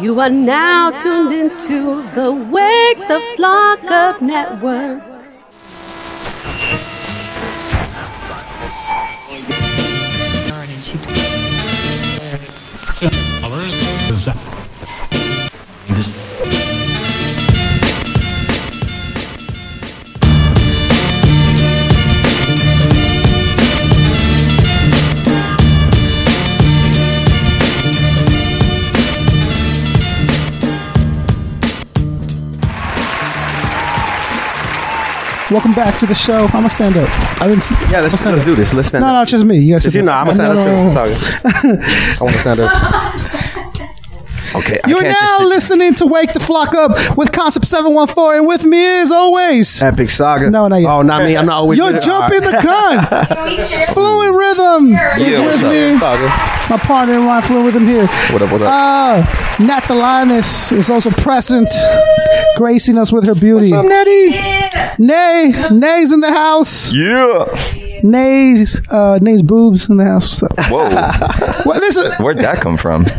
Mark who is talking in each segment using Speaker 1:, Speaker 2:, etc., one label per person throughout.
Speaker 1: You are now tuned into the Wake the Flock Up Network.
Speaker 2: Welcome back to the show. I'm a stand up. I've been. s-
Speaker 3: Yeah,
Speaker 2: I'm a
Speaker 3: let's,
Speaker 2: stand-up.
Speaker 3: let's do this. Let's stand
Speaker 2: No,
Speaker 3: up.
Speaker 2: no, it's just me. Yes,
Speaker 3: Did you know I'm a stand up too? Sorry. I want to stand up. Okay, I
Speaker 2: You're
Speaker 3: can't just
Speaker 2: now
Speaker 3: sit.
Speaker 2: listening to Wake the Flock Up with Concept 714, and with me as always,
Speaker 3: Epic saga.
Speaker 2: No, not yet.
Speaker 3: Oh, not me. I'm not always. Ah,
Speaker 2: you're
Speaker 3: with it.
Speaker 2: jumping the gun.
Speaker 4: Can we share?
Speaker 2: Fluent Rhythm
Speaker 3: All right.
Speaker 2: is
Speaker 3: Yeah, what's
Speaker 2: with
Speaker 3: up?
Speaker 2: me.
Speaker 3: Saga.
Speaker 2: My partner in rhyme, Fluent Rhythm here.
Speaker 3: What up? What up?
Speaker 2: Uh, Nat the Lioness is also present, gracing us with her beauty.
Speaker 3: What's up, Natty?
Speaker 2: Nay, Nay's in the house.
Speaker 5: Yeah.
Speaker 2: Nay's, uh, Nay's boobs in the house. What's up?
Speaker 5: Whoa.
Speaker 2: Well, listen,
Speaker 5: Where'd that come from?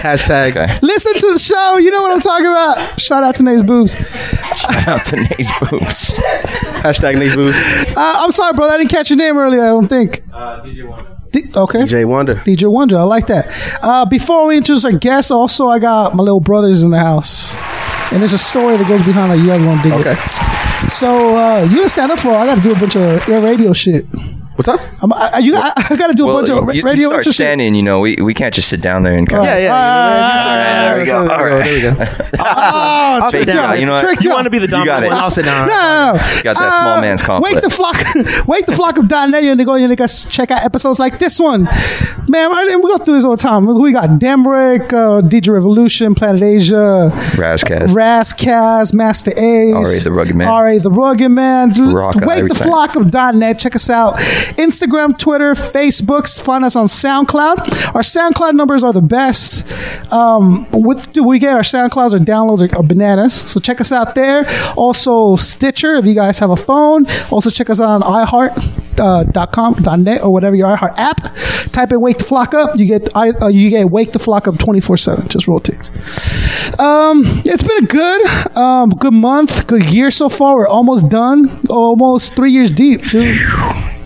Speaker 3: Hashtag.
Speaker 5: Okay.
Speaker 2: listen to the show. You know what I'm talking about. Shout out to Nay's boobs. Uh,
Speaker 5: Shout out to Nate's boobs.
Speaker 3: Hashtag Nate Booth.
Speaker 2: Uh, I'm sorry, brother. I didn't catch your name earlier. I don't think. Uh, DJ Wonder. okay.
Speaker 3: Jay Wonder.
Speaker 2: DJ Wonder. I like that. Uh, before we introduce our guests, also I got my little brothers in the house, and there's a story that goes behind that you guys want to dig.
Speaker 3: Okay.
Speaker 2: It. So uh, you gotta stand up for. I gotta do a bunch of air radio shit.
Speaker 3: What's up?
Speaker 2: I'm, I, I- you, I, I gotta do a bunch of
Speaker 5: Well,
Speaker 2: ra-
Speaker 5: you, you
Speaker 2: radio
Speaker 5: start
Speaker 2: intro shit.
Speaker 5: standing, you know, we, we can't just sit down there and kind
Speaker 2: Yeah,
Speaker 5: of.
Speaker 2: yeah.
Speaker 5: All right, there we go. All right.
Speaker 3: There we go.
Speaker 2: Oh,
Speaker 5: sit
Speaker 2: tricked
Speaker 5: down.
Speaker 2: y'all.
Speaker 5: You know what?
Speaker 2: Tricked
Speaker 5: You
Speaker 2: y'all.
Speaker 6: to be the
Speaker 5: You got
Speaker 6: dominant
Speaker 5: it.
Speaker 6: one. I'll sit down.
Speaker 2: No, no, no.
Speaker 5: You got that small man's complex.
Speaker 2: Wake the flock, wake the flock of Don Nelly and they go and they guys check out episodes like this one. Man, I- we go through this all the time. We got Demrick, uh, DJ Revolution, Planet Asia,
Speaker 5: Razzcast.
Speaker 2: Razzcast, Master Ace,
Speaker 5: R.A. the Rugged Man.
Speaker 2: R.A. the Rugged Man. L-
Speaker 5: Rock on
Speaker 2: wake
Speaker 5: every
Speaker 2: the
Speaker 5: time.
Speaker 2: flock of .net. Check us out. Instagram, Twitter, Facebooks. Find us on SoundCloud. Our SoundCloud numbers are the best. Um, with do we get our SoundClouds or downloads are, are bananas. So check us out there. Also Stitcher if you guys have a phone. Also check us out on iHeart. Uh, dot .com dot .net or whatever your iHeart app. Type in "Wake the Flock Up." You get I, uh, you get "Wake the Flock Up" twenty four seven. Just rotates. Um, it's been a good, um, good month, good year so far. We're almost done. Almost three years deep, dude.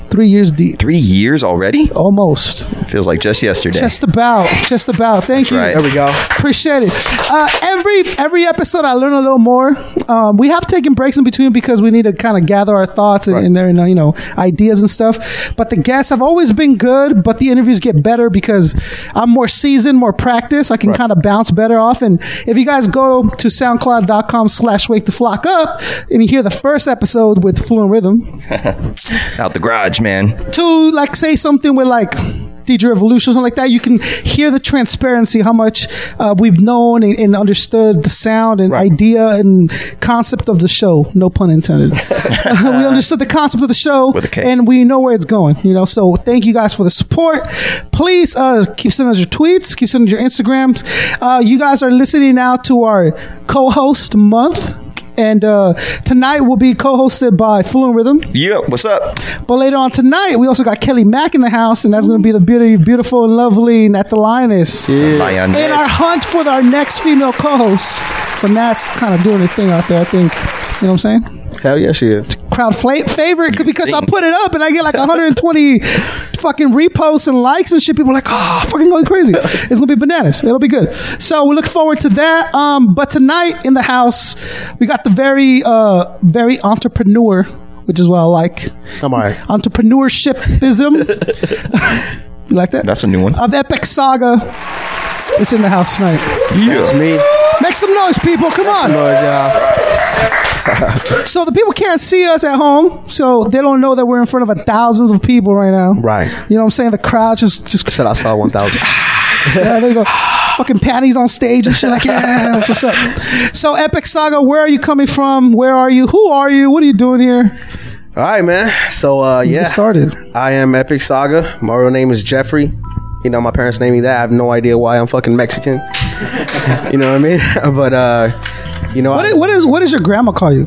Speaker 2: Three years deep.
Speaker 5: Three years already?
Speaker 2: Almost.
Speaker 5: Feels like just yesterday.
Speaker 2: Just about. Just about. Thank you.
Speaker 5: right.
Speaker 3: There we go.
Speaker 2: Appreciate it. Uh, every every episode, I learn a little more. Um, we have taken breaks in between because we need to kind of gather our thoughts and, and, and, uh, you know ideas and stuff. But the guests have always been good, but the interviews get better because I'm more seasoned, more practiced. I can kind of bounce better off. And if you guys go to SoundCloud.com/slash Wake the Flock Up and you hear the first episode with Fluent Rhythm,
Speaker 5: Out the garage, man.
Speaker 2: to like say something with like DJ Revolution or something like that, you can hear the transparency, how much uh, we've known and, and understood the sound and idea and concept of the show. No pun intended. we understood the concept of the show
Speaker 5: With a K.
Speaker 2: and we know where it's going, you know. So thank you guys for the support. Please uh, keep sending us your tweets, keep sending us your Instagrams. Uh, you guys are listening now to our co host month. And uh, tonight will be co hosted by Fluent Rhythm.
Speaker 5: Yeah, what's up?
Speaker 2: But later on tonight, we also got Kelly Mack in the house, and that's going to be the beauty, beautiful and lovely Nat the Lioness.
Speaker 5: Lioness.
Speaker 2: In our hunt for our next female co-host, so Nat's kind of doing her thing out there. I think you know what I'm saying.
Speaker 3: Hell yeah, she is.
Speaker 2: Crowd fla- favorite c- because I
Speaker 5: think?
Speaker 2: put it up and I get like 120 fucking reposts and likes and shit. People are like, oh, fucking going crazy. It's gonna be bananas. It'll be good. So we look forward to that. Um, but tonight in the house, we got the very, uh, very entrepreneur, which is what I like
Speaker 3: I'm all right.
Speaker 2: entrepreneurshipism. you like that?
Speaker 5: That's a new one.
Speaker 2: of Epic Saga. It's in the house tonight.
Speaker 3: It's me.
Speaker 2: Make some noise, people. Come on.
Speaker 3: Noise, y'all.
Speaker 2: So the people can't see us at home, so they don't know that we're in front of a thousands of people right now.
Speaker 3: Right.
Speaker 2: You know what I'm saying? The crowd just just
Speaker 3: Said I saw 1,000.
Speaker 2: yeah, there you go. Fucking panties on stage and shit like yeah, that's what's up. So Epic Saga, where are you coming from? Where are you? Who are you? What are you doing here?
Speaker 3: All right, man. So, uh,
Speaker 2: Let's
Speaker 3: yeah.
Speaker 2: get started.
Speaker 3: I am Epic Saga. My real name is Jeffrey. You know, my parents named me that. I have no idea why I'm fucking Mexican. you know what I mean? but, uh, you know,
Speaker 2: What
Speaker 3: I-
Speaker 2: is, what is what does your grandma call you?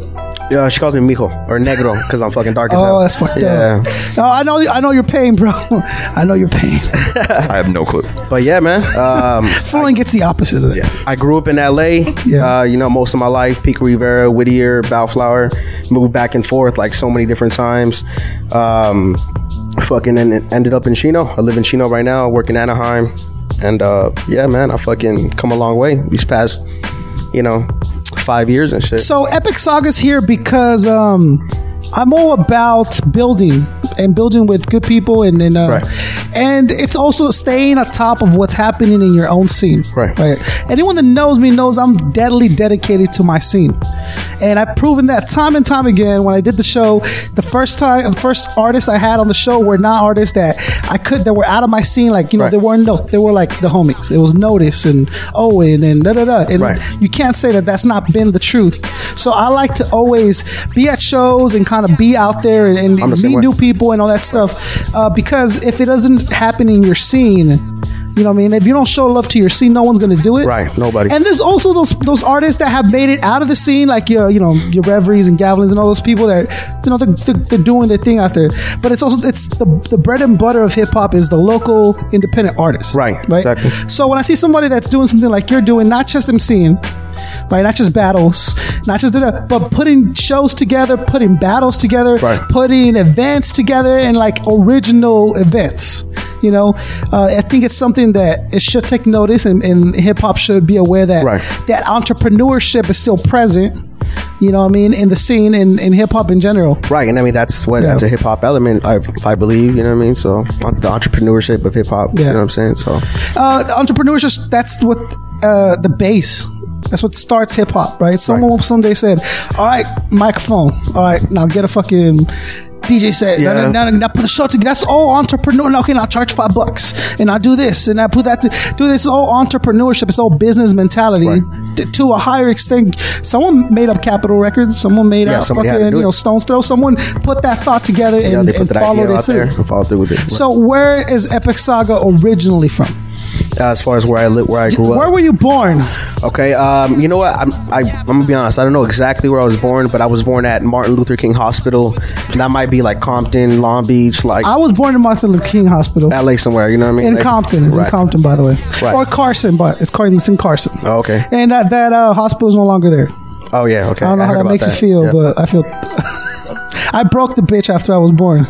Speaker 7: Yeah, she calls me mijo or negro because I'm fucking dark as hell.
Speaker 2: Oh, that's fucked
Speaker 7: yeah.
Speaker 2: up. No, Oh, I know, I know your pain, bro. I know your pain.
Speaker 5: I have no clue.
Speaker 7: But yeah, man.
Speaker 3: uh,
Speaker 7: Um,
Speaker 2: Fooling gets the opposite of that.
Speaker 7: I grew up in LA.
Speaker 2: Yeah.
Speaker 7: Uh, you know, most of my life, Pico Rivera, Whittier, Bellflower, moved back and forth like so many different times. Um, fucking en- ended up in Chino. I live in Chino right now. I work in Anaheim, and uh, yeah, man, I fucking come a long way these past, you know, five years and shit.
Speaker 2: So Epic Saga's here because um, I'm all about building and building with good people and and, uh,
Speaker 7: Right.
Speaker 2: and it's also staying on top of what's happening in your own scene.
Speaker 7: Right.
Speaker 2: Anyone that knows me knows I'm deadly dedicated to my scene, and I've proven that time and time again. When I did the show, the first time, the first artists I had on the show were not artists that I could that were out of my scene. Like you know,
Speaker 7: Right.
Speaker 2: they weren't no, they were like the homies. It was Notice and Owen and da da da. And
Speaker 7: Right.
Speaker 2: you can't say that that's not been the truth. So I like to always be at shows and kind of be out there and, and
Speaker 7: I'm the same
Speaker 2: meet
Speaker 7: way.
Speaker 2: new people and all that stuff. Uh, because if it doesn't happen in your scene, you know what I mean? If you don't show love to your scene, no one's going to do it.
Speaker 7: Right, nobody.
Speaker 2: And there's also those those artists that have made it out of the scene, like your you know your Reveries and Gavelins and all those people that you know they're, they're, they're doing their thing out there. But it's also it's the the bread and butter of hip hop is the local independent artists.
Speaker 7: Right, exactly.
Speaker 2: So when I see somebody that's doing something like you're doing, not just MCing, right, not just battles, not just da-da, but putting shows together, putting battles together,
Speaker 7: Right.
Speaker 2: putting events together, and like original events. You know, uh, I think it's something that it should take notice, and, and hip hop should be aware that
Speaker 7: Right.
Speaker 2: that entrepreneurship is still present. You know what I mean in the scene in, in hip hop in general.
Speaker 7: Right, and I mean that's what
Speaker 2: Yeah.
Speaker 7: that's a hip hop element, I, I believe. You know what I mean? So on- the entrepreneurship of hip hop.
Speaker 2: Yeah.
Speaker 7: You know what I'm saying? So
Speaker 2: uh, entrepreneurship that's what uh, the base that's what starts hip hop right someone
Speaker 7: Right.
Speaker 2: someday said all right microphone all right now get a fucking DJ set.
Speaker 7: Yeah.
Speaker 2: Now, now, now put the show together. That's all entrepreneur. Now, okay, now charge five bucks, and I do this, and I put that. To, do this. It's all entrepreneurship. It's all business mentality. T- to a higher extent, someone made up Capitol Records. Someone made
Speaker 7: Yeah,
Speaker 2: out
Speaker 7: somebody had to
Speaker 2: fucking
Speaker 7: do
Speaker 2: you know
Speaker 7: it.
Speaker 2: Stone's Throw. Someone put that thought together and,
Speaker 7: yeah, they
Speaker 2: and
Speaker 7: put that
Speaker 2: followed
Speaker 7: idea
Speaker 2: it
Speaker 7: out there
Speaker 2: through.
Speaker 7: and followed through with it.
Speaker 2: So, where is Epic Saga originally from?
Speaker 7: as far as where I live, where I grew up,
Speaker 2: Where were you born?
Speaker 7: Okay, um, you know what? I'm, I, I'm gonna be honest. I don't know exactly where I was born, but I was born at Martin Luther King Hospital. And that might be like Compton, Long Beach, like
Speaker 2: I was born in Martin Luther King Hospital
Speaker 7: LA somewhere. You know what I mean?
Speaker 2: in
Speaker 7: Like-
Speaker 2: Compton. It's in
Speaker 7: Right.
Speaker 2: Compton, by the way,
Speaker 7: Right.
Speaker 2: or Carson, but it's Carson. It's in Carson.
Speaker 7: Oh, okay.
Speaker 2: And that that uh, hospital's no longer there.
Speaker 7: Oh yeah. Okay.
Speaker 2: I don't know how that makes you feel, but I feel. I broke the bitch after I was born.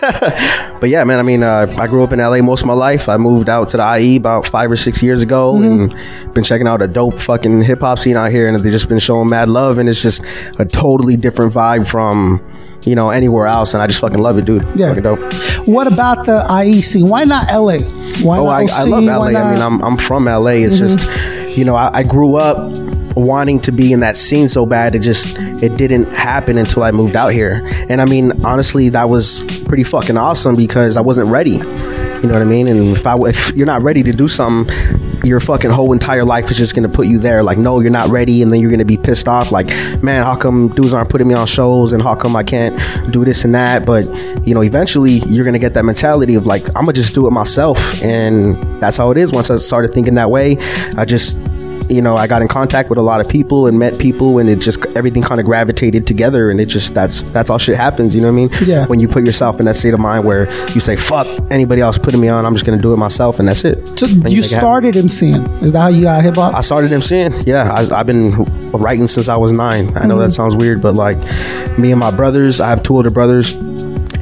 Speaker 7: but yeah, man. I mean, uh, I grew up in LA most of my life. I moved out to the IE about five or six years ago,
Speaker 2: Mm-hmm.
Speaker 7: and been checking out a dope fucking hip hop scene out here, and they just been showing mad love, and it's just a totally different vibe from you know anywhere else, and I just fucking love it, dude.
Speaker 2: Yeah.
Speaker 7: Fucking dope.
Speaker 2: What about the IE scene? Why not LA? Why
Speaker 7: Oh,
Speaker 2: not
Speaker 7: I,
Speaker 2: OC?
Speaker 7: I love
Speaker 2: Why
Speaker 7: LA. I
Speaker 2: not- Mm-hmm.
Speaker 7: mean, I'm, I'm from LA. It's just, you know, I, I grew up wanting to be in that scene so bad. It just, it didn't happen until I moved out here. And I mean, honestly, that was pretty fucking awesome because I wasn't ready. You know what I mean? And if I, if you're not ready to do something, your fucking whole entire life is just gonna put you there. Like, no, you're not ready, and then you're gonna be pissed off. Like, man, how come dudes aren't putting me on shows, and how come I can't do this and that? But you know, eventually, you're gonna get that mentality of like, I'm gonna just do it myself, and that's how it is. Once I started thinking that way, I just you know, I got in contact with a lot of people and met people, and it just everything kind of gravitated together. And it just that's that's all shit happens. You know what I mean?
Speaker 2: Yeah.
Speaker 7: When you put yourself in that state of mind where you say, "Fuck anybody else putting me on, I'm just gonna do it myself," and that's it.
Speaker 2: So
Speaker 7: And make
Speaker 2: you
Speaker 7: it happen.
Speaker 2: started MCing. Is that how you got hip hop?
Speaker 7: I started MCing. Yeah, I, I've been writing since I was nine. I know that sounds weird, but like me and my brothers, I have two older brothers,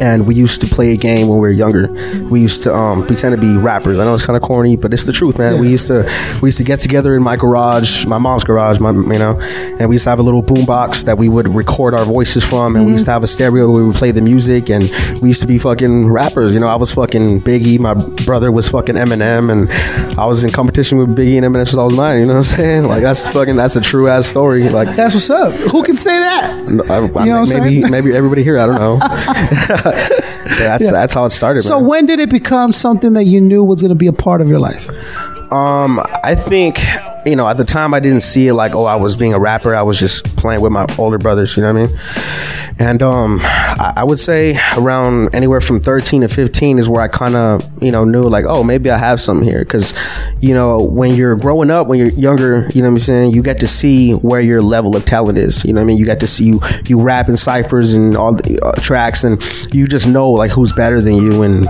Speaker 7: and we used to play a game when we were younger. We used to um, pretend to be rappers. I know it's kind of corny, but it's the truth, man. We used to we used to get together in my garage, my mom's garage, my you know, and we used to have a little boom box that we would record our voices from, and we used to have a stereo where we would play the music, and we used to be fucking rappers. You know, I was fucking Biggie, my brother was fucking Eminem, and I was in competition with Biggie and Eminem since I was nine. You know what I'm saying? Like that's fucking that's a true ass story. Like
Speaker 2: That's what's up. Who can say that?
Speaker 7: I, I,
Speaker 2: You know what I'm
Speaker 7: maybe
Speaker 2: saying?
Speaker 7: maybe everybody here, I don't know. Yeah, that's that's how it started.
Speaker 2: So
Speaker 7: man.
Speaker 2: when did it become something that you knew was going to be a part of your life?
Speaker 7: Um, I think you know, at the time I didn't see it like, oh, I was being a rapper. I was just playing with my older brothers, you know what I mean? And um, I, I would say around anywhere from 13 to 15 is where I kind of, you know, knew like, oh, maybe I have something here. Cause, you know, when you're growing up, when you're younger, you know what I'm saying? You get to see where your level of talent is. You know what I mean? You got to see you, you rap in ciphers and all the uh, tracks and you just know like who's better than you and,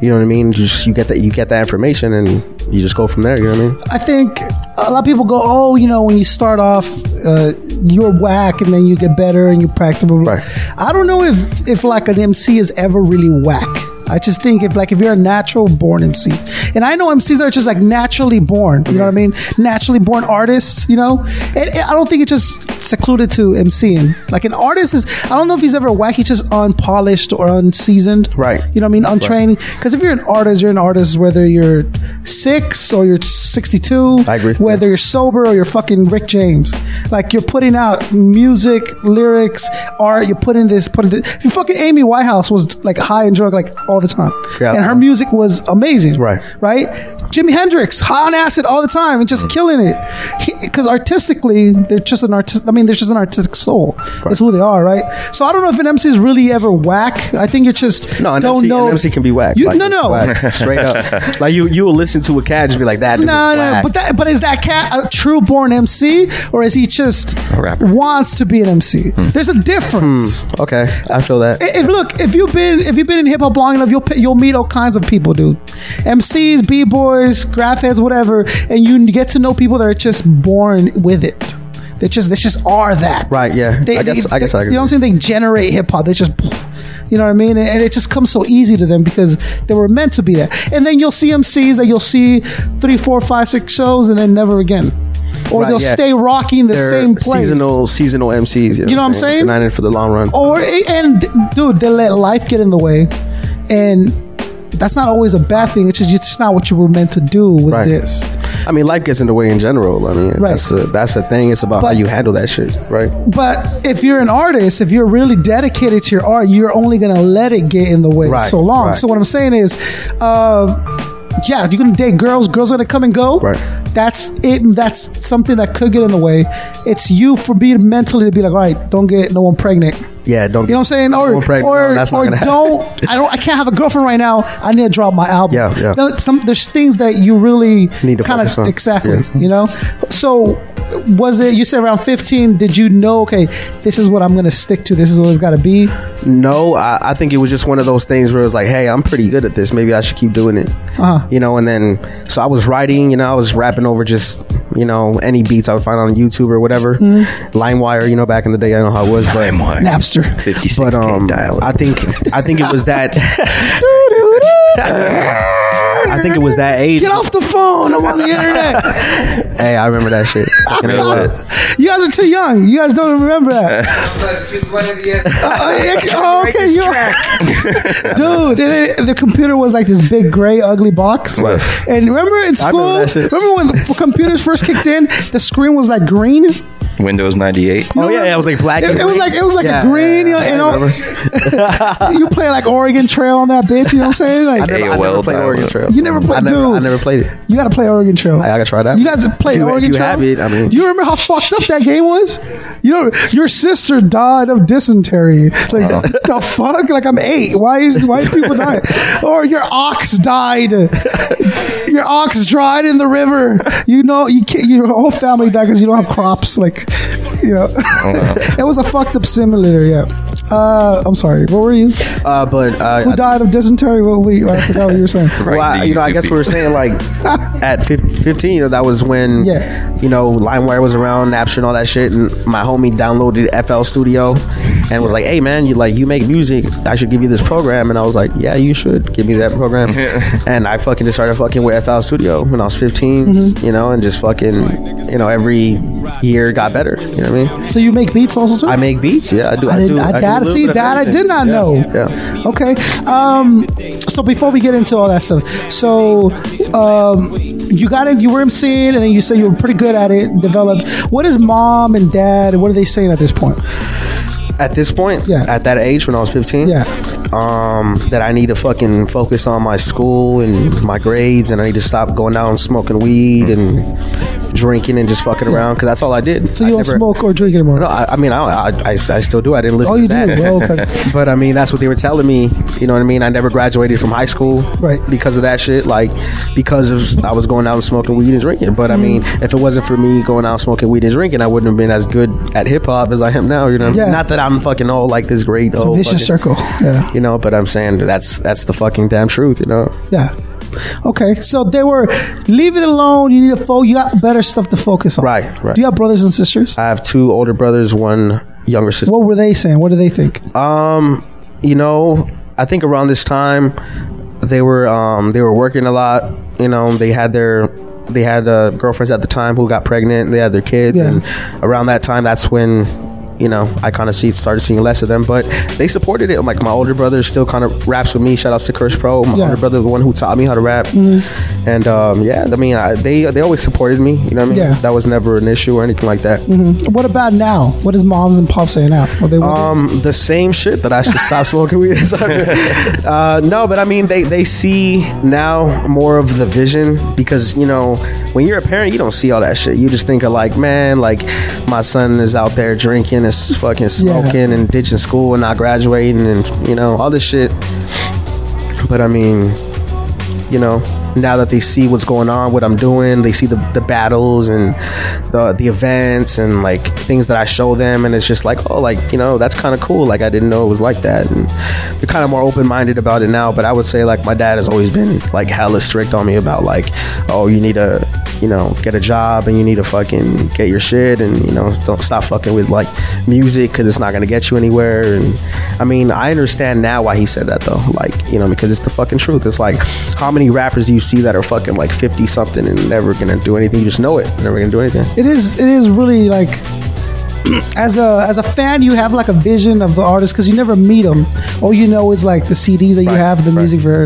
Speaker 7: you know what I mean? You just you get that you get that information and you just go from there. You know what
Speaker 2: I
Speaker 7: I mean?
Speaker 2: think a lot of people go, oh, you know, when you start off, uh, you're whack, and then you get better, and you practice. blah, blah, blah.
Speaker 7: Right.
Speaker 2: I don't know if if like an MC is ever really whack. I just think if like if you're a natural born MC, and I know MCs that are just like naturally born. You know what I mean? Naturally born artists. You know, and, and I don't think it's just secluded to MCing. Like an artist is, I don't know if he's ever whack. He's just unpolished or unseasoned.
Speaker 7: Right.
Speaker 2: You know what I mean? Untrained. Because if you're an artist, you're an artist whether you're six or you're 62.
Speaker 7: I agree.
Speaker 2: Whether you're sober or you're fucking Rick James. Like you're putting out music, lyrics, art, you're putting this, putting this. If you fucking Amy Whitehouse was like high and drug like all the time.
Speaker 7: Yeah.
Speaker 2: And her music was amazing.
Speaker 7: Right.
Speaker 2: Right? Jimi Hendrix, high on acid all the time and just
Speaker 7: Mm.
Speaker 2: killing it. Because artistically, they're just an artist. I mean, they're just an artistic soul. That's who they are, right? So I don't know if an MC is really ever whack. I think you're just
Speaker 7: No, an,
Speaker 2: don't
Speaker 7: MC,
Speaker 2: know.
Speaker 7: an MC can be whack.
Speaker 2: You,
Speaker 7: Like,
Speaker 2: no,
Speaker 7: it's
Speaker 2: no,
Speaker 7: whack, straight up. Like you, you will listen to a cat and just be like that. dude is
Speaker 2: No, no,
Speaker 7: whack.
Speaker 2: but that, but is that cat a true born MC or is he just
Speaker 5: rapper.
Speaker 2: wants to be an MC? There's a difference.
Speaker 7: okay, I feel that.
Speaker 2: I- If look, if you've been if you've been in hip hop long enough, you'll pe- you'll meet all kinds of people, dude. MCs, b boys, graph heads, whatever, and you get to know people that are just born with it. They just they just are that.
Speaker 7: Right, yeah.
Speaker 2: They,
Speaker 7: I guess-
Speaker 2: they-
Speaker 7: I guess I
Speaker 2: You know what I'm saying? They generate hip hop. They just. You know what I mean? And- And it just comes so easy to them because they were meant to be that. And then you'll see MCs that you'll see three, four, five, six shows and then never again. Or
Speaker 7: Right,
Speaker 2: they'll
Speaker 7: yeah.
Speaker 2: stay rocking the
Speaker 7: They're
Speaker 2: same place.
Speaker 7: Seasonal, seasonal MCs. You know,
Speaker 2: know what I'm saying? Oh.
Speaker 7: They're not in for the long run.
Speaker 2: or and dude, they let life get in the way, and that's not always a bad thing. It's just it's just not what you were meant to do. Was
Speaker 7: Right.
Speaker 2: this?
Speaker 7: I mean, life gets in the way in general. I mean,
Speaker 2: Right.
Speaker 7: that's the that's the thing. It's about
Speaker 2: But-
Speaker 7: how you handle that shit, right?
Speaker 2: But if you're an artist, if you're really dedicated to your art, you're only gonna let it get in the way
Speaker 7: Right,
Speaker 2: so long.
Speaker 7: right.
Speaker 2: So what I'm saying is, uh, yeah, you're gonna date girls. Girls are gonna come and go.
Speaker 7: Right.
Speaker 2: That's it. That's something that could get in the way. It's you for being mentally to be like, all right, don't get no one pregnant.
Speaker 7: Yeah, don't.
Speaker 2: You know what I'm saying? Or
Speaker 7: Don't break-
Speaker 2: or,
Speaker 7: no, that's not
Speaker 2: or
Speaker 7: gonna happen.
Speaker 2: don't. I don't. I can't have a girlfriend right now. I need to drop my album.
Speaker 7: Yeah, yeah.
Speaker 2: No, some there's things that you really
Speaker 7: Need to
Speaker 2: kind
Speaker 7: focus
Speaker 2: of
Speaker 7: on.
Speaker 2: exactly.
Speaker 7: Yeah.
Speaker 2: You know. So was it? You said around 15. Did you know? Okay, this is what I'm going to stick to. This is what it's got to be.
Speaker 7: No, I, I think it was just one of those things where it was like, hey, I'm pretty good at this. Maybe I should keep doing it.
Speaker 2: Uh-huh.
Speaker 7: You know, and then so I was writing, you know, I was rapping over just, you know, any beats I would find on YouTube or whatever.
Speaker 2: Mm-hmm.
Speaker 7: LimeWire, you know, back in the day, I don't know how it was, but
Speaker 2: Napster.
Speaker 5: 56
Speaker 7: but um,
Speaker 5: dial.
Speaker 7: I think I think it was that. I think it was that age.
Speaker 2: Get off the phone. I'm on the internet.
Speaker 7: Hey, I remember that shit. You know what?
Speaker 2: You guys are too young. You guys don't remember that. Oh, yeah, oh, okay, you dude. and then the computer was like this big gray ugly box.
Speaker 5: Right.
Speaker 2: And remember in
Speaker 7: I
Speaker 2: school,
Speaker 7: remember that
Speaker 2: remember,
Speaker 7: shit.
Speaker 2: when the f- computers first kicked in, the screen was like green. It,
Speaker 5: Windows 98.
Speaker 7: Oh yeah, yeah, it was like black. and
Speaker 2: it was
Speaker 7: green.
Speaker 2: like it was like
Speaker 7: Yeah,
Speaker 2: a green.
Speaker 7: yeah,
Speaker 2: you
Speaker 7: yeah, I
Speaker 2: know,
Speaker 7: remember.
Speaker 2: and all, you play like Oregon Trail on that bitch. You know what I'm saying?
Speaker 7: I
Speaker 2: Like
Speaker 7: never, I never
Speaker 5: AOL
Speaker 7: played
Speaker 5: dial-up.
Speaker 7: Oregon Trail.
Speaker 2: You never
Speaker 7: I
Speaker 2: played-
Speaker 7: never- I
Speaker 2: dude.
Speaker 7: never played it.
Speaker 2: you got to play Oregon Trail.
Speaker 7: I gotta try that.
Speaker 2: You guys played
Speaker 7: If you- if
Speaker 2: Oregon
Speaker 7: you
Speaker 2: Trail.
Speaker 7: have it, I mean-
Speaker 2: you remember how fucked up that game was? You know, your sister died of dysentery. Like
Speaker 7: Oh.
Speaker 2: the fuck? Like I'm eight. Why? is- Why people die? Or your ox died. Your ox dried in the river. You know, you can't, your whole family died because you don't have crops. Like, you know,
Speaker 7: Oh,
Speaker 2: it was a fucked up simulator. Yeah. Uh, I'm sorry. What were you?
Speaker 7: Uh, but uh,
Speaker 2: Who died of dysentery? What were you? I forgot what you were saying.
Speaker 7: Well, I,
Speaker 5: the
Speaker 7: you know, I
Speaker 5: YouTube
Speaker 7: guess we were
Speaker 5: people.
Speaker 7: saying like at fif- 15, you know, that was when,
Speaker 2: Yeah.
Speaker 7: you know, LimeWire was around, Napster and all that shit. And my homie downloaded FL Studio and was like, hey, man, you like, you make music. I should give you this program. And I was like, yeah, you should give me that program. and I fucking just started fucking with FL Studio when I was 15,
Speaker 2: Mm-hmm.
Speaker 7: you know, and just fucking, you know, every year got better. You know what I mean?
Speaker 2: So you make beats also too?
Speaker 7: I make beats. Yeah, I do.
Speaker 2: I
Speaker 7: do.
Speaker 2: didn't. I,
Speaker 7: do a
Speaker 2: that
Speaker 7: little
Speaker 2: see
Speaker 7: bit of
Speaker 2: that I
Speaker 7: everything.
Speaker 2: did not
Speaker 7: Yeah,
Speaker 2: know.
Speaker 7: Yeah.
Speaker 2: Okay. Um, so before we get into all that stuff, so um, you got it. You were emceeing, and then you said you were pretty good at it. Developed. What is mom and dad? What are they saying at this point?
Speaker 7: At this point,
Speaker 2: Yeah.
Speaker 7: at that age when I was 15,
Speaker 2: Yeah.
Speaker 7: um, that I need to fucking focus on my school and my grades, and I need to stop going out and smoking weed and drinking and just fucking around because that's all I did.
Speaker 2: So you
Speaker 7: I
Speaker 2: don't
Speaker 7: never-
Speaker 2: smoke or drink anymore?
Speaker 7: No, I, I mean, I, I, I, I still do. I didn't listen
Speaker 2: oh,
Speaker 7: to
Speaker 2: you do.
Speaker 7: that.
Speaker 2: Well, okay.
Speaker 7: But I mean, that's what they were telling me. You know what I mean? I never graduated from high school,
Speaker 2: Right.
Speaker 7: Because of that shit, like because of I was going out and smoking weed and drinking. But I mean,
Speaker 2: Mm.
Speaker 7: if it wasn't for me going out and smoking weed and drinking, I wouldn't have been as good at hip hop as I am now. You know, what I mean?
Speaker 2: Yeah.
Speaker 7: not that I'm fucking all like this great. It's
Speaker 2: a vicious circle. Yeah.
Speaker 7: You know, but I'm saying that's that's the fucking damn truth. You know,
Speaker 2: Yeah. Okay. So they were leave it alone. You need to focus. You got better stuff to focus on.
Speaker 7: Right, right.
Speaker 2: Do you have brothers and sisters?
Speaker 7: I have two older brothers, one younger sister.
Speaker 2: what were they saying? What do they think?
Speaker 7: Um, you know, I think around this time they were um they were working a lot. You know, they had their they had uh, girlfriends at the time who got pregnant. They had their kids,
Speaker 2: Yeah.
Speaker 7: and around that time, that's when. You know, I kind of see started seeing less of them, but they supported it. Like my older brother still kind of raps with me. Shout outs to Curse Pro. My
Speaker 2: Yeah. Mm-hmm.
Speaker 7: older brother, the one who taught me how to rap, and um, yeah, I mean, I, they they always supported me. You know what I mean?
Speaker 2: Yeah.
Speaker 7: That was never an issue or anything like that.
Speaker 2: What about now? What is moms and pops saying now? What they want?
Speaker 7: Um, the same shit that I should stop smoking weed. uh, no, but I mean, they they see now more of the vision because you know when you're a parent, you don't see all that shit. You just think of like, man, like my son is out there drinking, is fucking smoking, and ditching school and not graduating, and you know all this shit. But I mean, you know now that they see what's going on what i'm doing they see the, the battles and the the events and like things that i show them and it's just like oh like you know that's kind of cool like i didn't know it was like that and they're kind of more open-minded about it now but i would say like my dad has always been like hella strict on me about like oh you need to you know get a job and you need to fucking get your shit and you know don't stop fucking with like music because it's not gonna get you anywhere and i mean i understand now why he said that though like you know because it's the fucking truth it's like how many rappers do you see that are fucking like 50 something and never gonna do anything you just know it never gonna do anything
Speaker 2: it is. It is really like. As a as a fan, you have like a vision of the artist because you never meet them. All you know is like the CDs that you have, the music for.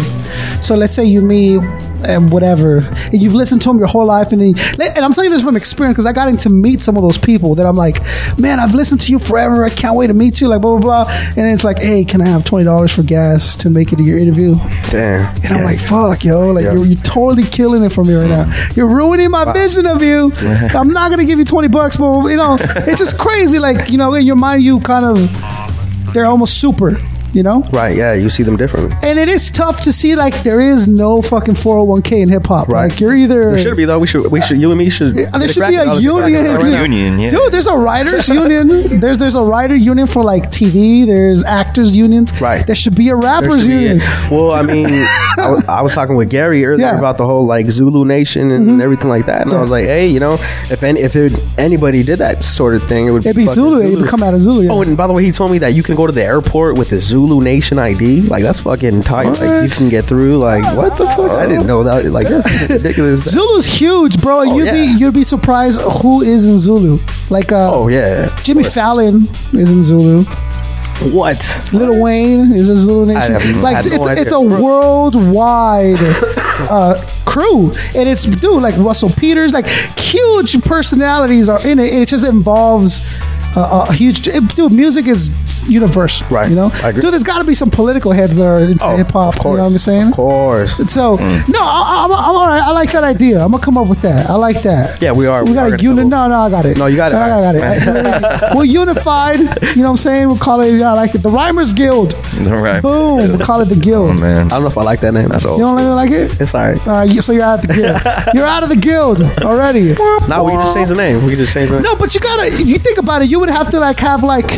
Speaker 2: So let's say you meet and whatever, and you've listened to them your whole life, and then, and I'm telling you this from experience because I got to meet some of those people that I'm like, man, I've listened to you forever. I can't wait to meet you. Like blah blah blah, and it's like, hey, can I have twenty dollars for gas to make it to your interview?
Speaker 7: damn
Speaker 2: And I'm like, fuck, yo, like you're, you're totally killing it for me right now. You're ruining my vision of you. I'm not gonna give you 20 bucks, but you know, it's just crazy. Like, you know, in your mind, you kind of, they're almost super, you know?
Speaker 7: right yeah you see them differently
Speaker 2: And it is tough to see, like, there is no fucking 401k in hip hop.
Speaker 7: Right.
Speaker 2: Like, you're either.
Speaker 7: we should be though we should we should you and me should
Speaker 2: And there should be a
Speaker 5: Right now.
Speaker 2: union.
Speaker 5: Union, yeah.
Speaker 2: Dude, there's a writers union. There's there's a writer union for like TV. There's actors unions.
Speaker 7: Right.
Speaker 2: There should be a
Speaker 7: There
Speaker 2: rappers
Speaker 7: should be
Speaker 2: union.
Speaker 7: a- Well, I mean, I, w- I was talking with Gary earlier
Speaker 2: Yeah. Mm-hmm.
Speaker 7: about the whole like Zulu Nation and everything like that, and I was like, hey, you know, if any, if it, anybody did that sort of thing, it would
Speaker 2: It'd be
Speaker 7: fucking
Speaker 2: Zulu. It'd become out of Zulu. yeah.
Speaker 7: Oh, and by the way, he told me that you can go to the airport with the Zulu Nation ID. Like that's fucking tight. Like you can get through. Like what the fuck? I didn't know that. Like that's ridiculous.
Speaker 2: Zulu's huge, bro. and you'd
Speaker 7: Oh, yeah.
Speaker 2: be you'd be surprised who is in Zulu. Like uh,
Speaker 7: oh yeah.
Speaker 2: Jimmy Fallon is in Zulu.
Speaker 7: What?
Speaker 2: Lil Wayne is in Zulu Nation.
Speaker 7: I have- I
Speaker 2: like
Speaker 7: had
Speaker 2: it's,
Speaker 7: no idea.
Speaker 2: it's a worldwide uh, crew, and it's dude like Russell Peters. Like huge personalities are in it. and It just involves. Uh, a huge it- dude, music is universal,
Speaker 7: Right.
Speaker 2: You know,
Speaker 7: I agree.
Speaker 2: dude, there's got to be some political heads that are into
Speaker 7: Oh,
Speaker 2: hip hop.
Speaker 7: Of
Speaker 2: You
Speaker 7: course.
Speaker 2: know what I'm saying?
Speaker 7: Of course.
Speaker 2: So
Speaker 7: Mm.
Speaker 2: no, I, I'm, I'm all right. I like that idea. I'm gonna come up with that. I like that.
Speaker 7: Yeah, we are-
Speaker 2: We
Speaker 7: we
Speaker 2: got
Speaker 7: are
Speaker 2: a
Speaker 7: gonna
Speaker 2: unit.
Speaker 7: come
Speaker 2: No, no, I got it.
Speaker 7: No, you got it.
Speaker 2: I, I got it. I- we're unified. You know what I'm saying? We'll call it. Yeah, I like it. The Rhymers Guild.
Speaker 5: All right.
Speaker 2: Boom. We'll call it the Guild.
Speaker 5: Oh, man.
Speaker 7: I don't know if I like that name. That's all.
Speaker 2: You don't like it?
Speaker 7: It's alright.
Speaker 2: All right, so you're out of the guild. You're out of the guild already.
Speaker 7: Now we can just change the name. We can just change the name.
Speaker 2: No, but you gotta. You think about it. You would have to like have like.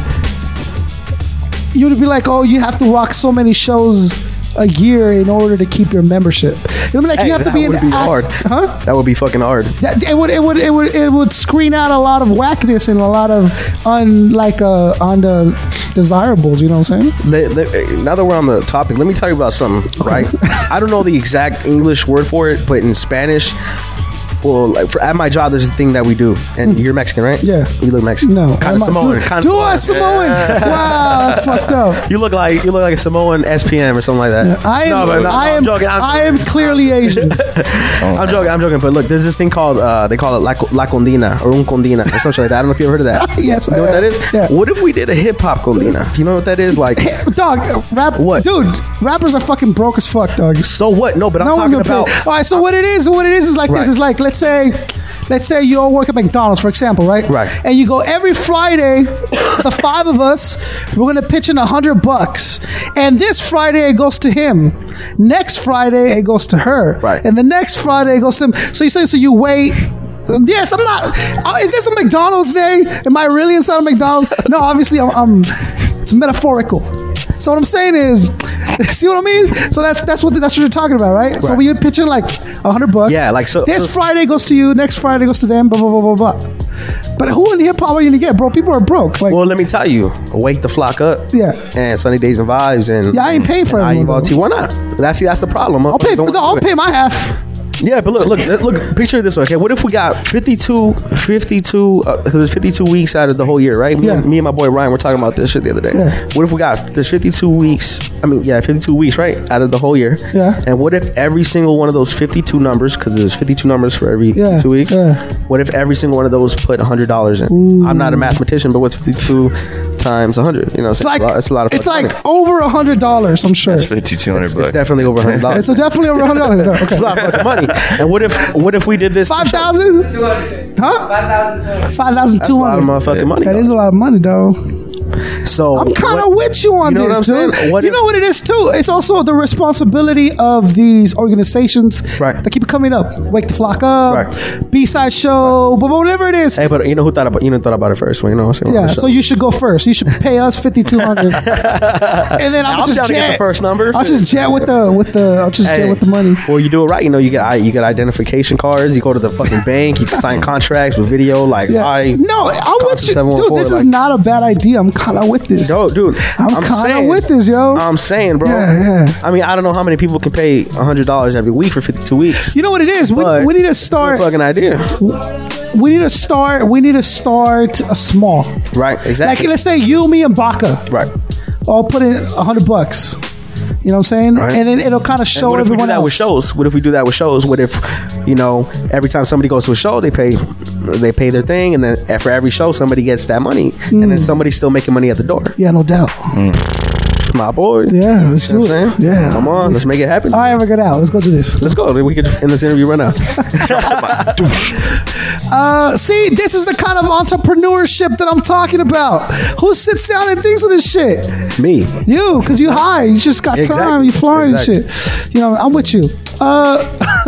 Speaker 2: You would be like, oh, you have to rock so many shows a year in order to keep your membership. You know, like
Speaker 7: Hey,
Speaker 2: you have to
Speaker 7: that
Speaker 2: be an
Speaker 7: would be
Speaker 2: act-
Speaker 7: hard.
Speaker 2: huh?
Speaker 7: That would be fucking hard.
Speaker 2: That, it would it would it would it would screen out a lot of whackness and a lot of unlike uh on the desirables. You know what I'm saying?
Speaker 7: Le- le- now that we're on the topic, let me tell you about something, right? I don't know the exact English word for it, but in Spanish, well, like for, at my job, there's a thing that we do, and you're Mexican, right?
Speaker 2: Hmm. Yeah.
Speaker 7: You look Mexican.
Speaker 2: No,
Speaker 7: kind of
Speaker 2: I'm not-
Speaker 7: Samoan.
Speaker 2: Do,
Speaker 7: kinda
Speaker 2: do
Speaker 7: Samoan.
Speaker 2: I Samoan? Wow, that's fucked up.
Speaker 7: You look like you look like a Samoan SPM or something like that.
Speaker 2: I am,
Speaker 7: No, but no,
Speaker 2: I
Speaker 7: I'm
Speaker 2: am,
Speaker 7: joking, I'm
Speaker 2: I am clearly Asian.
Speaker 7: I'm joking. I'm joking. But look, there's this thing called uh, they call it la, la condina or un condina or something like that. I don't know if you ever heard of that.
Speaker 2: Yes,
Speaker 7: you know
Speaker 2: I
Speaker 7: what
Speaker 2: have.
Speaker 7: that is.
Speaker 2: Yeah.
Speaker 7: What if we did a hip hop condina? You know what that is? Like,
Speaker 2: dog, rap,
Speaker 7: What?
Speaker 2: dude, rappers are fucking broke as fuck, dog.
Speaker 7: so what? No, but I'm
Speaker 2: no one's
Speaker 7: talking
Speaker 2: gonna
Speaker 7: about.
Speaker 2: pay. All right, so what it is, what it is is like
Speaker 7: Right.
Speaker 2: this. Is like let's say, let's say you all work at McDonald's, for example, right?
Speaker 7: Right.
Speaker 2: And you go every Friday, the five of us, we're gonna pitch in a hundred bucks, and this Friday it goes to him, next Friday it goes to her,
Speaker 7: Right.
Speaker 2: And the next Friday it goes to him. So you say, so you wait. Yes, I'm not. uh, Is this a McDonald's day? Am I really inside a McDonald's? No, obviously, I'm. I'm it's metaphorical. So what I'm saying is, see what I mean? So that's that's what that's what you're talking about, right? So
Speaker 7: Right.
Speaker 2: we pitching like a hundred bucks.
Speaker 7: Yeah, like, so-
Speaker 2: This
Speaker 7: so-
Speaker 2: Friday goes to you. Next Friday goes to them. Blah blah blah blah blah. But who in hip hop are you gonna get, bro? People are broke. Like,
Speaker 7: Well, let me tell you, wake the flock up.
Speaker 2: Yeah.
Speaker 7: And sunny days and vibes and
Speaker 2: Yeah, I ain't paying for
Speaker 7: and
Speaker 2: everyone,
Speaker 7: IUVT.
Speaker 2: though.
Speaker 7: Why not? That's see, that's the problem.
Speaker 2: I'll pay. For the, I'll pay my half.
Speaker 7: Yeah, but look, look, look. Picture this. Okay, what if we got 52, 52, because there's 52 weeks out of the whole year, right? Me,
Speaker 2: Yeah.
Speaker 7: me and my boy Ryan were talking about this shit the other day.
Speaker 2: Yeah.
Speaker 7: What if we got there's 52 weeks? I mean, yeah, 52 weeks, right, out of the whole year.
Speaker 2: Yeah.
Speaker 7: And what if every single one of those 52 numbers, because there's 52 numbers for every
Speaker 2: Yeah,
Speaker 7: two weeks.
Speaker 2: yeah.
Speaker 7: What if every single one of those put hundred dollars in? I'm not a mathematician, but what's 52 times 100? You know,
Speaker 2: It's like
Speaker 7: a lot, it's a lot of.
Speaker 2: It's
Speaker 7: fucking
Speaker 2: like
Speaker 7: money.
Speaker 2: over a hundred dollars. I'm sure.
Speaker 5: Fifty two hundred
Speaker 7: It's, it's
Speaker 5: bucks.
Speaker 7: definitely over hundred dollars.
Speaker 2: It's a definitely over a hundred dollars. No, okay.
Speaker 7: It's a lot of fucking money. And what if what if we did this?
Speaker 2: Five thousand? Huh? Five thousand
Speaker 7: That's a
Speaker 2: two
Speaker 7: lot of
Speaker 2: hundred.
Speaker 7: motherfucking money.
Speaker 2: That is a lot of money, though.
Speaker 7: so.
Speaker 2: I'm kind of
Speaker 7: what-
Speaker 2: with you on
Speaker 7: you know what
Speaker 2: this,
Speaker 7: I'm saying?
Speaker 2: dude.
Speaker 7: What
Speaker 2: you
Speaker 7: if-
Speaker 2: know what it is too? It's also the responsibility of these organizations
Speaker 7: Right.
Speaker 2: that keep coming up. Wake the flock up,
Speaker 7: Right.
Speaker 2: B-side show, but whatever it is.
Speaker 7: Hey, but you know who thought about you know thought about it first? Well, you know. what I'm saying?
Speaker 2: yeah, so you should go first. You should pay us fifty two hundred, and then I'll,
Speaker 7: I'm
Speaker 2: just
Speaker 7: down
Speaker 2: jet.
Speaker 7: to get the first number.
Speaker 2: I'll just jet with the with the. I'll just jet
Speaker 7: Hey,
Speaker 2: with the money.
Speaker 7: Well, you do it right. You know, you get I- you get identification cards. You go to the fucking bank. You sign contracts with video. Like,
Speaker 2: Yeah.
Speaker 7: I
Speaker 2: no, I'm with you, dude.
Speaker 7: 714,
Speaker 2: This is
Speaker 7: like-
Speaker 2: not a bad idea. I'm kind of with this.
Speaker 7: yo, dude,
Speaker 2: I'm kinda
Speaker 7: saying-
Speaker 2: with this, yo.
Speaker 7: I'm saying, bro.
Speaker 2: Yeah, yeah.
Speaker 7: I mean, I don't know how many people can pay hundred dollars every week for fifty two weeks.
Speaker 2: You know what it is? We,
Speaker 7: But-
Speaker 2: we need to start.
Speaker 7: No fucking idea,
Speaker 2: We need to start. We need to start a small.
Speaker 7: right?
Speaker 2: Like
Speaker 7: Exactly.
Speaker 2: let's say you, me, and Baka
Speaker 7: right.
Speaker 2: all put in a hundred bucks. You know what I'm saying?
Speaker 7: Right.
Speaker 2: And then it'll kind of show
Speaker 7: what if we do
Speaker 2: everyone
Speaker 7: that
Speaker 2: else.
Speaker 7: with shows? What if we do that with shows? What if you know every time somebody goes to a show, they pay they pay their thing, and then for every show, somebody gets that money, and then somebody's still making money at the door.
Speaker 2: Hmm. Yeah, no doubt.
Speaker 7: My boy,
Speaker 2: Yeah, let's
Speaker 7: You know
Speaker 2: do
Speaker 7: what I'm
Speaker 2: it.
Speaker 7: saying?
Speaker 2: Yeah,
Speaker 7: come on, let's make it happen.
Speaker 2: All right, we're good out. Let's go do this.
Speaker 7: Let's go. We could end this interview right now.
Speaker 2: Uh, see, this is the kind of entrepreneurship that I'm talking about. Who sits down and thinks of this shit?
Speaker 7: Me,
Speaker 2: You, because you high. You just got
Speaker 7: Exactly.
Speaker 2: time. You flying
Speaker 7: Exactly.
Speaker 2: shit. You know, I'm with you. Uh,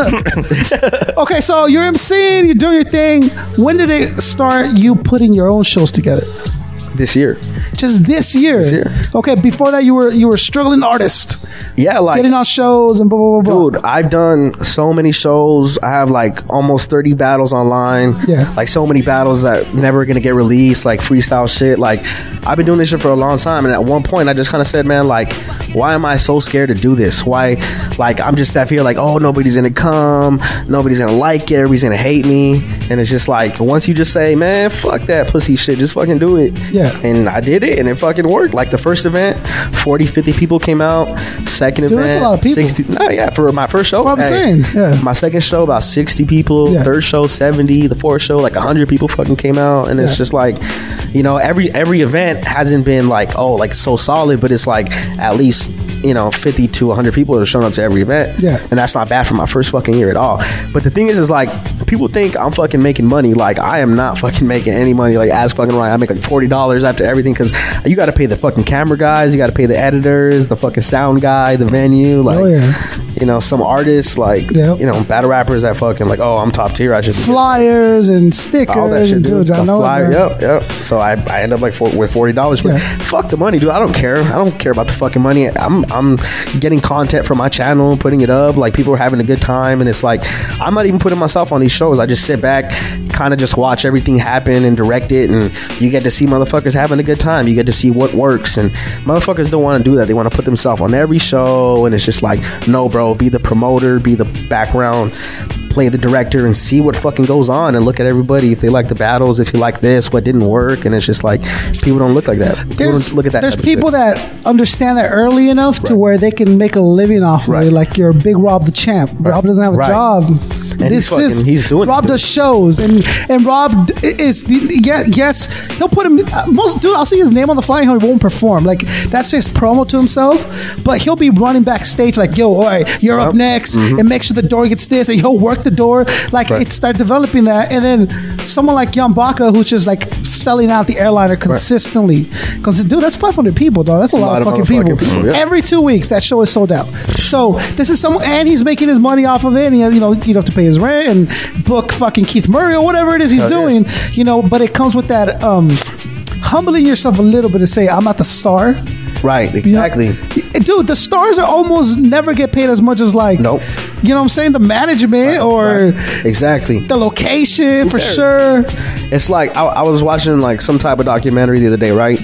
Speaker 2: okay, so you're emceeing, you're doing your thing. When did it start you putting your own shows together?
Speaker 7: this year.
Speaker 2: Just this year.
Speaker 7: year.
Speaker 2: Okay, before that you were you were a struggling artist,
Speaker 7: Yeah, like
Speaker 2: getting on shows and blah blah blah. blah.
Speaker 7: Dude, I've done so many shows. I have like almost 30 battles online.
Speaker 2: Yeah.
Speaker 7: Like so many battles that never gonna get released, like freestyle shit. Like I've been doing this shit for a long time. And at one point I just kinda said, man, like, why am I so scared to do this? Why like I'm just that fear like, oh nobody's gonna come, nobody's gonna like it, everybody's gonna hate me. And it's just like once you just say, Man, fuck that pussy shit, just fucking do it.
Speaker 2: Yeah.
Speaker 7: And I did it and it fucking worked. Like the first event, 40, 50 people came out. Second
Speaker 2: Dude, that's
Speaker 7: event,
Speaker 2: a lot of people.
Speaker 7: 60 no, yeah, for my first show.
Speaker 2: what I'm saying, yeah.
Speaker 7: My second show, about 60 people.
Speaker 2: Yeah.
Speaker 7: Third show, 70. The fourth show, like 100 people fucking came out. And it's
Speaker 2: Yeah.
Speaker 7: just like, you know, every every event hasn't been like, oh, like so solid, but it's like at least, you know, 50 to 100 people are showing up to every event.
Speaker 2: Yeah.
Speaker 7: And that's not bad for my first fucking year at all. But the thing is, is like, people think I'm fucking making money. Like, I am not fucking making any money. Like, as fucking right. I make like $40 after everything because you got to pay the fucking camera guys, you got to pay the editors, the fucking sound guy, the venue. Like,
Speaker 2: Oh, yeah.
Speaker 7: you know, some artists like
Speaker 2: Yep.
Speaker 7: you know, battle rappers that fucking like, oh, I'm top tier. I should
Speaker 2: flyers and stickers.
Speaker 7: all that shit,
Speaker 2: and
Speaker 7: dude.
Speaker 2: dude, I
Speaker 7: The
Speaker 2: know. it,
Speaker 7: flyer,
Speaker 2: man.
Speaker 7: yep, yep. So I, I end up like for, with forty dollars, but
Speaker 2: Yeah.
Speaker 7: fuck the money, dude. I don't care. I don't care about the fucking money. I'm I'm getting content from my channel, putting it up. Like people are having a good time, and it's like I'm not even putting myself on these shows. I just sit back, kind of just watch everything happen and direct it, and you get to see motherfuckers having a good time. You get to see what works, and motherfuckers don't want to do that. They want to put themselves on every show, and it's just like, no, bro, be the promoter, be the background play the director and see what fucking goes on and look at everybody if they like the battles, if you like this, what didn't work, and it's just like people don't look like that. People
Speaker 2: There's,
Speaker 7: don't look at that.
Speaker 2: there's
Speaker 7: type of shit.
Speaker 2: people that understand that early enough to where they can make a living off of it. Like you're Big Rob the Champ. Rob doesn't have a
Speaker 7: Right.
Speaker 2: job.
Speaker 7: he's fucking- he's doing
Speaker 2: Rob
Speaker 7: it.
Speaker 2: does shows and and Rob d- is the yeah, yes he'll put him uh, most dude I'll see his name on the flying he won't perform like that's his promo to himself but he'll be running backstage like yo all right you're up next and make sure the door gets this and he'll work the door like it start developing that and then someone like Jan Baka who's just like selling out the airliner consistently because dude that's 500 people dog that's a, lot, of fucking people,
Speaker 7: yeah.
Speaker 2: every two weeks that show is sold out so this is some and he's making his money off of it and he, you know you have to pay his rent and book fucking keith murray or whatever it is
Speaker 7: Oh,
Speaker 2: he's doing you know but it comes with that um humbling yourself a little bit to say i'm not the star
Speaker 7: Right,
Speaker 2: you know?
Speaker 7: exactly.
Speaker 2: dude the stars are almost never get paid as much as like
Speaker 7: Nope.
Speaker 2: you know what i'm saying the management or
Speaker 7: Right. Exactly.
Speaker 2: the location for sure
Speaker 7: It's like I, I was watching like some type of documentary the other day, right?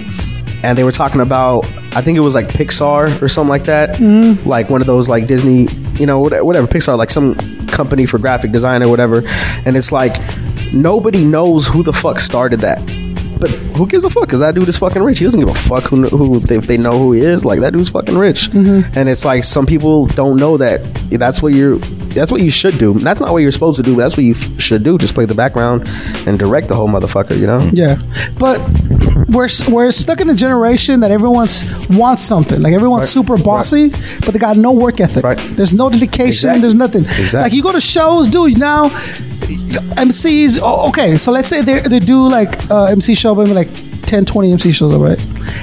Speaker 7: And they were talking about I think it was like Pixar or something like that,
Speaker 2: Mm-hmm.
Speaker 7: like one of those like Disney, you know, whate- whatever Pixar, like some company for graphic design or whatever. And it's like nobody knows who the fuck started that. But who gives a fuck? Cause that dude is fucking rich. He doesn't give a fuck who, who if they know who he is. Like that dude's fucking rich.
Speaker 2: Mm-hmm.
Speaker 7: And it's like some people don't know that that's what you're. That's what you should do. That's not what you're supposed to do. That's what you f- should do. Just play the background and direct the whole motherfucker. You know.
Speaker 2: Yeah, but we're we're stuck in a generation that everyone's wants something. Like everyone's super bossy, but they got no work ethic.
Speaker 7: Right.
Speaker 2: There's no dedication.
Speaker 7: Exactly.
Speaker 2: There's nothing.
Speaker 7: Exactly.
Speaker 2: Like you go to shows, dude. Now, MCs. oh, Okay, so let's say they they do like uh, MC show, maybe like 10, 20 MC shows, all right?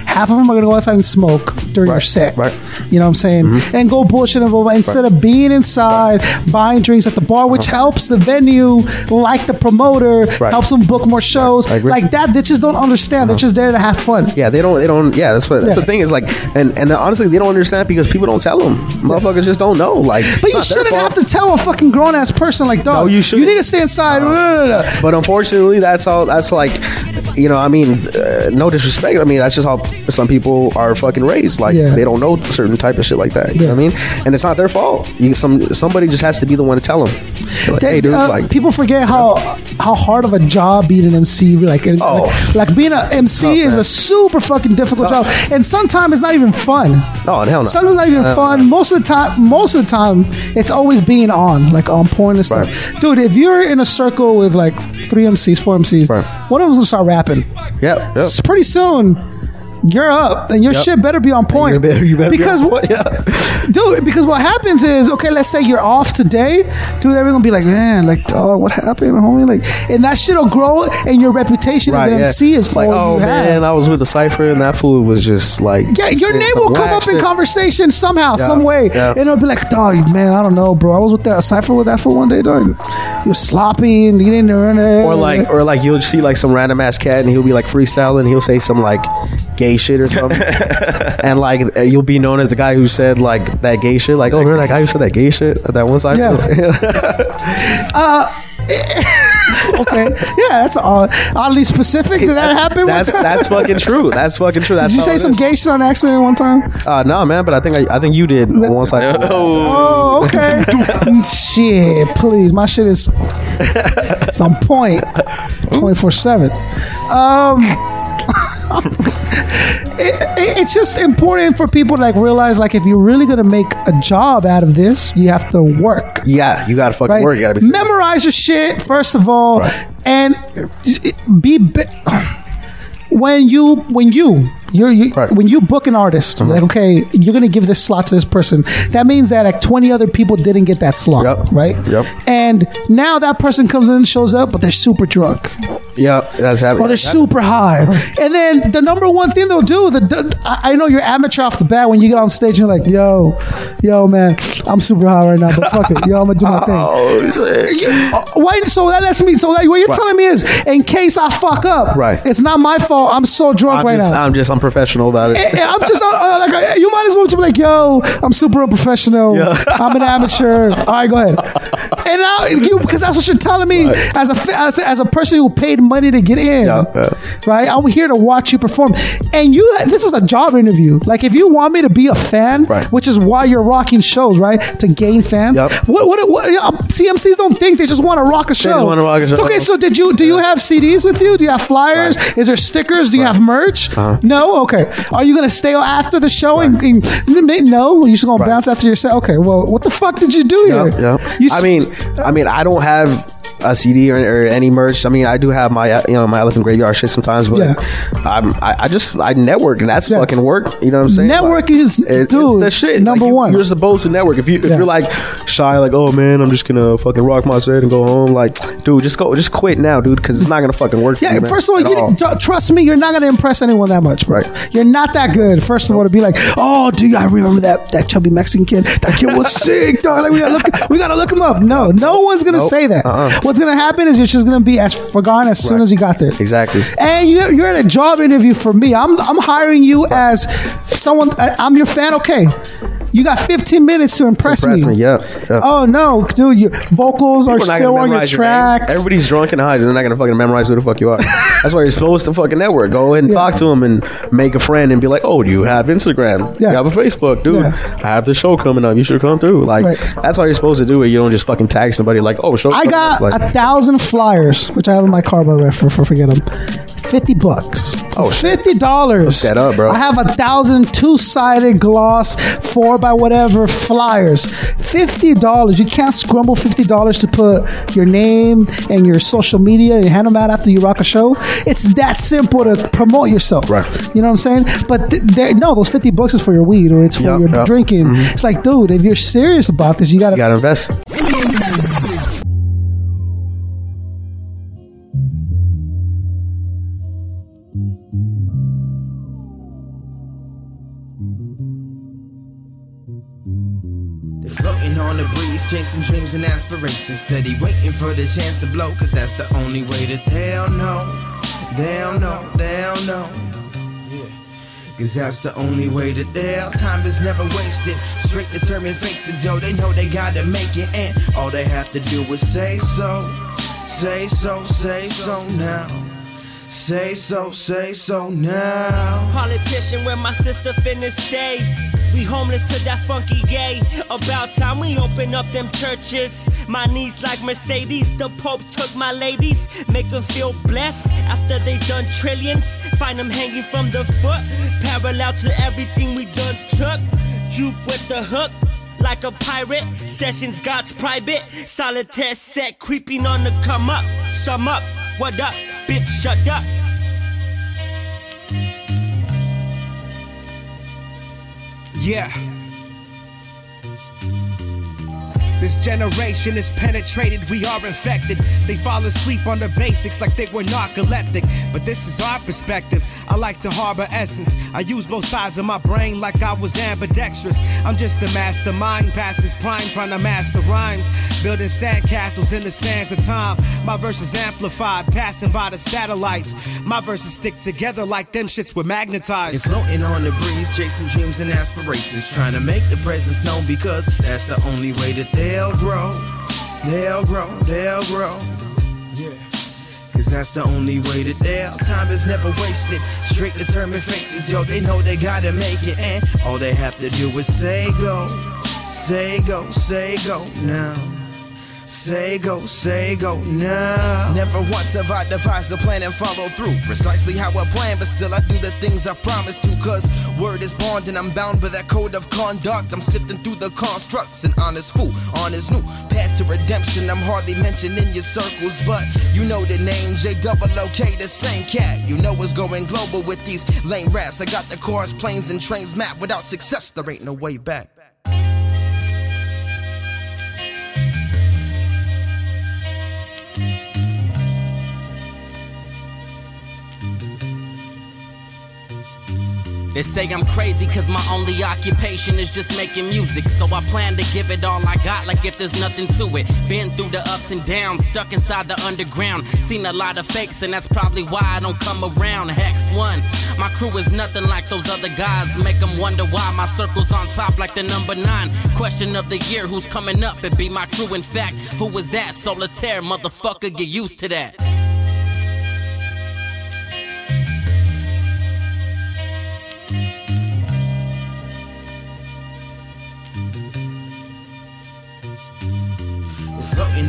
Speaker 2: Half of them are gonna go outside and smoke during your set.
Speaker 7: right. Mm-hmm.
Speaker 2: You know what I'm saying? And go bullshit and blah, blah, instead of being inside, buying drinks at the bar, which helps the venue, like the promoter,
Speaker 7: Uh-huh. Right.
Speaker 2: helps them book more shows.
Speaker 7: I agree.
Speaker 2: Like that, they just don't understand. They're just there to have fun.
Speaker 7: Yeah, they don't. They don't. Yeah, that's what. That's
Speaker 2: Yeah.
Speaker 7: the thing is like, and and honestly, they don't understand because people don't tell them. Motherfuckers just don't know. Like,
Speaker 2: But you shouldn't have to tell a fucking grown ass person like, dog,
Speaker 7: No, you
Speaker 2: you
Speaker 7: shouldn't.
Speaker 2: need to stay inside.
Speaker 7: But unfortunately, that's all. That's like, you know, I mean, uh, no disrespect. I mean, that's just how some people are fucking raised. Like,
Speaker 2: Yeah.
Speaker 7: they don't know certain type of shit like that. You know what I mean? And it's not their fault. You, some somebody just has to be the one to tell them. Like,
Speaker 2: They-
Speaker 7: hey, dude,
Speaker 2: uh,
Speaker 7: like,
Speaker 2: people forget how how hard of a job being an MC like and-
Speaker 7: Oh.
Speaker 2: like, like being an MC
Speaker 7: tough,
Speaker 2: is
Speaker 7: man.
Speaker 2: a super fucking difficult
Speaker 7: Tough.
Speaker 2: job, and sometimes it's not even fun.
Speaker 7: no, hell no.
Speaker 2: Sometimes not even
Speaker 7: Uh,
Speaker 2: fun. Most of the time, most of the time, it's always being on, like on point and stuff. Dude, if you're in a circle with like three MCs, four MCs,
Speaker 7: Right.
Speaker 2: one of them's gonna start rapping.
Speaker 7: Yep. yep.
Speaker 2: S- Pretty soon. You're up, and your shit better be on point.
Speaker 7: You better, you better be
Speaker 2: because
Speaker 7: on point, yeah.
Speaker 2: dude. Because what happens is, okay, let's say you're off today, dude. Everyone's gonna be like, man, like, dog, what happened, homie? Like, and that shit'll grow, and your reputation as
Speaker 7: Right,
Speaker 2: an
Speaker 7: yeah.
Speaker 2: MC is
Speaker 7: like,
Speaker 2: all
Speaker 7: oh
Speaker 2: you have.
Speaker 7: man, I was with a cipher and that fool was just like,
Speaker 2: Yeah, your
Speaker 7: spitting
Speaker 2: name
Speaker 7: some
Speaker 2: will come
Speaker 7: whack
Speaker 2: up in
Speaker 7: shit.
Speaker 2: conversation somehow, some way.
Speaker 7: yeah.
Speaker 2: And it'll be like, dog, man, I don't know, bro. I was with that cipher with that for one day, dog. He was sloppy and he didn't earn it.
Speaker 7: Or like, or like, you'll see like some random ass cat, and he'll be like freestyling. He'll say some like gay shit or something, and like uh, you'll be known as the guy who said like that gay shit. Like, oh, remember that guy who said that gay shit at that one side?
Speaker 2: Yeah. Uh, eh, okay. Yeah, that's odd, oddly specific. Did that happen?
Speaker 7: that's
Speaker 2: one time?
Speaker 7: that's fucking true. That's fucking true. That's
Speaker 2: Did you
Speaker 7: how
Speaker 2: say
Speaker 7: it
Speaker 2: some
Speaker 7: is.
Speaker 2: gay shit on accident one time?
Speaker 7: Uh, no, man, but I think I, I think you did on one side.
Speaker 2: Oh, okay. shit, please. My shit is it's on point 24 7. Um, it, it- it's just important for people to like realize like if you're really gonna make a job out of this, you have to work.
Speaker 7: Yeah, you gotta fucking
Speaker 2: Right?
Speaker 7: work. You gotta be.
Speaker 2: Memorize your shit first of all,
Speaker 7: Right.
Speaker 2: and be. be- when you when you you're you,
Speaker 7: Right. Mm-hmm.
Speaker 2: when you book an artist, like okay, you're gonna give this slot to this person. That means that like 20 other people didn't get that slot,
Speaker 7: Yep.
Speaker 2: right?
Speaker 7: Yep.
Speaker 2: And now that person comes in and shows up, but they're super drunk
Speaker 7: yeah, that's happening.
Speaker 2: or they're super high. And then the number one thing they'll do, the, the I I know you're amateur off the bat when you get on stage and you're like, yo, yo, man, I'm super high right now, but fuck it, yo, I'm gonna do my thing.
Speaker 7: Oh shit.
Speaker 2: Uh, Why? So that lets me. So that, what you're telling me is, in case I fuck up,
Speaker 7: Right.
Speaker 2: It's not my fault. I'm so drunk
Speaker 7: I'm
Speaker 2: right
Speaker 7: just,
Speaker 2: now.
Speaker 7: I'm just, I'm professional about it.
Speaker 2: And- and I'm just uh, uh, like uh, you might as well just be like, yo, I'm super unprofessional. I'm an amateur. All right, go ahead. And now you because that's what you're telling me as a fa- as, a- as a person who paid paid money to get in.
Speaker 7: Yeah, yeah.
Speaker 2: Right? I'm here to watch you perform. And you this is a job interview. Like if you want me to be a fan,
Speaker 7: Right.
Speaker 2: which is why you're rocking shows, right? To gain fans.
Speaker 7: Yep.
Speaker 2: What what, what uh, yeah, CMCs don't think they just want to rock a show.
Speaker 7: just wanna rock a show.
Speaker 2: Okay, so did you do you have CDs with you? Do you have flyers? Is there stickers? Do you have merch?
Speaker 7: Uh-huh.
Speaker 2: No? Okay. Are you gonna stay after the show and, and no? You're just gonna bounce after your set? Okay, well what the fuck did you do here?
Speaker 7: Yep, yep.
Speaker 2: You
Speaker 7: I
Speaker 2: s-
Speaker 7: mean, I mean, I don't have a CD or, or any merch. I mean, I do have my uh, you know my elephant graveyard shit sometimes, but
Speaker 2: Yeah.
Speaker 7: I'm, I I just I network and that's
Speaker 2: Yeah.
Speaker 7: fucking work. You know what I'm saying?
Speaker 2: Networking is-
Speaker 7: it's
Speaker 2: dude,
Speaker 7: the shit.
Speaker 2: number
Speaker 7: Like, you-
Speaker 2: one.
Speaker 7: You're supposed to network. If you if
Speaker 2: Yeah.
Speaker 7: you're like shy, like oh man, I'm just gonna fucking rock my set and go home. Like, dude, just go, just quit now, dude, because it's not gonna fucking work. for
Speaker 2: Yeah,
Speaker 7: you, man,
Speaker 2: first of all,
Speaker 7: at
Speaker 2: you, tr- trust me, you're not gonna impress anyone that much, bro.
Speaker 7: Right.
Speaker 2: You're not that good. First of all, to be like, oh, do you, I remember that that chubby Mexican kid? That kid was sick, dog. Like we gotta look, we gotta look him up. No, no one's gonna
Speaker 7: Nope.
Speaker 2: say that.
Speaker 7: Uh-uh.
Speaker 2: What's gonna happen is you're just gonna be as forgotten as soon
Speaker 7: Right.
Speaker 2: as you got there.
Speaker 7: Exactly.
Speaker 2: And you're, you're at a job interview for me. I'm I'm hiring you as someone. I- I'm your fan. Okay, you got 15 minutes to impress,
Speaker 7: Impress
Speaker 2: me.
Speaker 7: me, yeah, yeah.
Speaker 2: Oh no, dude, your vocals are
Speaker 7: People not
Speaker 2: still
Speaker 7: gonna
Speaker 2: on your
Speaker 7: memorize name.
Speaker 2: tracks.
Speaker 7: Everybody's drunk and high. They're not gonna fucking memorize who the fuck you are. That's why you're supposed to fucking network. Go ahead and talk to them and make a friend and be like, "Oh, do you have Instagram? Do
Speaker 2: Yeah.
Speaker 7: You have a Facebook, dude.
Speaker 2: Yeah.
Speaker 7: I have the show coming up. You should come through." Like
Speaker 2: Right.
Speaker 7: that's how you're supposed to do it. You don't just fucking tag somebody like, "Oh, show."
Speaker 2: I got
Speaker 7: like,
Speaker 2: a thousand flyers, which I have in my car by the way. For, for forget them, fifty bucks. Oh, fifty dollars.
Speaker 7: that up, bro.
Speaker 2: I have a thousand two-sided gloss four by whatever flyers. Fifty dollars. You can't scramble fifty dollars to put your name and your social media and hand them out after you rock a show. It's that simple to promote yourself.
Speaker 7: Right.
Speaker 2: You know what I'm saying? But th- there, no, those fifty bucks is for your weed or it's for
Speaker 7: Yep,
Speaker 2: your
Speaker 7: yep.
Speaker 2: drinking. It's like, dude, if you're serious about this, you gotta
Speaker 7: Mm-hmm. you got to invest.
Speaker 4: They're floating on the breeze, chasing dreams and aspirations. Steady waiting for the chance to blow, cause that's the only way that they'll know. They'll know, they'll know. Yeah. Cause that's the only way that they'll. Time is never wasted. Straight determined faces, yo, they know they gotta make it. And all they have to do is say so. Say so, say so now. Say so, say so now.
Speaker 6: Politician where my sister finna stay. We homeless to that funky gay. About time we open up them churches. My niece like Mercedes. The Pope took my ladies. Make them feel blessed after they done trillions. Find them hanging from the foot. Parallel to everything we done took. Juke with the hook like a pirate. Sessions God's private. Solitaire set creeping on the come up. Sum up, what up, bitch, shut up.
Speaker 8: Yeah. This generation is penetrated, we are infected. They fall asleep on the basics like they were narcoleptic. But this is our perspective. I like to harbor essence. I use both sides of my brain like I was ambidextrous. I'm just a mastermind, past his prime, trying to master rhymes. Building sandcastles in the sands of time. My verses amplified, passing by the satellites. My verses stick together like them shits were magnetized.
Speaker 4: They're floating on the breeze, chasing dreams and aspirations, trying to make the presence known because that's the only way that they'll grow. They'll grow, they'll grow. Yeah. Cause that's the only way that they'll. Time is never wasted. Straight determined faces, yo, they know they gotta make it. And all they have to do is say go. Say go, say go now. Say go, say go now. Never once have I devised a plan and followed through. Precisely how I planned, but still I do the things I promised to. Cause word is bond and I'm bound by that code of conduct. I'm sifting through the constructs, an honest fool, honest new. Path to redemption, I'm hardly mentioned in your circles, but you know the name J double OK, the same cat. You know what's going global with these lame raps. I got the cars, planes, and trains mapped. Without success, there ain't no way back.
Speaker 6: They say I'm crazy cause my only occupation is just making music. So I plan to give it all I got, like if there's nothing to it. Been through the ups and downs, stuck inside the underground. Seen a lot of fakes, and that's probably why I don't come around. Hex one, my crew is nothing like those other guys. Make them wonder why my circle's on top like the number nine. Question of the year, who's coming up? It be my crew, in fact. Who was that? Solitaire, motherfucker, get used to that.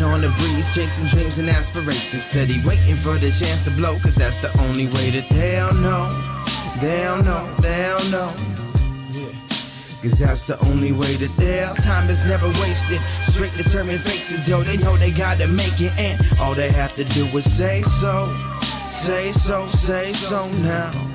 Speaker 4: on the breeze, chasing dreams and aspirations. Steady waiting for the chance to blow, cause that's the only way that they'll know. They'll know, they'll know. Yeah. Cause that's the only way that they'll. Time is never wasted. Straight determined faces, yo, they know they gotta make it. And all they have to do is say so. Say so, say so now.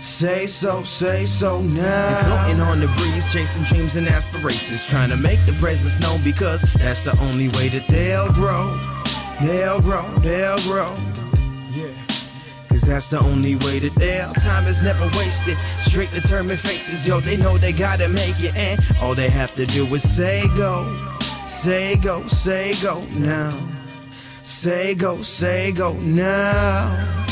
Speaker 4: Say so, say so now. And floating on the breeze, chasing dreams and aspirations. Trying to make the presence known because that's the only way that they'll grow. They'll grow, they'll grow. Yeah. Cause that's the only way that they'll. Time is never wasted. Straight determined faces, yo, they know they gotta make it. And all they have to do is say go. Say go, say go now. Say go, say go now.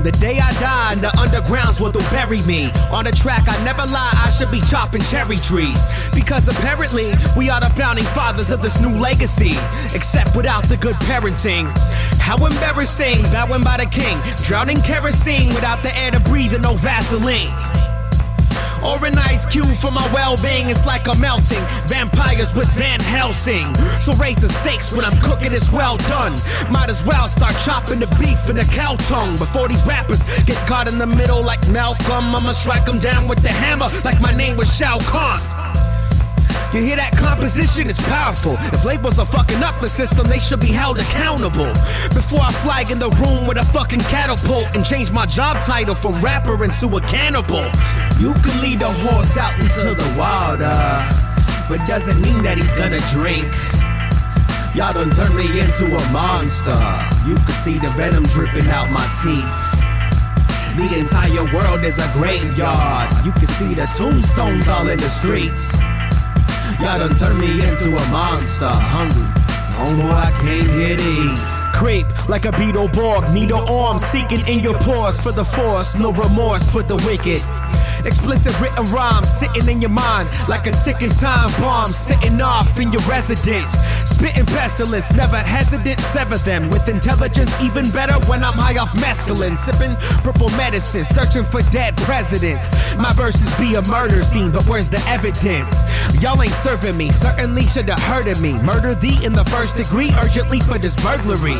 Speaker 8: The day I die, the underground's what will bury me. On the track, I never lie, I should be chopping cherry trees. Because apparently, we are the founding fathers of this new legacy. Except without the good parenting. How embarrassing, bowing by the king. Drowning kerosene without the air to breathe and no Vaseline. Or an ice cube for my well being. It's like a melting vampires with Van Helsing. So raise the stakes when I'm cooking, it's well done. Might as well start chopping the beef in the cow tongue before these rappers get caught in the middle like Malcolm. I'ma strike them down with the hammer like my name was Shao Kahn. You hear that composition? It's powerful. If labels are fucking up the system, they should be held accountable. Before I flag in the room with a fucking catapult and change my job title from rapper into a cannibal. You can lead a horse out into the water, but doesn't mean that he's gonna drink. Y'all done turned me into a monster. You can see the venom dripping out my teeth. The entire world is a graveyard. You can see the tombstones all in the streets. Y'all done turned me into a monster. Hungry. No more, I can't get eat. Creep like a Beetleborg, needle arm seeking in your pores for the force, no remorse for the wicked. Explicit written rhymes sitting in your mind like a ticking time bomb sitting off in your residence. Spitting pestilence, never hesitant, sever them with intelligence. Even better when I'm high off mescaline, sipping purple medicine, searching for dead presidents. My verses be a murder scene, but where's the evidence? Y'all ain't serving me, certainly should have heard of me. Murder thee in the first degree, urgently for this burglary.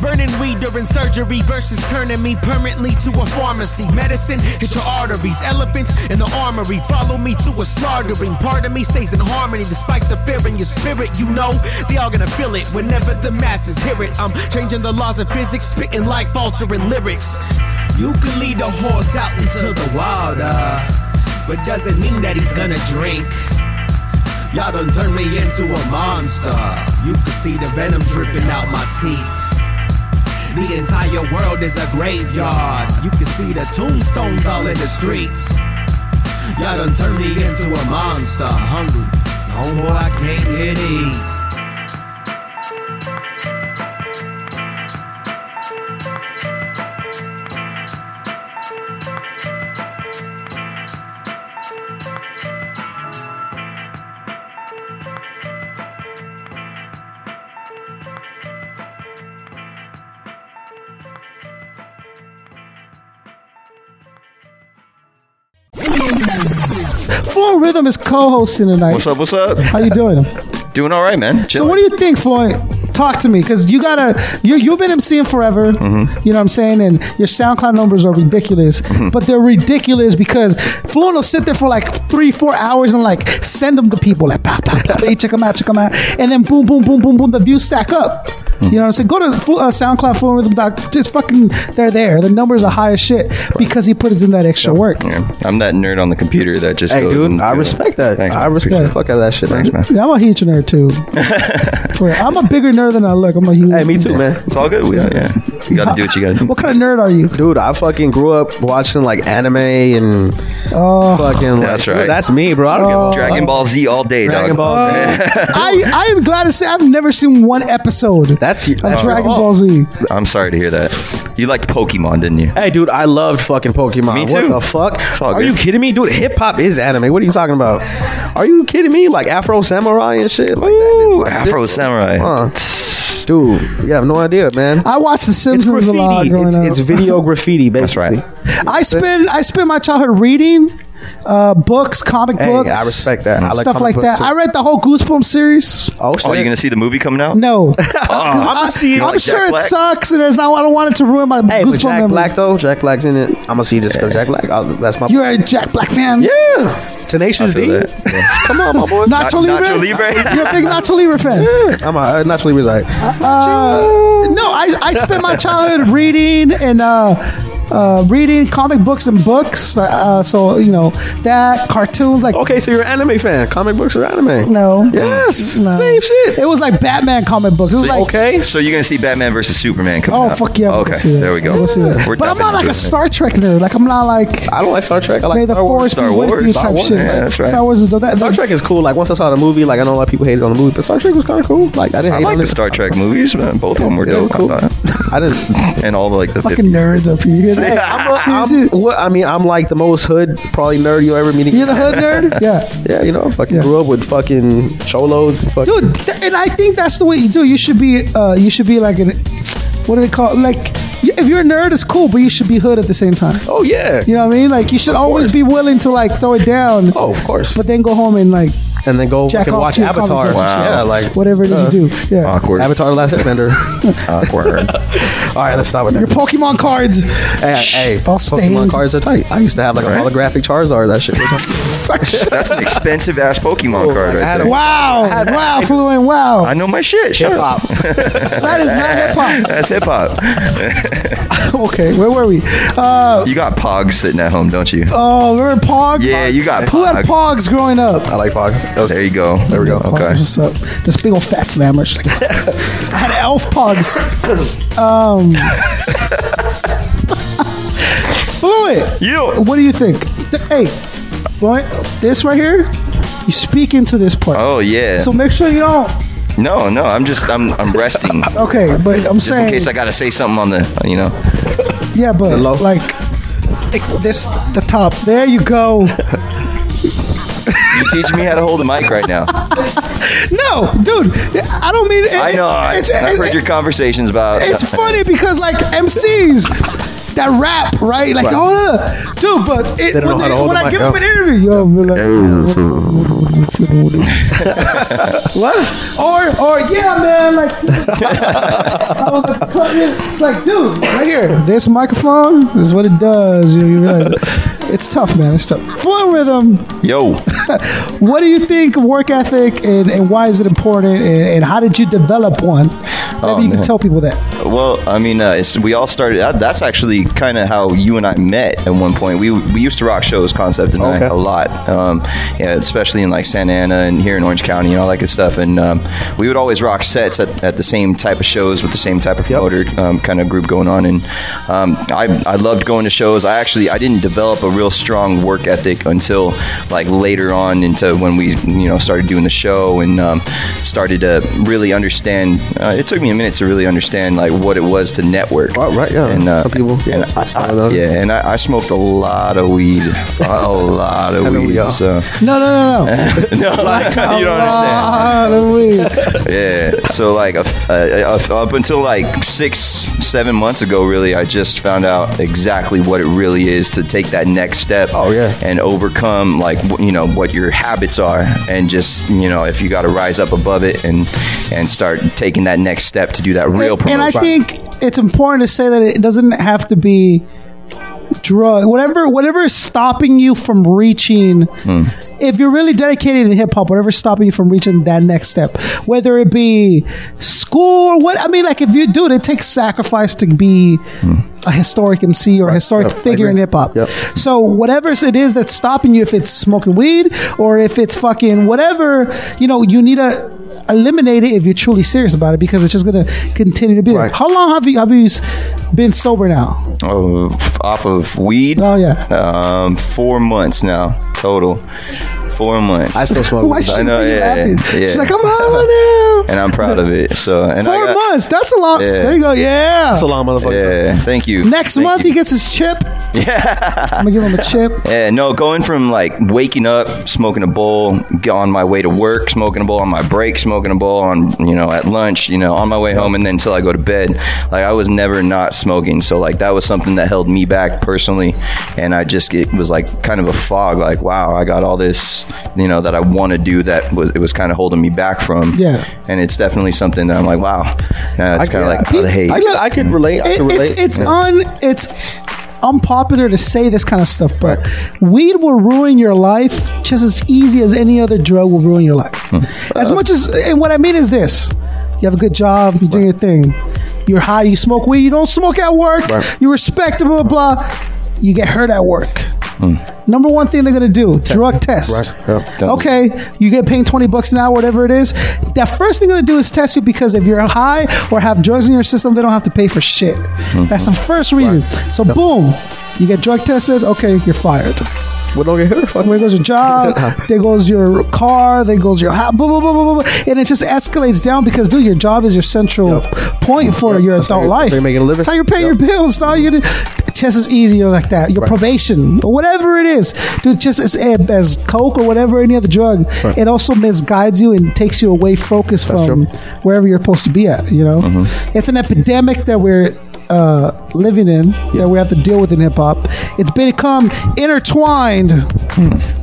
Speaker 8: Burning weed during surgery versus turning me permanently to a pharmacy. Medicine hit your arteries, elephants in the armory. Follow me to a slaughtering. Part of me stays in harmony despite the fear in your spirit. You know, they all gonna feel it whenever the masses hear it. I'm changing the laws of physics, spitting like faltering lyrics. You can lead a horse out into the water, but doesn't mean that he's gonna drink. Y'all done turned me into a monster. You can see the venom dripping out my teeth. The entire world is a graveyard. You can see the tombstones all in the streets. Y'all done turned me into a monster. Hungry. No more, I can't get eat.
Speaker 2: Floyd Rhythm is co-hosting tonight.
Speaker 5: What's up? What's up?
Speaker 2: How you doing?
Speaker 5: Doing all right, man.
Speaker 2: So what do you think, Floyd? Talk to me, because you gotta. You you've been MCing forever. You know what I'm saying, and your SoundCloud numbers are ridiculous. But they're ridiculous because Floyd will sit there for like three, four hours and like send them to people, like pop, pop, pop. hey, check them out, check them out, and then boom, boom, boom, boom, boom. The views stack up. You know what I'm saying? Go to Flu- uh, SoundCloud, Fluent Rhythm Doc. Just fucking, they're there. The numbers are high as shit because he puts in that extra work.
Speaker 5: Yeah, I'm that nerd on the computer that just
Speaker 7: Hey,
Speaker 5: goes.
Speaker 7: dude,
Speaker 5: and
Speaker 7: I
Speaker 5: do it.
Speaker 7: respect that.
Speaker 5: Thanks,
Speaker 7: I
Speaker 5: man.
Speaker 7: respect
Speaker 5: Appreciate
Speaker 7: the fuck out of that shit, man.
Speaker 5: it. Thanks, man.
Speaker 2: Yeah, I'm a huge nerd too. For real. I'm a bigger nerd than I look. I'm a huge.
Speaker 7: Hey, me too, man.
Speaker 5: It's all good. We, yeah, you got to do what you got to do.
Speaker 2: What kind of nerd are you?
Speaker 7: Dude, I fucking grew up watching like anime and
Speaker 2: Oh.
Speaker 7: fucking. Like,
Speaker 5: That's right.
Speaker 7: Dude, that's me, bro. I don't give a
Speaker 5: Dragon Ball Z all day,
Speaker 7: Dragon
Speaker 5: dog.
Speaker 7: Ball Z.
Speaker 2: I, I am glad to say I've never seen one episode
Speaker 7: That's,
Speaker 2: of
Speaker 7: that's
Speaker 2: Dragon
Speaker 7: oh.
Speaker 2: Ball Z.
Speaker 5: I'm sorry to hear that. You liked Pokemon, didn't you?
Speaker 7: Hey, dude, I loved fucking Pokemon.
Speaker 5: Me
Speaker 7: What
Speaker 5: too.
Speaker 7: the fuck?
Speaker 5: It's all
Speaker 7: Are
Speaker 5: good.
Speaker 7: you kidding me, dude? Hip hop is anime. What are you talking about? Are you kidding me? Like Afro Samurai and shit like
Speaker 5: Ooh,
Speaker 7: that.
Speaker 5: Afro Samurai.
Speaker 7: Huh. Dude, you have no idea, man.
Speaker 2: I watched The
Speaker 7: It's
Speaker 2: Simpsons a lot
Speaker 7: graffiti.
Speaker 2: growing
Speaker 7: It's,
Speaker 2: up.
Speaker 7: it's video graffiti,
Speaker 5: That's
Speaker 7: basically.
Speaker 5: right.
Speaker 2: I spend I spend my childhood reading uh, books, comic
Speaker 7: Hey,
Speaker 2: books.
Speaker 7: I respect that. I like
Speaker 2: stuff
Speaker 7: comic
Speaker 2: like that.
Speaker 7: books, too.
Speaker 2: I read the whole Goosebumps series.
Speaker 7: Oh, shit.
Speaker 5: Oh, you gonna see the movie coming out?
Speaker 2: No,
Speaker 5: Oh,
Speaker 7: I'm see
Speaker 2: I'm
Speaker 5: like Jack
Speaker 2: sure it
Speaker 5: Black?
Speaker 2: sucks, and it's not, I don't want it to ruin my
Speaker 7: Hey,
Speaker 2: Goosebumps
Speaker 7: but Jack
Speaker 2: memories.
Speaker 7: Black though, Jack Black's in it. I'm gonna see this because Jack Black. I, that's my.
Speaker 2: You're a Jack Black fan.
Speaker 7: yeah, Tenacious D.
Speaker 5: that.
Speaker 7: Come on, my boy.
Speaker 2: Nacho
Speaker 5: Not-
Speaker 2: Libre.
Speaker 5: Nacho Libre.
Speaker 2: You're a big Nacho Libre fan.
Speaker 7: I'm a, uh, naturally reside.
Speaker 2: Uh, no, I, I spent my childhood reading and uh, uh, reading comic books and books. Uh, so you know that cartoons like
Speaker 7: Okay, so you're an anime fan. Comic books or anime?
Speaker 2: no,
Speaker 7: Yes,
Speaker 2: No.
Speaker 7: same shit.
Speaker 2: It was like Batman comic books. It was like
Speaker 7: okay.
Speaker 5: So you're gonna see Batman versus Superman coming
Speaker 2: Oh
Speaker 5: out?
Speaker 2: fuck yeah! I wanna
Speaker 5: Okay,
Speaker 2: see that.
Speaker 5: there we go.
Speaker 2: I wanna see that.
Speaker 5: We're
Speaker 2: But I'm
Speaker 5: diving
Speaker 2: not like
Speaker 5: into
Speaker 2: a
Speaker 5: it.
Speaker 2: Star Trek nerd. Like I'm not like
Speaker 7: I don't like Star Trek. I like
Speaker 2: May the
Speaker 7: Star Wars.
Speaker 2: Force
Speaker 5: Star
Speaker 2: be with
Speaker 5: Wars.
Speaker 2: you
Speaker 5: Star
Speaker 2: type
Speaker 5: Wars,
Speaker 2: shit.
Speaker 5: yeah, that's right.
Speaker 2: Star Wars is dope. That,
Speaker 7: Star
Speaker 2: that-
Speaker 7: Trek is cool. Like once I saw the movie, like I know a lot of people hated on the movie, but Star Trek was kind of cool. Like I didn't
Speaker 5: I
Speaker 7: hate
Speaker 5: like
Speaker 7: on
Speaker 5: the
Speaker 7: it.
Speaker 5: Star Trek movies, man. Both of them were
Speaker 7: Yeah,
Speaker 5: dope.
Speaker 7: cool.
Speaker 5: I thought.
Speaker 7: I didn't.
Speaker 5: And all the like the
Speaker 2: fucking
Speaker 5: 50
Speaker 2: nerds up here. You're,
Speaker 5: Hey,
Speaker 2: the-
Speaker 5: I'm a-
Speaker 7: I'm, what, I mean, I'm like the most hood probably nerd you'll ever meet.
Speaker 2: you're the hood nerd. Yeah.
Speaker 7: Yeah, you know, I fucking
Speaker 2: Yeah.
Speaker 7: grew up with fucking cholos. And fucking,
Speaker 2: dude. th- and I think that's the way you do. You should be, uh, you should be like an, what do they call? It? Like, y- if you're a nerd, it's cool, but you should be hood at the same time.
Speaker 7: Oh yeah.
Speaker 2: You know what I mean? Like, you should always
Speaker 7: course.
Speaker 2: be willing to like throw it down,
Speaker 7: Oh, of course.
Speaker 2: but then go home and like
Speaker 7: and then go
Speaker 2: Jack
Speaker 7: fucking
Speaker 2: off
Speaker 7: watch
Speaker 2: to your comic
Speaker 7: Avatar.
Speaker 2: books.
Speaker 5: Wow.
Speaker 7: Yeah, like
Speaker 2: whatever it is you
Speaker 7: Uh,
Speaker 2: do. Yeah,
Speaker 5: awkward,
Speaker 7: Avatar: The Last Airbender.
Speaker 5: awkward.
Speaker 7: All right, let's stop with
Speaker 2: your
Speaker 7: that.
Speaker 2: Pokemon cards.
Speaker 7: Hey, hey,
Speaker 2: all
Speaker 7: Pokemon
Speaker 2: stained.
Speaker 7: cards are tight. I used to have like
Speaker 5: Right.
Speaker 7: a holographic Charizard. That shit. Was
Speaker 5: That's an expensive ass Pokemon
Speaker 7: Oh,
Speaker 5: card
Speaker 7: I
Speaker 5: right
Speaker 7: had a
Speaker 5: there.
Speaker 7: wa-
Speaker 2: Wow, wow, fluent. Wow,
Speaker 5: I know my shit. Shut
Speaker 7: hip
Speaker 5: up.
Speaker 7: hop.
Speaker 2: that is not hip hop.
Speaker 5: That's hip hop.
Speaker 2: Okay, where were we? Uh,
Speaker 5: You got Pogs sitting at home, don't you?
Speaker 2: oh, remember Pog?
Speaker 5: yeah, you got
Speaker 2: Who had Pogs
Speaker 5: Pogs.
Speaker 2: growing up?
Speaker 7: I like Pog. Those-
Speaker 5: There you go. There
Speaker 7: we go.
Speaker 2: Pogs,
Speaker 5: Okay.
Speaker 2: What's up? This big old fat slammer. I had elf pogs. Um, fluent.
Speaker 5: You.
Speaker 2: What do you think? Th- Hey, fluent. This right here. You speak into this part.
Speaker 5: Oh yeah.
Speaker 2: So make sure you don't.
Speaker 5: no, no. I'm just I'm I'm resting.
Speaker 2: Okay, but I'm
Speaker 5: Just
Speaker 2: saying.
Speaker 5: in case I gotta say something on the you know.
Speaker 2: yeah, but
Speaker 7: Hello?
Speaker 2: like it- this, the top. There you go.
Speaker 5: You teach me how to hold a mic right now.
Speaker 2: No, dude. I don't mean. It,
Speaker 5: I know. I,
Speaker 2: It's,
Speaker 5: I've heard your conversations about.
Speaker 2: it's funny because like MCs that rap, right? Like,
Speaker 5: Right.
Speaker 2: oh, uh, dude, but it,
Speaker 7: They don't know
Speaker 2: when, they- when I
Speaker 7: how to hold the mic
Speaker 2: give
Speaker 7: up.
Speaker 2: them an interview, yo, be like, what? Or, or yeah, man, like, I was like, cut it. it's like, dude, right here, this microphone this is what it does. You, you realize it. it's tough, man. It's tough. Flow rhythm.
Speaker 5: Yo.
Speaker 2: What do you think of work ethic and, and why is it important and, and how did you develop one? Maybe you can
Speaker 5: man.
Speaker 2: tell people that.
Speaker 5: Well, I mean, uh, it's, we all started. That, that's actually kind of how you and I met at one point. We we used to rock shows, Concept and
Speaker 7: Okay.
Speaker 5: I, a lot, um, yeah, especially in like Santa Ana and here in Orange County and all that good stuff. And um, we would always rock sets at, at the same type of shows with the same type of promoter um, kind of group going on. And um, I I loved going to shows. I actually I didn't develop a real strong work ethic until like later on into when we you know started doing the show and um, started to really understand. Uh, it took me a minute to really understand like what it was to network.
Speaker 7: Oh, right, yeah.
Speaker 5: And,
Speaker 7: Some people, yeah,
Speaker 5: and I-
Speaker 7: some
Speaker 5: I-
Speaker 7: of those.
Speaker 5: yeah, and I, I smoked a lot of weed, a lot of
Speaker 7: know we
Speaker 5: weed.
Speaker 7: all.
Speaker 5: So
Speaker 2: No, no, no, no.
Speaker 5: no, you don't understand.
Speaker 2: lot of weed.
Speaker 5: Yeah. So like uh, uh, uh, up until like six, seven months ago, really, I just found out exactly what it really is to take that next step.
Speaker 7: Oh, yeah.
Speaker 5: And overcome like wh- you know what your habits are, and just you know if you got to rise up above it and and start taking that next step to do that real
Speaker 2: And- and I
Speaker 5: promotion.
Speaker 2: think it's important to say that it doesn't have to be drug whatever whatever is stopping you from reaching if you're really dedicated in hip hop, whatever's stopping you from reaching that next step, whether it be school or what, I mean, like if you do it, it takes sacrifice to be a historic MC or a historic
Speaker 3: Yep, I
Speaker 2: figure in
Speaker 3: agree.
Speaker 2: hip hop.
Speaker 3: Yep.
Speaker 2: So whatever it is that's stopping you, if it's smoking weed or if it's fucking whatever, you know, you need to eliminate it if you're truly serious about it because it's just gonna continue to be there.
Speaker 3: Right.
Speaker 2: How long have you have you been sober now?
Speaker 5: Oh, off of weed.
Speaker 2: Oh, yeah.
Speaker 5: Um, four months now total. Four months.
Speaker 3: I still smoke.
Speaker 2: Why
Speaker 3: weed,
Speaker 2: she,
Speaker 3: though.
Speaker 5: I know,
Speaker 2: why she
Speaker 5: yeah,
Speaker 2: laughing?
Speaker 5: yeah, yeah.
Speaker 2: She's like, I'm high now.
Speaker 5: and I'm proud of it. So and I
Speaker 2: Four
Speaker 5: got-
Speaker 2: months. That's a long.
Speaker 5: Yeah.
Speaker 2: There you go. Yeah.
Speaker 7: That's a lot, motherfucker.
Speaker 5: Yeah, thank you.
Speaker 2: Next
Speaker 5: Thank
Speaker 2: month
Speaker 5: you.
Speaker 2: he gets his chip. Yeah. I'm gonna give him a chip.
Speaker 5: Yeah, no, going from like waking up, smoking a bowl, get on my way to work, smoking a bowl, on my break, smoking a bowl, on, you know, at lunch, you know, on my way home, and then until I go to bed, like I was never not smoking. So, like, that was something that held me back personally. And I just, it was like kind of a fog, like, wow, I got all this, you know, that I want to do that was, it was kind of holding me back from.
Speaker 2: Yeah.
Speaker 5: And it's definitely something that I'm like, wow. Now it's kind of like, oh, the hate.
Speaker 3: I, could- I could
Speaker 7: Mm.
Speaker 3: relate. I
Speaker 2: It-
Speaker 3: could relate.
Speaker 2: it's it's
Speaker 3: Yeah.
Speaker 2: un it's unpopular to say this kind of stuff, but weed will ruin your life just as easy as any other drug will ruin your life. As much as and what I mean is this: you have a good job, you do your thing, you're high, you smoke weed, you don't smoke at work, you're respectable, blah. blah. You get hurt at work. Number one thing they're gonna do: drug test.
Speaker 3: Right.
Speaker 5: Done.
Speaker 2: Okay, you get paying twenty bucks an hour, whatever it is. That first thing they're gonna do is test you because if you're high or have drugs in your system, they don't have to pay for shit.
Speaker 7: Mm-hmm.
Speaker 2: That's the first reason. So boom, you get drug tested. Okay, you're fired.
Speaker 7: We don't get hurt. Fuck.
Speaker 2: There goes your job. there goes your car. There goes your house. Blah, blah, blah, blah, blah, blah. And it just escalates down because, dude, your job is your central point for your
Speaker 7: That's how
Speaker 2: adult
Speaker 7: you're-
Speaker 2: life.
Speaker 7: that's how you're making a living.
Speaker 2: That's how you're paying your bills. That's how you do- Just as easy like that. Your probation or whatever it is, dude. Just as, as coke or whatever any other drug, it also misguides you and takes you away focus from wherever you're supposed to be at. You know,
Speaker 7: Mm-hmm.
Speaker 2: it's an epidemic that we're uh, living in that we have to deal with in hip hop. It's become intertwined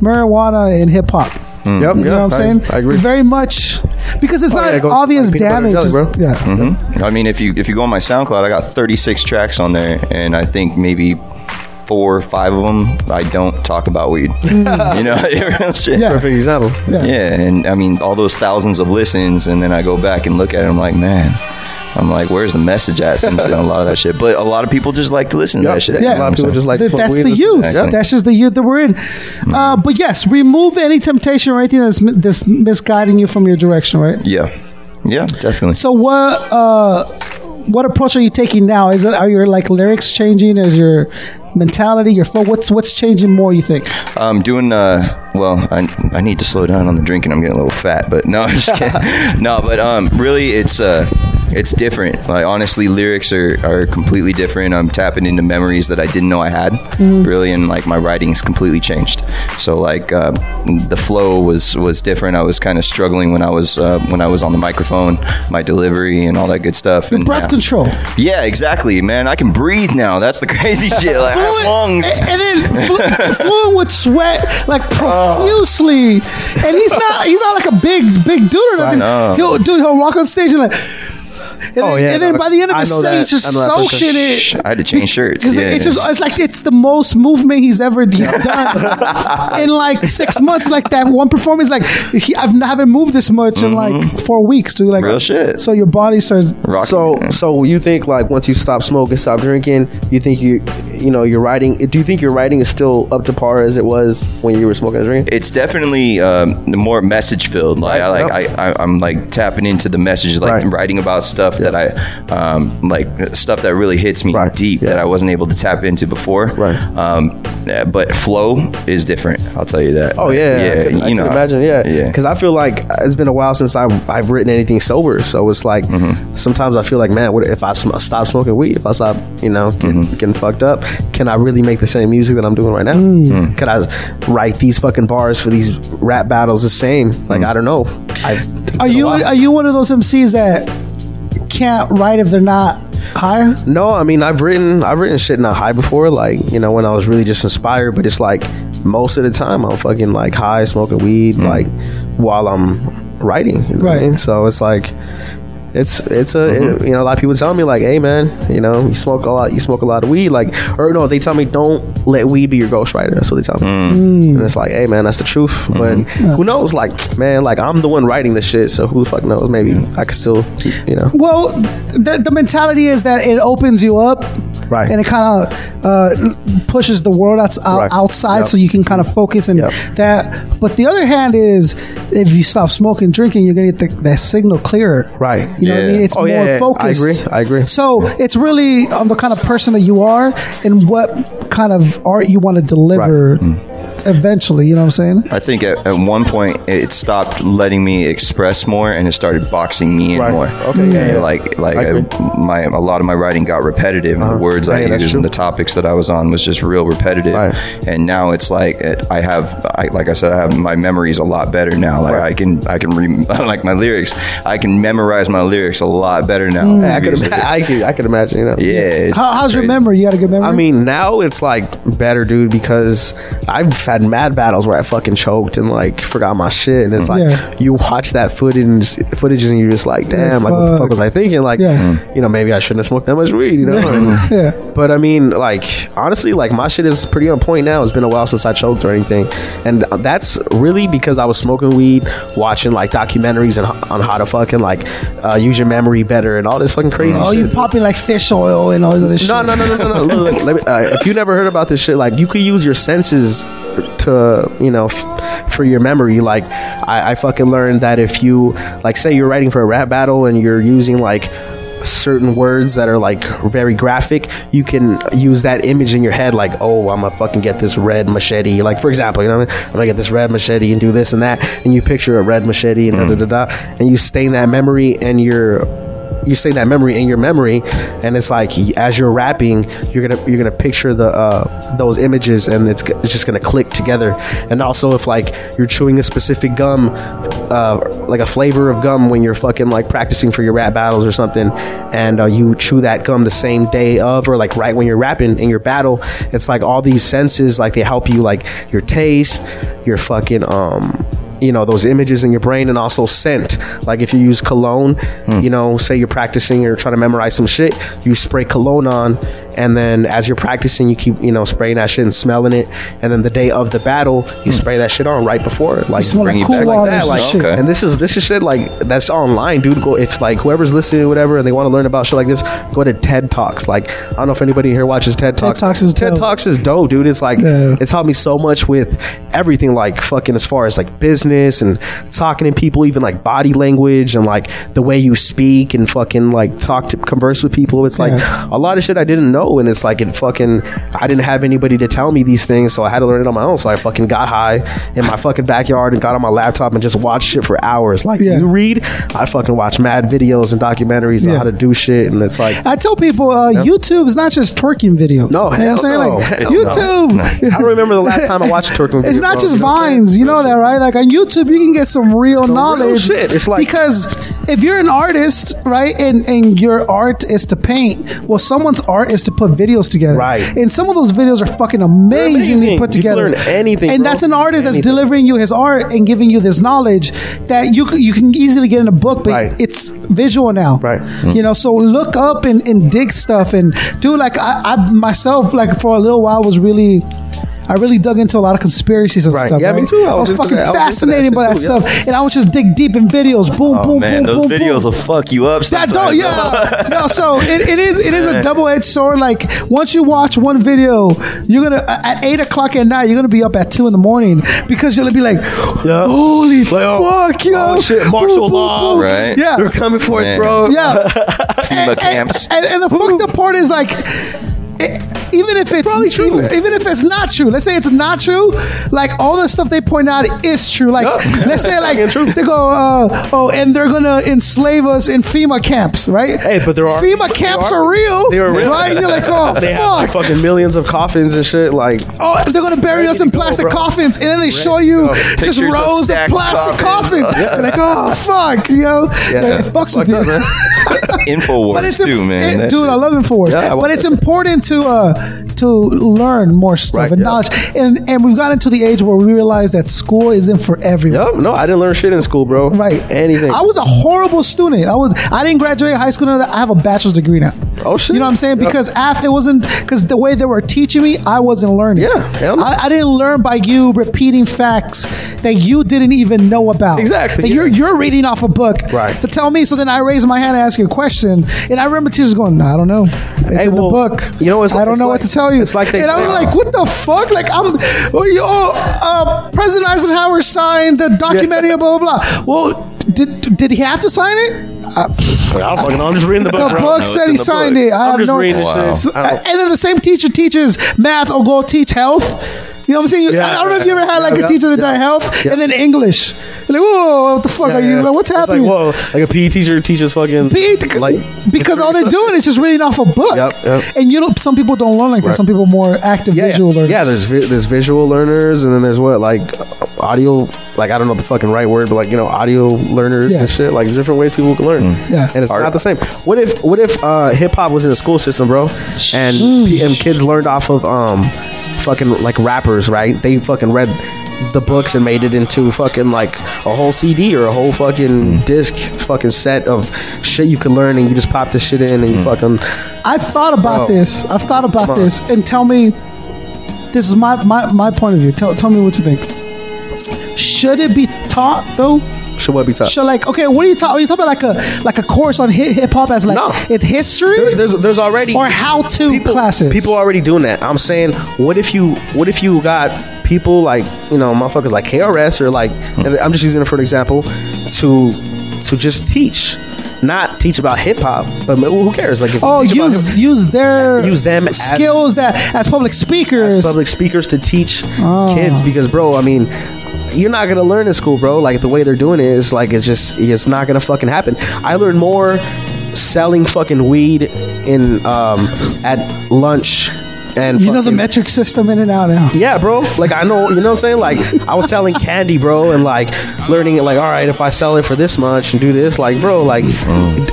Speaker 2: marijuana and hip hop.
Speaker 7: Yep,
Speaker 2: You know
Speaker 7: yep,
Speaker 2: what I'm saying?
Speaker 7: Hmm. I, I agree. Oh,
Speaker 2: It's very much because it's not
Speaker 7: yeah, it goes
Speaker 2: obvious
Speaker 7: like peanut butter and
Speaker 2: damage.
Speaker 7: jelly,
Speaker 2: it's-
Speaker 7: bro.
Speaker 2: yeah.
Speaker 5: Mm-hmm. I mean, if you if you go on my SoundCloud, I got 36 tracks on there, and I think maybe four or five of them I don't talk about weed. you
Speaker 7: Mm.
Speaker 5: know, real shit.
Speaker 2: Yeah.
Speaker 7: Perfect example.
Speaker 2: Yeah.
Speaker 5: Yeah, and I mean all those thousands of listens, and then I go back and look at it. I'm like, man, I'm like, where's the message at? Since a lot of that shit, but a lot of people just like to listen to that shit.
Speaker 7: Yeah. A lot of people just like
Speaker 2: Th-
Speaker 7: smoke
Speaker 2: that's
Speaker 7: weed
Speaker 2: the
Speaker 7: and-
Speaker 2: youth.
Speaker 5: Exactly.
Speaker 2: That's just the youth that we're in. Uh, but yes, remove any temptation or anything that's, mi- that's misguiding you from your direction, right?
Speaker 5: yeah, yeah, definitely.
Speaker 2: So what uh, what approach are you taking now? Is it are your like lyrics changing? Is your mentality, your fo- what's what's changing more? You think?
Speaker 5: I'm doing. Uh, well, I, I need to slow down on the drinking. I'm getting a little fat, but no, I'm just kidding. no, but um, really, it's uh, it's different. Like honestly, lyrics are are completely different. I'm tapping into memories that I didn't know I had.
Speaker 2: Mm-hmm.
Speaker 5: Really, and like my writing's completely changed. So like uh, the flow was was different. I was kind of struggling when I was uh, when I was on the microphone, my delivery and all that good stuff. and
Speaker 2: Breath
Speaker 5: now-
Speaker 2: control.
Speaker 5: Yeah, exactly, man. I can breathe now. That's the crazy shit. Like I have
Speaker 2: fluent,
Speaker 5: lungs.
Speaker 2: and, and then flu- fluent would sweat like
Speaker 7: Oh.
Speaker 2: profusely, and he's not he's not like a big big dude or nothing.
Speaker 5: know.
Speaker 2: He'll dude he'll walk on stage and like, and,
Speaker 7: Oh,
Speaker 2: then,
Speaker 7: yeah,
Speaker 2: and then
Speaker 7: no,
Speaker 2: by the end of
Speaker 7: I
Speaker 2: the
Speaker 7: know
Speaker 2: set,
Speaker 7: that.
Speaker 2: he's
Speaker 7: I
Speaker 2: just
Speaker 7: know that for
Speaker 2: soaked in it.
Speaker 5: I had to change shirts.
Speaker 2: Because
Speaker 5: Yeah.
Speaker 2: it's just it's like it's the most movement he's ever he's done in like six months. Like that one performance, like he, I've not, haven't moved this much in
Speaker 7: Mm-hmm.
Speaker 2: like four weeks, dude. Like
Speaker 5: Real shit.
Speaker 2: So your body starts.
Speaker 5: Rock
Speaker 7: So, so you think like once you stop smoking, stop drinking, you think you, you know, your writing. Do you think your writing is still up to par as it was when you were smoking and drinking?
Speaker 5: it's definitely um, more message filled. Like, I, like
Speaker 7: Right,
Speaker 5: I, I, I'm like tapping into the message, like
Speaker 7: Right.
Speaker 5: writing about stuff that I, um, like stuff that really hits me
Speaker 7: Right,
Speaker 5: deep
Speaker 7: yeah.
Speaker 5: that I wasn't able to tap into before.
Speaker 7: Right.
Speaker 5: Um, uh, but flow is different. I'll tell you that.
Speaker 7: Oh yeah, I
Speaker 5: Yeah.
Speaker 7: could- I
Speaker 5: you
Speaker 7: could
Speaker 5: know.
Speaker 7: imagine yeah,
Speaker 5: Yeah.
Speaker 7: Because I feel like it's been a while since I I've written anything sober, so it's like sometimes I feel like man, what if I sm- stop smoking weed? If I stop, you know, getting, getting fucked up, can I really make the same music that I'm doing right now? Mm. Could I write these fucking bars for these rap battles the same? Like I don't know. I,
Speaker 2: Are you are you one of those MCs that can't write if they're not high?
Speaker 7: No, I mean I've written I've written shit not high before, like you know when I was really just inspired. But it's like most of the time I'm fucking like high, smoking weed, like while I'm writing, you know what I
Speaker 2: Right.
Speaker 7: mean? So it's like It's it's a it- you know a lot of people tell me like, hey man, you know you smoke a lot, you smoke a lot of weed, like or no, they tell me don't let weed be your ghostwriter. That's what they tell me, and it's like, hey man, that's the truth. But who knows? Like man, like I'm the one writing this shit, so who the fuck knows? Maybe I could still, you know.
Speaker 2: Well, the, the mentality is that it opens you up,
Speaker 7: Right.
Speaker 2: And it kind of uh, pushes the world outs- out,
Speaker 7: Right.
Speaker 2: outside,
Speaker 7: Yep.
Speaker 2: so you can kind of focus and
Speaker 7: Yep.
Speaker 2: that. But the other hand is, if you stop smoking, drinking, you're gonna get the, that signal clearer,
Speaker 7: Right.
Speaker 2: You know what I
Speaker 5: Yeah.
Speaker 2: mean? It's
Speaker 7: Oh,
Speaker 2: more
Speaker 7: yeah, yeah, yeah. I
Speaker 2: focused.
Speaker 7: agree. I agree.
Speaker 2: So it's really on the kind of person that you are and what kind of art you want to deliver. Eventually, you know what I'm saying?
Speaker 5: I think at, at one point it stopped letting me express more, and it started boxing me in
Speaker 7: Right.
Speaker 5: more.
Speaker 7: Okay, yeah,
Speaker 5: And
Speaker 7: yeah.
Speaker 5: Like like
Speaker 7: I agree. Uh-huh.
Speaker 5: uh, my a lot of my writing got repetitive. and The words I
Speaker 7: Yeah, that's
Speaker 5: used and
Speaker 7: true.
Speaker 5: the topics that I was on was just real repetitive.
Speaker 7: Right.
Speaker 5: And now it's like it, I have I, like I said I have my memory's a lot better now. Like I can I can re- like my lyrics. I can memorize my lyrics a lot better now. than
Speaker 7: Mm. I could,
Speaker 5: years
Speaker 7: ima-
Speaker 5: ago.
Speaker 7: I could, I could imagine, you know.
Speaker 5: yeah. it's-
Speaker 2: How,
Speaker 5: it's
Speaker 2: how's your
Speaker 5: crazy.
Speaker 2: memory? You got a good memory?
Speaker 7: I mean, now it's like better, dude, because I've had mad battles where I fucking choked and like forgot my shit, and it's like
Speaker 2: Yeah.
Speaker 7: you watch that footage, footage, and you're just like, damn, like what the
Speaker 2: fuck.
Speaker 7: fuck was I thinking? Like,
Speaker 2: Yeah. Mm.
Speaker 7: you know, maybe I shouldn't have smoked that much weed, you know? And-
Speaker 2: Yeah.
Speaker 7: But I mean, like honestly, like my shit is pretty on point now. It's been a while since I choked or anything, and that's really because I was smoking weed, watching like documentaries and on how to fucking like uh, use your memory better and all this fucking crazy.
Speaker 2: oh,
Speaker 7: shit.
Speaker 2: you popping like fish oil and all this other shit.
Speaker 7: No, no, no, no, no, no. Look, look, let me, uh, if you never heard about this shit, like you could use your senses to, you know, f- for your memory. Like I, I fucking learned that if you, like, say you're writing for a rap battle and you're using like certain words that are like very graphic, you can use that image in your head. Like, oh, I'm gonna fucking get this red machete. Like, for example, you know, what I mean? I'm gonna get this red machete and do this and that, and you picture a red machete and da da da da, and you stain that memory and you're you say that memory in your memory, and it's like y- as you're rapping, you're gonna you're gonna picture the uh, those images, and it's, g- it's just gonna click together. And also, if like you're chewing a specific gum, uh, like a flavor of gum, when you're fucking like practicing for your rap battles or something, and uh, you chew that gum the same day of, or like right when you're rapping in your battle, it's like all these senses like they help you like your taste, your fucking um you know those images in your brain and also scent like if you use cologne
Speaker 2: Hmm.
Speaker 7: you know say you're practicing or trying to memorize some shit you spray cologne on and then as you're practicing you keep you know spraying that shit and smelling it and then the day of the battle you spray that shit on right before
Speaker 2: Hmm.
Speaker 7: like
Speaker 2: smell like
Speaker 5: Bring you
Speaker 2: cool
Speaker 5: back like
Speaker 2: water
Speaker 5: that,
Speaker 2: and
Speaker 5: like-
Speaker 2: shit.
Speaker 5: okay.
Speaker 7: and this is this is shit like that's online, dude. Go if like whoever's listening, or whatever, and they want to learn about shit like this, go to TED Talks. Like I don't know if anybody here watches TED Talks.
Speaker 2: Talks is
Speaker 7: TED
Speaker 2: dope.
Speaker 7: Talks is dope, dude. It's like
Speaker 2: Yeah.
Speaker 7: it's helped me so much with everything, like fucking as far as like business and talking to people, even like body language and like the way you speak and fucking like talk to converse with people. It's like
Speaker 2: Yeah.
Speaker 7: a lot of shit I didn't know, and it's like it fucking I didn't have anybody to tell me these things, so I had to learn it on my own. So I fucking got high in my fucking backyard and got on my laptop and just watched shit for hours. Like
Speaker 2: Yeah.
Speaker 7: you read, I fucking watch mad videos and documentaries on
Speaker 2: Yeah.
Speaker 7: how to do shit, and it's like
Speaker 2: I tell people uh, YouTube's not just twerking videos.
Speaker 7: No,
Speaker 2: you know what I'm
Speaker 7: hell
Speaker 2: saying?
Speaker 7: no.
Speaker 2: Like,
Speaker 7: Hell
Speaker 2: YouTube.
Speaker 7: I don't remember the last time I watched a Turkey.
Speaker 2: It's not just vines, you know that, right? Like on YouTube, you can get some real
Speaker 7: real
Speaker 2: knowledge.
Speaker 7: shit. It's like-
Speaker 2: because if you're an artist, right, and and your art is to paint, well, someone's art is to put videos together,
Speaker 7: Right.
Speaker 2: And some of those videos are fucking amazingly
Speaker 7: amazing.
Speaker 2: put
Speaker 7: You can
Speaker 2: together.
Speaker 7: learn anything,
Speaker 2: and
Speaker 7: bro.
Speaker 2: that's an artist that's
Speaker 7: Anything.
Speaker 2: delivering you his art and giving you this knowledge that you c- you can easily get in a book, but
Speaker 7: Right.
Speaker 2: it's visual now,
Speaker 7: Right.
Speaker 2: You know, so look up and, and dig stuff and do like I, I myself like for a little while was really. I really dug into a lot of conspiracies and
Speaker 7: Right.
Speaker 2: stuff.
Speaker 7: Yeah, me
Speaker 2: right?
Speaker 7: too. I
Speaker 2: I was,
Speaker 7: was into
Speaker 2: fucking
Speaker 7: that. I was into that
Speaker 2: fascinated
Speaker 7: shit
Speaker 2: by that
Speaker 7: too, yeah. Oh,
Speaker 2: stuff, and I would just dig deep in videos. Boom, boom,
Speaker 5: Oh,
Speaker 2: boom,
Speaker 5: Man, those
Speaker 2: boom,
Speaker 5: videos
Speaker 2: boom.
Speaker 5: will fuck you up.
Speaker 2: That don't,
Speaker 5: Sometimes.
Speaker 2: yeah, no. So it, it is it is a double edged sword. Like once you watch one video, you're gonna a- at eight o'clock at night, you're gonna be up at two in the morning because you're gonna be like, holy
Speaker 7: Like, oh,
Speaker 2: fuck, yo,
Speaker 7: oh, shit,
Speaker 2: Boom,
Speaker 7: martial
Speaker 2: boom,
Speaker 7: law.
Speaker 2: boom.
Speaker 7: They're
Speaker 5: Right.
Speaker 2: Yeah,
Speaker 7: coming for us,
Speaker 5: Man.
Speaker 7: bro.
Speaker 2: yeah.
Speaker 7: eh,
Speaker 5: FEMA camps.
Speaker 2: And, and the fucked up part is like, it, even if it's
Speaker 7: probably true.
Speaker 2: Even, even if it's not true, let's say it's not true, like all the stuff they point out is true. Like
Speaker 7: Yeah.
Speaker 2: let's say like
Speaker 7: Fucking true.
Speaker 2: they go, uh, oh, and they're gonna enslave us in FEMA camps, right?
Speaker 7: Hey, but there are-
Speaker 2: FEMA
Speaker 7: there
Speaker 2: camps
Speaker 7: are-
Speaker 2: are, real.
Speaker 7: they are real.
Speaker 2: right? And you're like, oh
Speaker 7: They have like,
Speaker 2: fuck.
Speaker 7: fucking millions of coffins and shit. Like
Speaker 2: Oh, they're gonna bury us in
Speaker 7: to go,
Speaker 2: plastic
Speaker 7: bro.
Speaker 2: coffins, and then they show you just
Speaker 5: Pictures of
Speaker 2: rows of,
Speaker 5: stacked
Speaker 2: plastic coffins.
Speaker 5: coffins.
Speaker 2: You're like, oh fuck, yo, Like, it fucks with you.
Speaker 5: Infowars
Speaker 2: im-
Speaker 5: too, man.
Speaker 2: it-
Speaker 5: That
Speaker 2: dude,
Speaker 5: shit-
Speaker 2: I love Infowars.
Speaker 7: Yeah, I
Speaker 2: but
Speaker 7: watch
Speaker 2: it's
Speaker 7: it.
Speaker 2: important to uh, to learn more stuff
Speaker 7: Right,
Speaker 2: and
Speaker 7: yeah.
Speaker 2: knowledge. And and we've gotten to the age where we realize that school isn't for everyone.
Speaker 7: Yup, no, I didn't learn shit in school, bro.
Speaker 2: Right.
Speaker 7: Anything.
Speaker 2: I was a horrible student. I was. I didn't graduate high school. none of that. I have a bachelor's degree now.
Speaker 7: Oh, shit.
Speaker 2: You know what I'm saying?
Speaker 7: Yeah.
Speaker 2: Because after it wasn't because the way they were teaching me, I wasn't learning.
Speaker 7: Yeah, hell no.
Speaker 2: I, I didn't learn by you repeating facts that you didn't even know about.
Speaker 7: Exactly,
Speaker 2: That
Speaker 7: yeah.
Speaker 2: You're you're reading off a book.
Speaker 7: Right.
Speaker 2: To tell me, so then I raised my hand and asked you a question, and I remember teachers going, "Nah, "I don't know. It's
Speaker 7: Hey,
Speaker 2: in
Speaker 7: well,
Speaker 2: the book.
Speaker 7: you know, it's-
Speaker 2: I don't
Speaker 7: it's
Speaker 2: know
Speaker 7: like-
Speaker 2: what to tell you.
Speaker 7: it's like they
Speaker 2: and I'm
Speaker 7: say-
Speaker 2: like, what the fuck? Like I'm, oh, you- oh, uh, President Eisenhower signed the documentary, blah blah blah. Well, did did he have to sign it?
Speaker 9: I don't fucking know. I'm just reading the book.
Speaker 2: The
Speaker 9: bro.
Speaker 2: book
Speaker 9: No, it's
Speaker 2: said
Speaker 9: in
Speaker 2: he
Speaker 9: the
Speaker 2: signed
Speaker 9: book.
Speaker 2: it. I
Speaker 9: I'm
Speaker 2: have
Speaker 9: just
Speaker 2: no.
Speaker 9: reading this shit.
Speaker 2: So-
Speaker 9: I don't-
Speaker 2: and then the same teacher teaches math or go teach health. You know what I'm saying? I don't know if you ever had like a teacher that done health and then English. You're like, whoa, what the fuck are you? Like, what's
Speaker 7: It's
Speaker 2: happening? E
Speaker 7: Like, whoa, like a PE teacher teaches fucking
Speaker 2: Be- because all they're doing is just reading off a book,
Speaker 7: Yep, yep.
Speaker 2: and you don't. Some people don't learn like that. Some people are more active
Speaker 7: yeah,
Speaker 2: visual
Speaker 7: yeah.
Speaker 2: learners.
Speaker 7: Yeah, there's vi- there's visual learners, and then there's what like audio, like I don't know the fucking right word, but like you know audio learners
Speaker 2: Yeah. Mm.
Speaker 7: and shit. Like different ways people can learn.
Speaker 2: Yeah.
Speaker 7: and it's not the same. What if what if uh, hip hop was in the school system, bro? And p- and kids learned off of um fucking like rappers, right? They fucking read. The books and made it into fucking like a whole CD or a whole fucking disc fucking set of shit you could learn and you just pop this shit in and you fucking
Speaker 2: I've thought about
Speaker 7: Bro.
Speaker 2: this. I've thought about
Speaker 7: Oh. Come on.
Speaker 2: this. And tell me, this is my, my, my point of view. Tell, tell me what you think. Should it be taught though?
Speaker 7: should what be taught?
Speaker 2: Should like okay, what are you talking? Are you talking about like a like a course on hip hop as like
Speaker 7: No.
Speaker 2: it's history
Speaker 7: There- there's there's already
Speaker 2: or how to
Speaker 7: people,
Speaker 2: classes?
Speaker 7: People already doing that. I'm saying, what if you what if you got people like you know motherfuckers like KRS or like and I'm just using it for an example to to just teach, not teach about hip hop, but who cares? Like if
Speaker 2: oh
Speaker 7: you teach about
Speaker 2: use
Speaker 7: hip-
Speaker 2: use their
Speaker 7: Use them as-
Speaker 2: skills that as public speakers.
Speaker 7: as public speakers to teach
Speaker 2: Ah.
Speaker 7: kids because bro, I mean. You're not gonna learn in school, bro. Like the way they're doing it is like it's just it's not gonna fucking happen. I learned more selling fucking weed in um at lunch and
Speaker 2: you know the
Speaker 7: fucking-
Speaker 2: metric system in and out now.
Speaker 7: Yeah, bro. Like I know, you know what I'm saying? Like I was selling candy, bro, and like learning it like, all right, if I sell it for this much and do this, like bro, like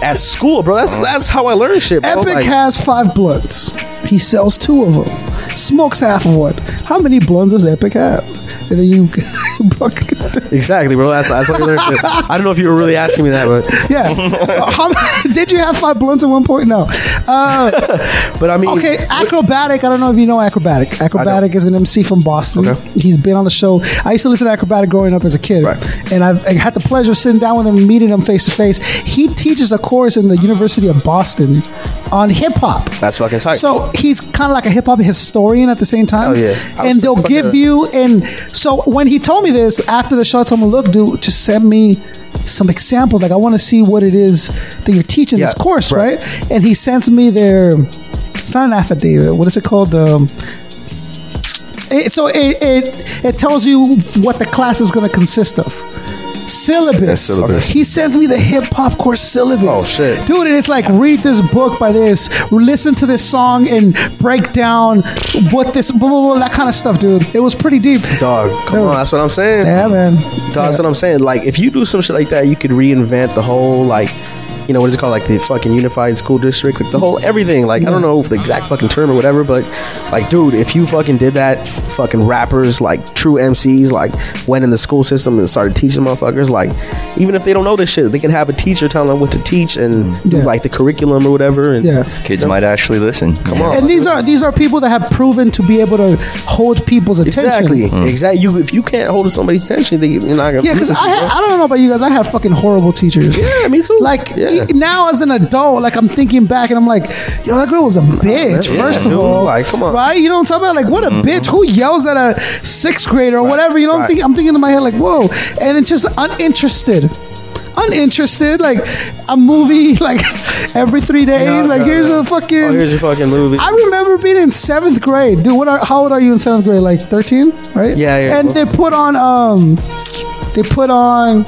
Speaker 7: at school, bro. That's that's how I learn shit, bro.
Speaker 2: Epic
Speaker 7: like,
Speaker 2: has five blunts. He sells two of them. Smokes half of one. How many blunts does Epic have? And then you,
Speaker 7: Exactly, bro. That's that's how I learn shit. I don't know if you were really asking me that, but
Speaker 2: yeah. How many- did you have five blunts at one point? No. Uh,
Speaker 7: but I mean
Speaker 2: okay, acrobatic. I don't know if you know acrobatic. Acrobatic is an MC from Boston.
Speaker 7: Okay.
Speaker 2: He's been on the show. I used to listen to acrobatic growing up as a kid,
Speaker 7: Right.
Speaker 2: and I've I had the pleasure of sitting down with him, and meeting him face to face. He teaches a course in the University of Boston on hip hop.
Speaker 7: that's fucking tight.
Speaker 2: So he's kind of like a hip hop historian at the same time.
Speaker 7: Oh, yeah. I was
Speaker 2: And they'll
Speaker 7: fucking-
Speaker 2: give you and so when he told me this after the show, I told him, "Look, dude, just send me some examples. Like I want to see what it is that you're teaching this
Speaker 7: Yeah,
Speaker 2: course, right.
Speaker 7: right.
Speaker 2: And he sends me their. It's not an affidavit. What is it called? Um, it, so it, it it tells you what the class is going to consist of. Syllabus.
Speaker 5: syllabus.
Speaker 2: He sends me the hip hop course syllabus.
Speaker 7: Oh, shit.
Speaker 2: dude! And it's like read this book by this, listen to this song, and break down what this blah blah blah that kind of stuff, dude. It was pretty deep.
Speaker 7: dog, come
Speaker 2: Dude.
Speaker 7: on, that's what I'm saying.
Speaker 2: Yeah, man.
Speaker 7: Dog, That's what I'm saying. Like, if you do some shit like that, you could reinvent the whole like, you know, what is it called? Like the fucking unified school district, like the whole everything. Like, I don't know the exact fucking term or whatever, but like, dude, if you fucking did that, fucking rappers, like true MCs, like went in the school system and started teaching motherfuckers, like, even if they don't know this shit, they can have a teacher telling them what to teach and do,
Speaker 2: Yeah.
Speaker 7: like the curriculum or whatever. And
Speaker 2: Yeah.
Speaker 5: Kids might actually listen. Come on.
Speaker 2: And these are these are people that have proven to be able to hold people's attention.
Speaker 7: Exactly, exactly. You if you can't hold somebody's attention, they, you're not gonna.
Speaker 2: Yeah, because
Speaker 7: listen
Speaker 2: I,
Speaker 7: to you,
Speaker 2: had- I don't know about you guys. I had fucking horrible teachers.
Speaker 7: bro. yeah, me too.
Speaker 2: Like
Speaker 7: Yeah.
Speaker 2: e- now, as an adult, like I'm thinking back and I'm like, yo, that girl was a bitch.
Speaker 7: yeah,
Speaker 2: first
Speaker 7: dude,
Speaker 2: of all,
Speaker 7: like, come on. Mm-hmm.
Speaker 2: right? You know what I'm talking about? Like, what a bitch! Who yells at a sixth grader or whatever? You don't
Speaker 7: right.
Speaker 2: think I'm thinking in my head like, whoa, and it's just uninterested. Uninterested, like a movie, like every three days.
Speaker 7: No,
Speaker 2: like
Speaker 7: no,
Speaker 2: here's
Speaker 7: no.
Speaker 2: a fucking.
Speaker 7: oh, here's your fucking movie.
Speaker 2: I remember being in seventh grade, dude. What? Are, how old are you in seventh grade? Like thirteen, right?
Speaker 7: Yeah, yeah.
Speaker 2: And they put on um, they put on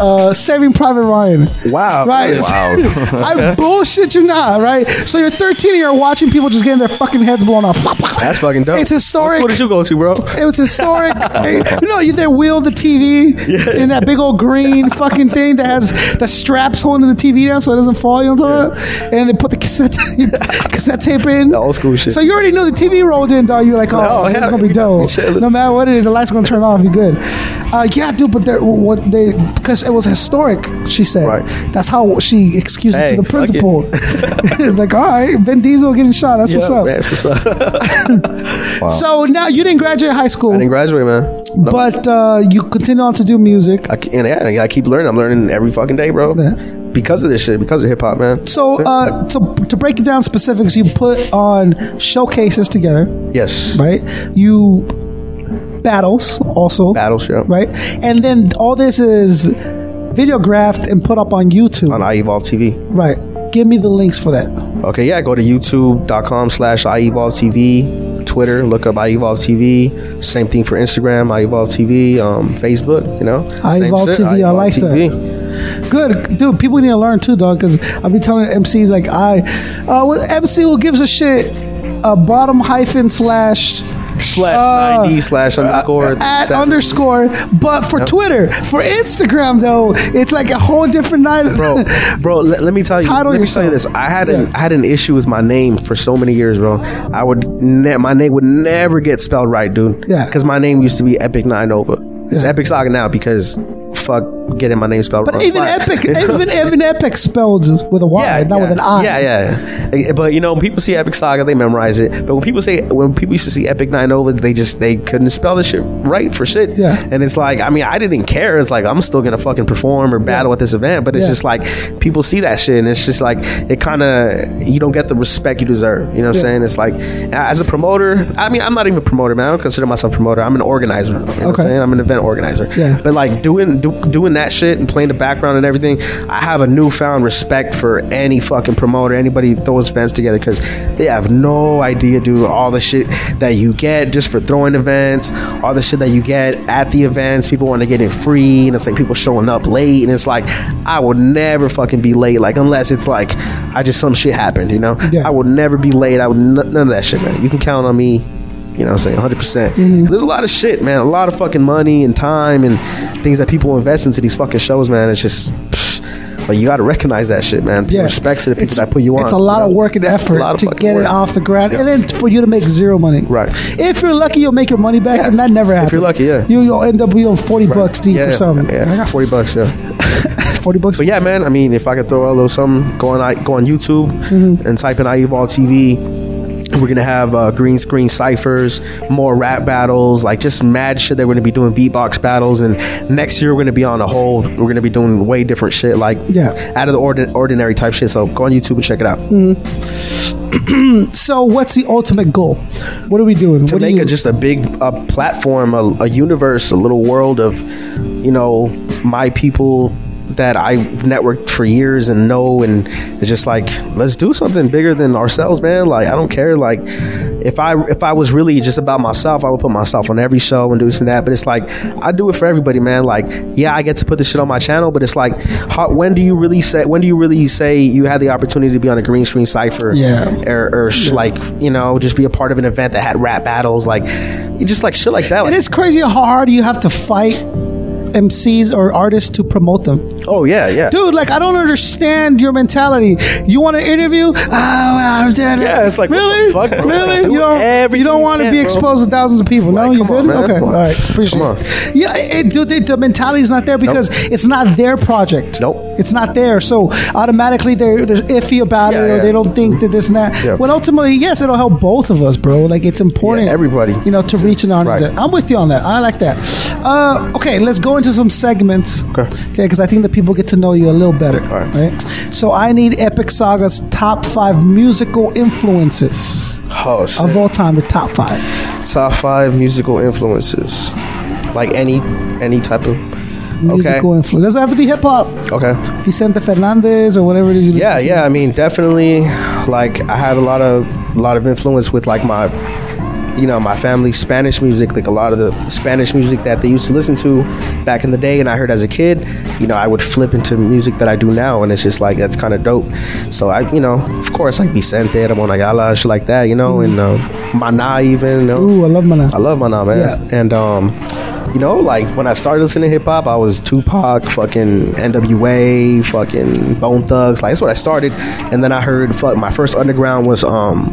Speaker 2: uh, Saving Private Ryan.
Speaker 7: Wow.
Speaker 2: Right.
Speaker 5: Wow.
Speaker 2: I bullshit you not, right? So you're 13 and you're watching people just getting their fucking heads blown off.
Speaker 7: That's fucking dope.
Speaker 2: It's historic.
Speaker 10: What did you go to, bro?
Speaker 2: It was historic. you know, you they wheeled the TV in that big old green fucking thing that has the straps holding the TV down so it doesn't fall. You know what I'm talking about? And they put the cassette tape, cassette tape in.
Speaker 7: old school shit.
Speaker 2: So you already know the TV rolled in, dog. You're like, oh,
Speaker 7: Oh,
Speaker 2: it's
Speaker 7: hell,
Speaker 2: gonna be
Speaker 7: we got some
Speaker 2: dope.
Speaker 7: shit.
Speaker 2: No matter what it is, the light's gonna turn off. You good? Uh, yeah, dude. But they're- what they because it was historic. She said.
Speaker 7: Right.
Speaker 2: That's how she excused it
Speaker 10: Hey,
Speaker 2: to the
Speaker 10: fuck it.
Speaker 2: principal. it's like, all right, Vin Diesel getting shot. That's what's
Speaker 7: Yeah,
Speaker 2: up.
Speaker 7: man, what's up?
Speaker 2: So now you didn't graduate high school.
Speaker 7: I didn't graduate, man. No.
Speaker 2: But uh, you continue on to do music.
Speaker 7: I, ke- and yeah, I gotta keep learning. I'm learning every fucking day, bro.
Speaker 2: Yeah.
Speaker 7: Because of this shit, because of hip hop, man.
Speaker 2: So uh, to, to break it down specifics, you put on showcases together,
Speaker 7: yes,
Speaker 2: right? You battles also,
Speaker 7: battles, yeah.
Speaker 2: right? And then all this is videographed and put up on YouTube,
Speaker 7: On iEvolve TV.
Speaker 2: right? Give me the links for that.
Speaker 7: Okay, yeah, go to youtube.com slash iEvolve TV, Twitter, look up iEvolve TV. Same thing for Instagram, iEvolve TV, um, Facebook, you know. Same
Speaker 2: iEvolve
Speaker 7: shit,
Speaker 2: TV, I
Speaker 7: iEvolve
Speaker 2: like that. Good, dude. People need to learn too, dog. Because I'll be telling MCs like I, uh, what MC who gives a shit, uh, bottom hyphen slash
Speaker 10: Slash
Speaker 7: ID slash underscore.
Speaker 2: Uh, at
Speaker 7: seven.
Speaker 2: underscore. But for Twitter, for Instagram though, it's like a whole different night.
Speaker 7: bro, bro. Let, let me tell you.
Speaker 2: Title
Speaker 7: let me tell you this.
Speaker 2: yourself.
Speaker 7: I had an
Speaker 2: Yeah.
Speaker 7: I had an issue with my name for so many years, bro. I would ne- my name would never get spelled right, dude.
Speaker 2: Yeah.
Speaker 7: Because my name used to be Epic Nine Nova. It's Epic Saga now because fuck getting my name spelled.
Speaker 2: but
Speaker 7: wrong.
Speaker 2: even
Speaker 7: Fuck.
Speaker 2: Epic,
Speaker 7: You know?
Speaker 2: even even Epic spelled with a Y,
Speaker 7: Yeah,
Speaker 2: not
Speaker 7: yeah.
Speaker 2: with an I.
Speaker 7: Yeah, yeah. Eh, But you know, when people see Epic Saga, they memorize it. But when people say when people used to see Epic Nine Nova, they just they couldn't spell the shit right for shit.
Speaker 2: Yeah.
Speaker 7: And it's like, I mean, I didn't care. It's like I'm still gonna fucking perform or battle at this event. But it's
Speaker 2: Yeah.
Speaker 7: just like people see that shit, and it's just like it kind of you don't get the respect you deserve. You know what
Speaker 2: Yeah.
Speaker 7: I'm saying? It's like as a promoter, I mean, I'm not even a promoter, man. I don't consider myself a promoter. I'm an organizer. You know what
Speaker 2: Okay.
Speaker 7: I'm saying? I'm an event organizer.
Speaker 2: Yeah.
Speaker 7: But like doing do, doing that shit and playing the background and everything, I have a newfound respect for any fucking promoter, anybody who throws events together because they have no idea, dude, all the shit that you get just for throwing events, all the shit that you get at the events. People want to get it free, and it's like people showing up late, and it's like I will never fucking be late, like unless it's like I just some shit happened, you know.
Speaker 2: Yeah.
Speaker 7: I will never be late. I would n- none of that shit, man. You can count on me. You know what I'm saying? 100%. percent
Speaker 2: Mm-hmm.
Speaker 7: There's a lot of shit, man. A lot of fucking money and time and things that people invest into these fucking shows, man. It's just, pff, like, you got to recognize that shit, man. Yeah. Respects to the people
Speaker 2: It's-
Speaker 7: that put you on.
Speaker 2: It's a lot
Speaker 7: you
Speaker 2: of
Speaker 7: know?
Speaker 2: work and effort
Speaker 7: A lot of
Speaker 2: to
Speaker 7: fucking
Speaker 2: get it
Speaker 7: work.
Speaker 2: off the ground, and then for you to make zero money.
Speaker 7: Right.
Speaker 2: If you're lucky, you'll make your money back, and that never happens.
Speaker 7: you're lucky, yeah.
Speaker 2: You, you'll end up you know, forty bucks deep
Speaker 7: Yeah,
Speaker 2: or
Speaker 7: yeah,
Speaker 2: something.
Speaker 7: Yeah,
Speaker 2: I got
Speaker 7: 40 bucks, yeah.
Speaker 2: forty bucks.
Speaker 7: But yeah, man, I mean, if I could throw out a little something, go on, I- go on YouTube and type in iEvolve TV. We're gonna have uh, green screen ciphers, more rap battles, like just mad shit. They're gonna be doing beatbox battles, and next year we're gonna be on a hold. We're gonna be doing way different shit, like
Speaker 2: Yeah.
Speaker 7: out of the ordin- ordinary type shit. So go on YouTube and check it out.
Speaker 2: So what's the ultimate goal? What are we doing?
Speaker 7: to
Speaker 2: what
Speaker 7: make
Speaker 2: are you,
Speaker 7: a, just a big a platform, a, a universe, a little world of, you know, my people that I networked for years and know, and it's just like let's do something bigger than ourselves, man. Like I don't care. Like if I if I was really just about myself, I would put myself on every show and do this and that. But it's like I do it for everybody, man. Like yeah, I get to put this shit on my channel, but it's like how, when do you really say when do you really say you had the opportunity to be on a green screen cipher?
Speaker 2: Yeah.
Speaker 7: or, or sh like you know just be a part of an event that had rap battles like you just like shit like that like,
Speaker 2: It is crazy how hard you have to fight MCs or artists to promote them.
Speaker 7: oh yeah yeah
Speaker 2: dude like i don't understand your mentality you want to interview ah well, I'm dead.
Speaker 7: Yeah, it's like, what
Speaker 2: really
Speaker 7: the fuck, bro?
Speaker 2: really
Speaker 7: Do
Speaker 2: you don't
Speaker 7: everything
Speaker 2: you don't
Speaker 7: you
Speaker 2: want to
Speaker 7: can,
Speaker 2: be
Speaker 7: bro.
Speaker 2: exposed to thousands of people no
Speaker 7: Like,
Speaker 2: you
Speaker 7: come
Speaker 2: good
Speaker 7: on, man.
Speaker 2: okay
Speaker 7: Come
Speaker 2: all
Speaker 7: on.
Speaker 2: right appreciate
Speaker 7: Come on.
Speaker 2: it yeah it, it- dude the, the mentality's not there because it's not their project
Speaker 7: Nope.
Speaker 2: it's not there so automatically they're, they're iffy about
Speaker 7: Yeah,
Speaker 2: it or
Speaker 7: yeah.
Speaker 2: they don't think that this and that
Speaker 7: Yeah.
Speaker 2: when ultimately yes it'll help both of us bro like it's important
Speaker 7: Yeah, everybody.
Speaker 2: you know to reach an audience
Speaker 7: Right.
Speaker 2: i'm with you on that i like that uh, okay let's go into some segments
Speaker 7: Okay.
Speaker 2: Okay, because I think that people get to know you a little better.
Speaker 7: All right.
Speaker 2: right? So I need Epic Saga's top five musical influences
Speaker 7: oh shit.
Speaker 2: of all time, the top five.
Speaker 7: top five musical influences like any any type of
Speaker 2: Musical
Speaker 7: okay
Speaker 2: influence. Doesn't have to be hip hop.
Speaker 7: okay
Speaker 2: Vicente Fernandez or whatever it is you listen
Speaker 7: yeah
Speaker 2: to.
Speaker 7: yeah i mean definitely like i had a lot of a lot of influence with like my you know, my family Spanish music, like a lot of the Spanish music that they used to listen to back in the day, and I heard as a kid, you know, I would flip into music that I do now, and it's just like that's kind of dope. So I, you know, of course, like Vicente, Ramon Ayala, shit like that, you know, and um, Mana even. You know?
Speaker 2: Ooh, I love Maná.
Speaker 7: I love Mana, man.
Speaker 2: Yeah.
Speaker 7: And um, you know, like when I started listening to hip hop, I was Tupac, fucking NWA, fucking Bone Thugs. Like that's what I started. And then I heard fuck my first underground was um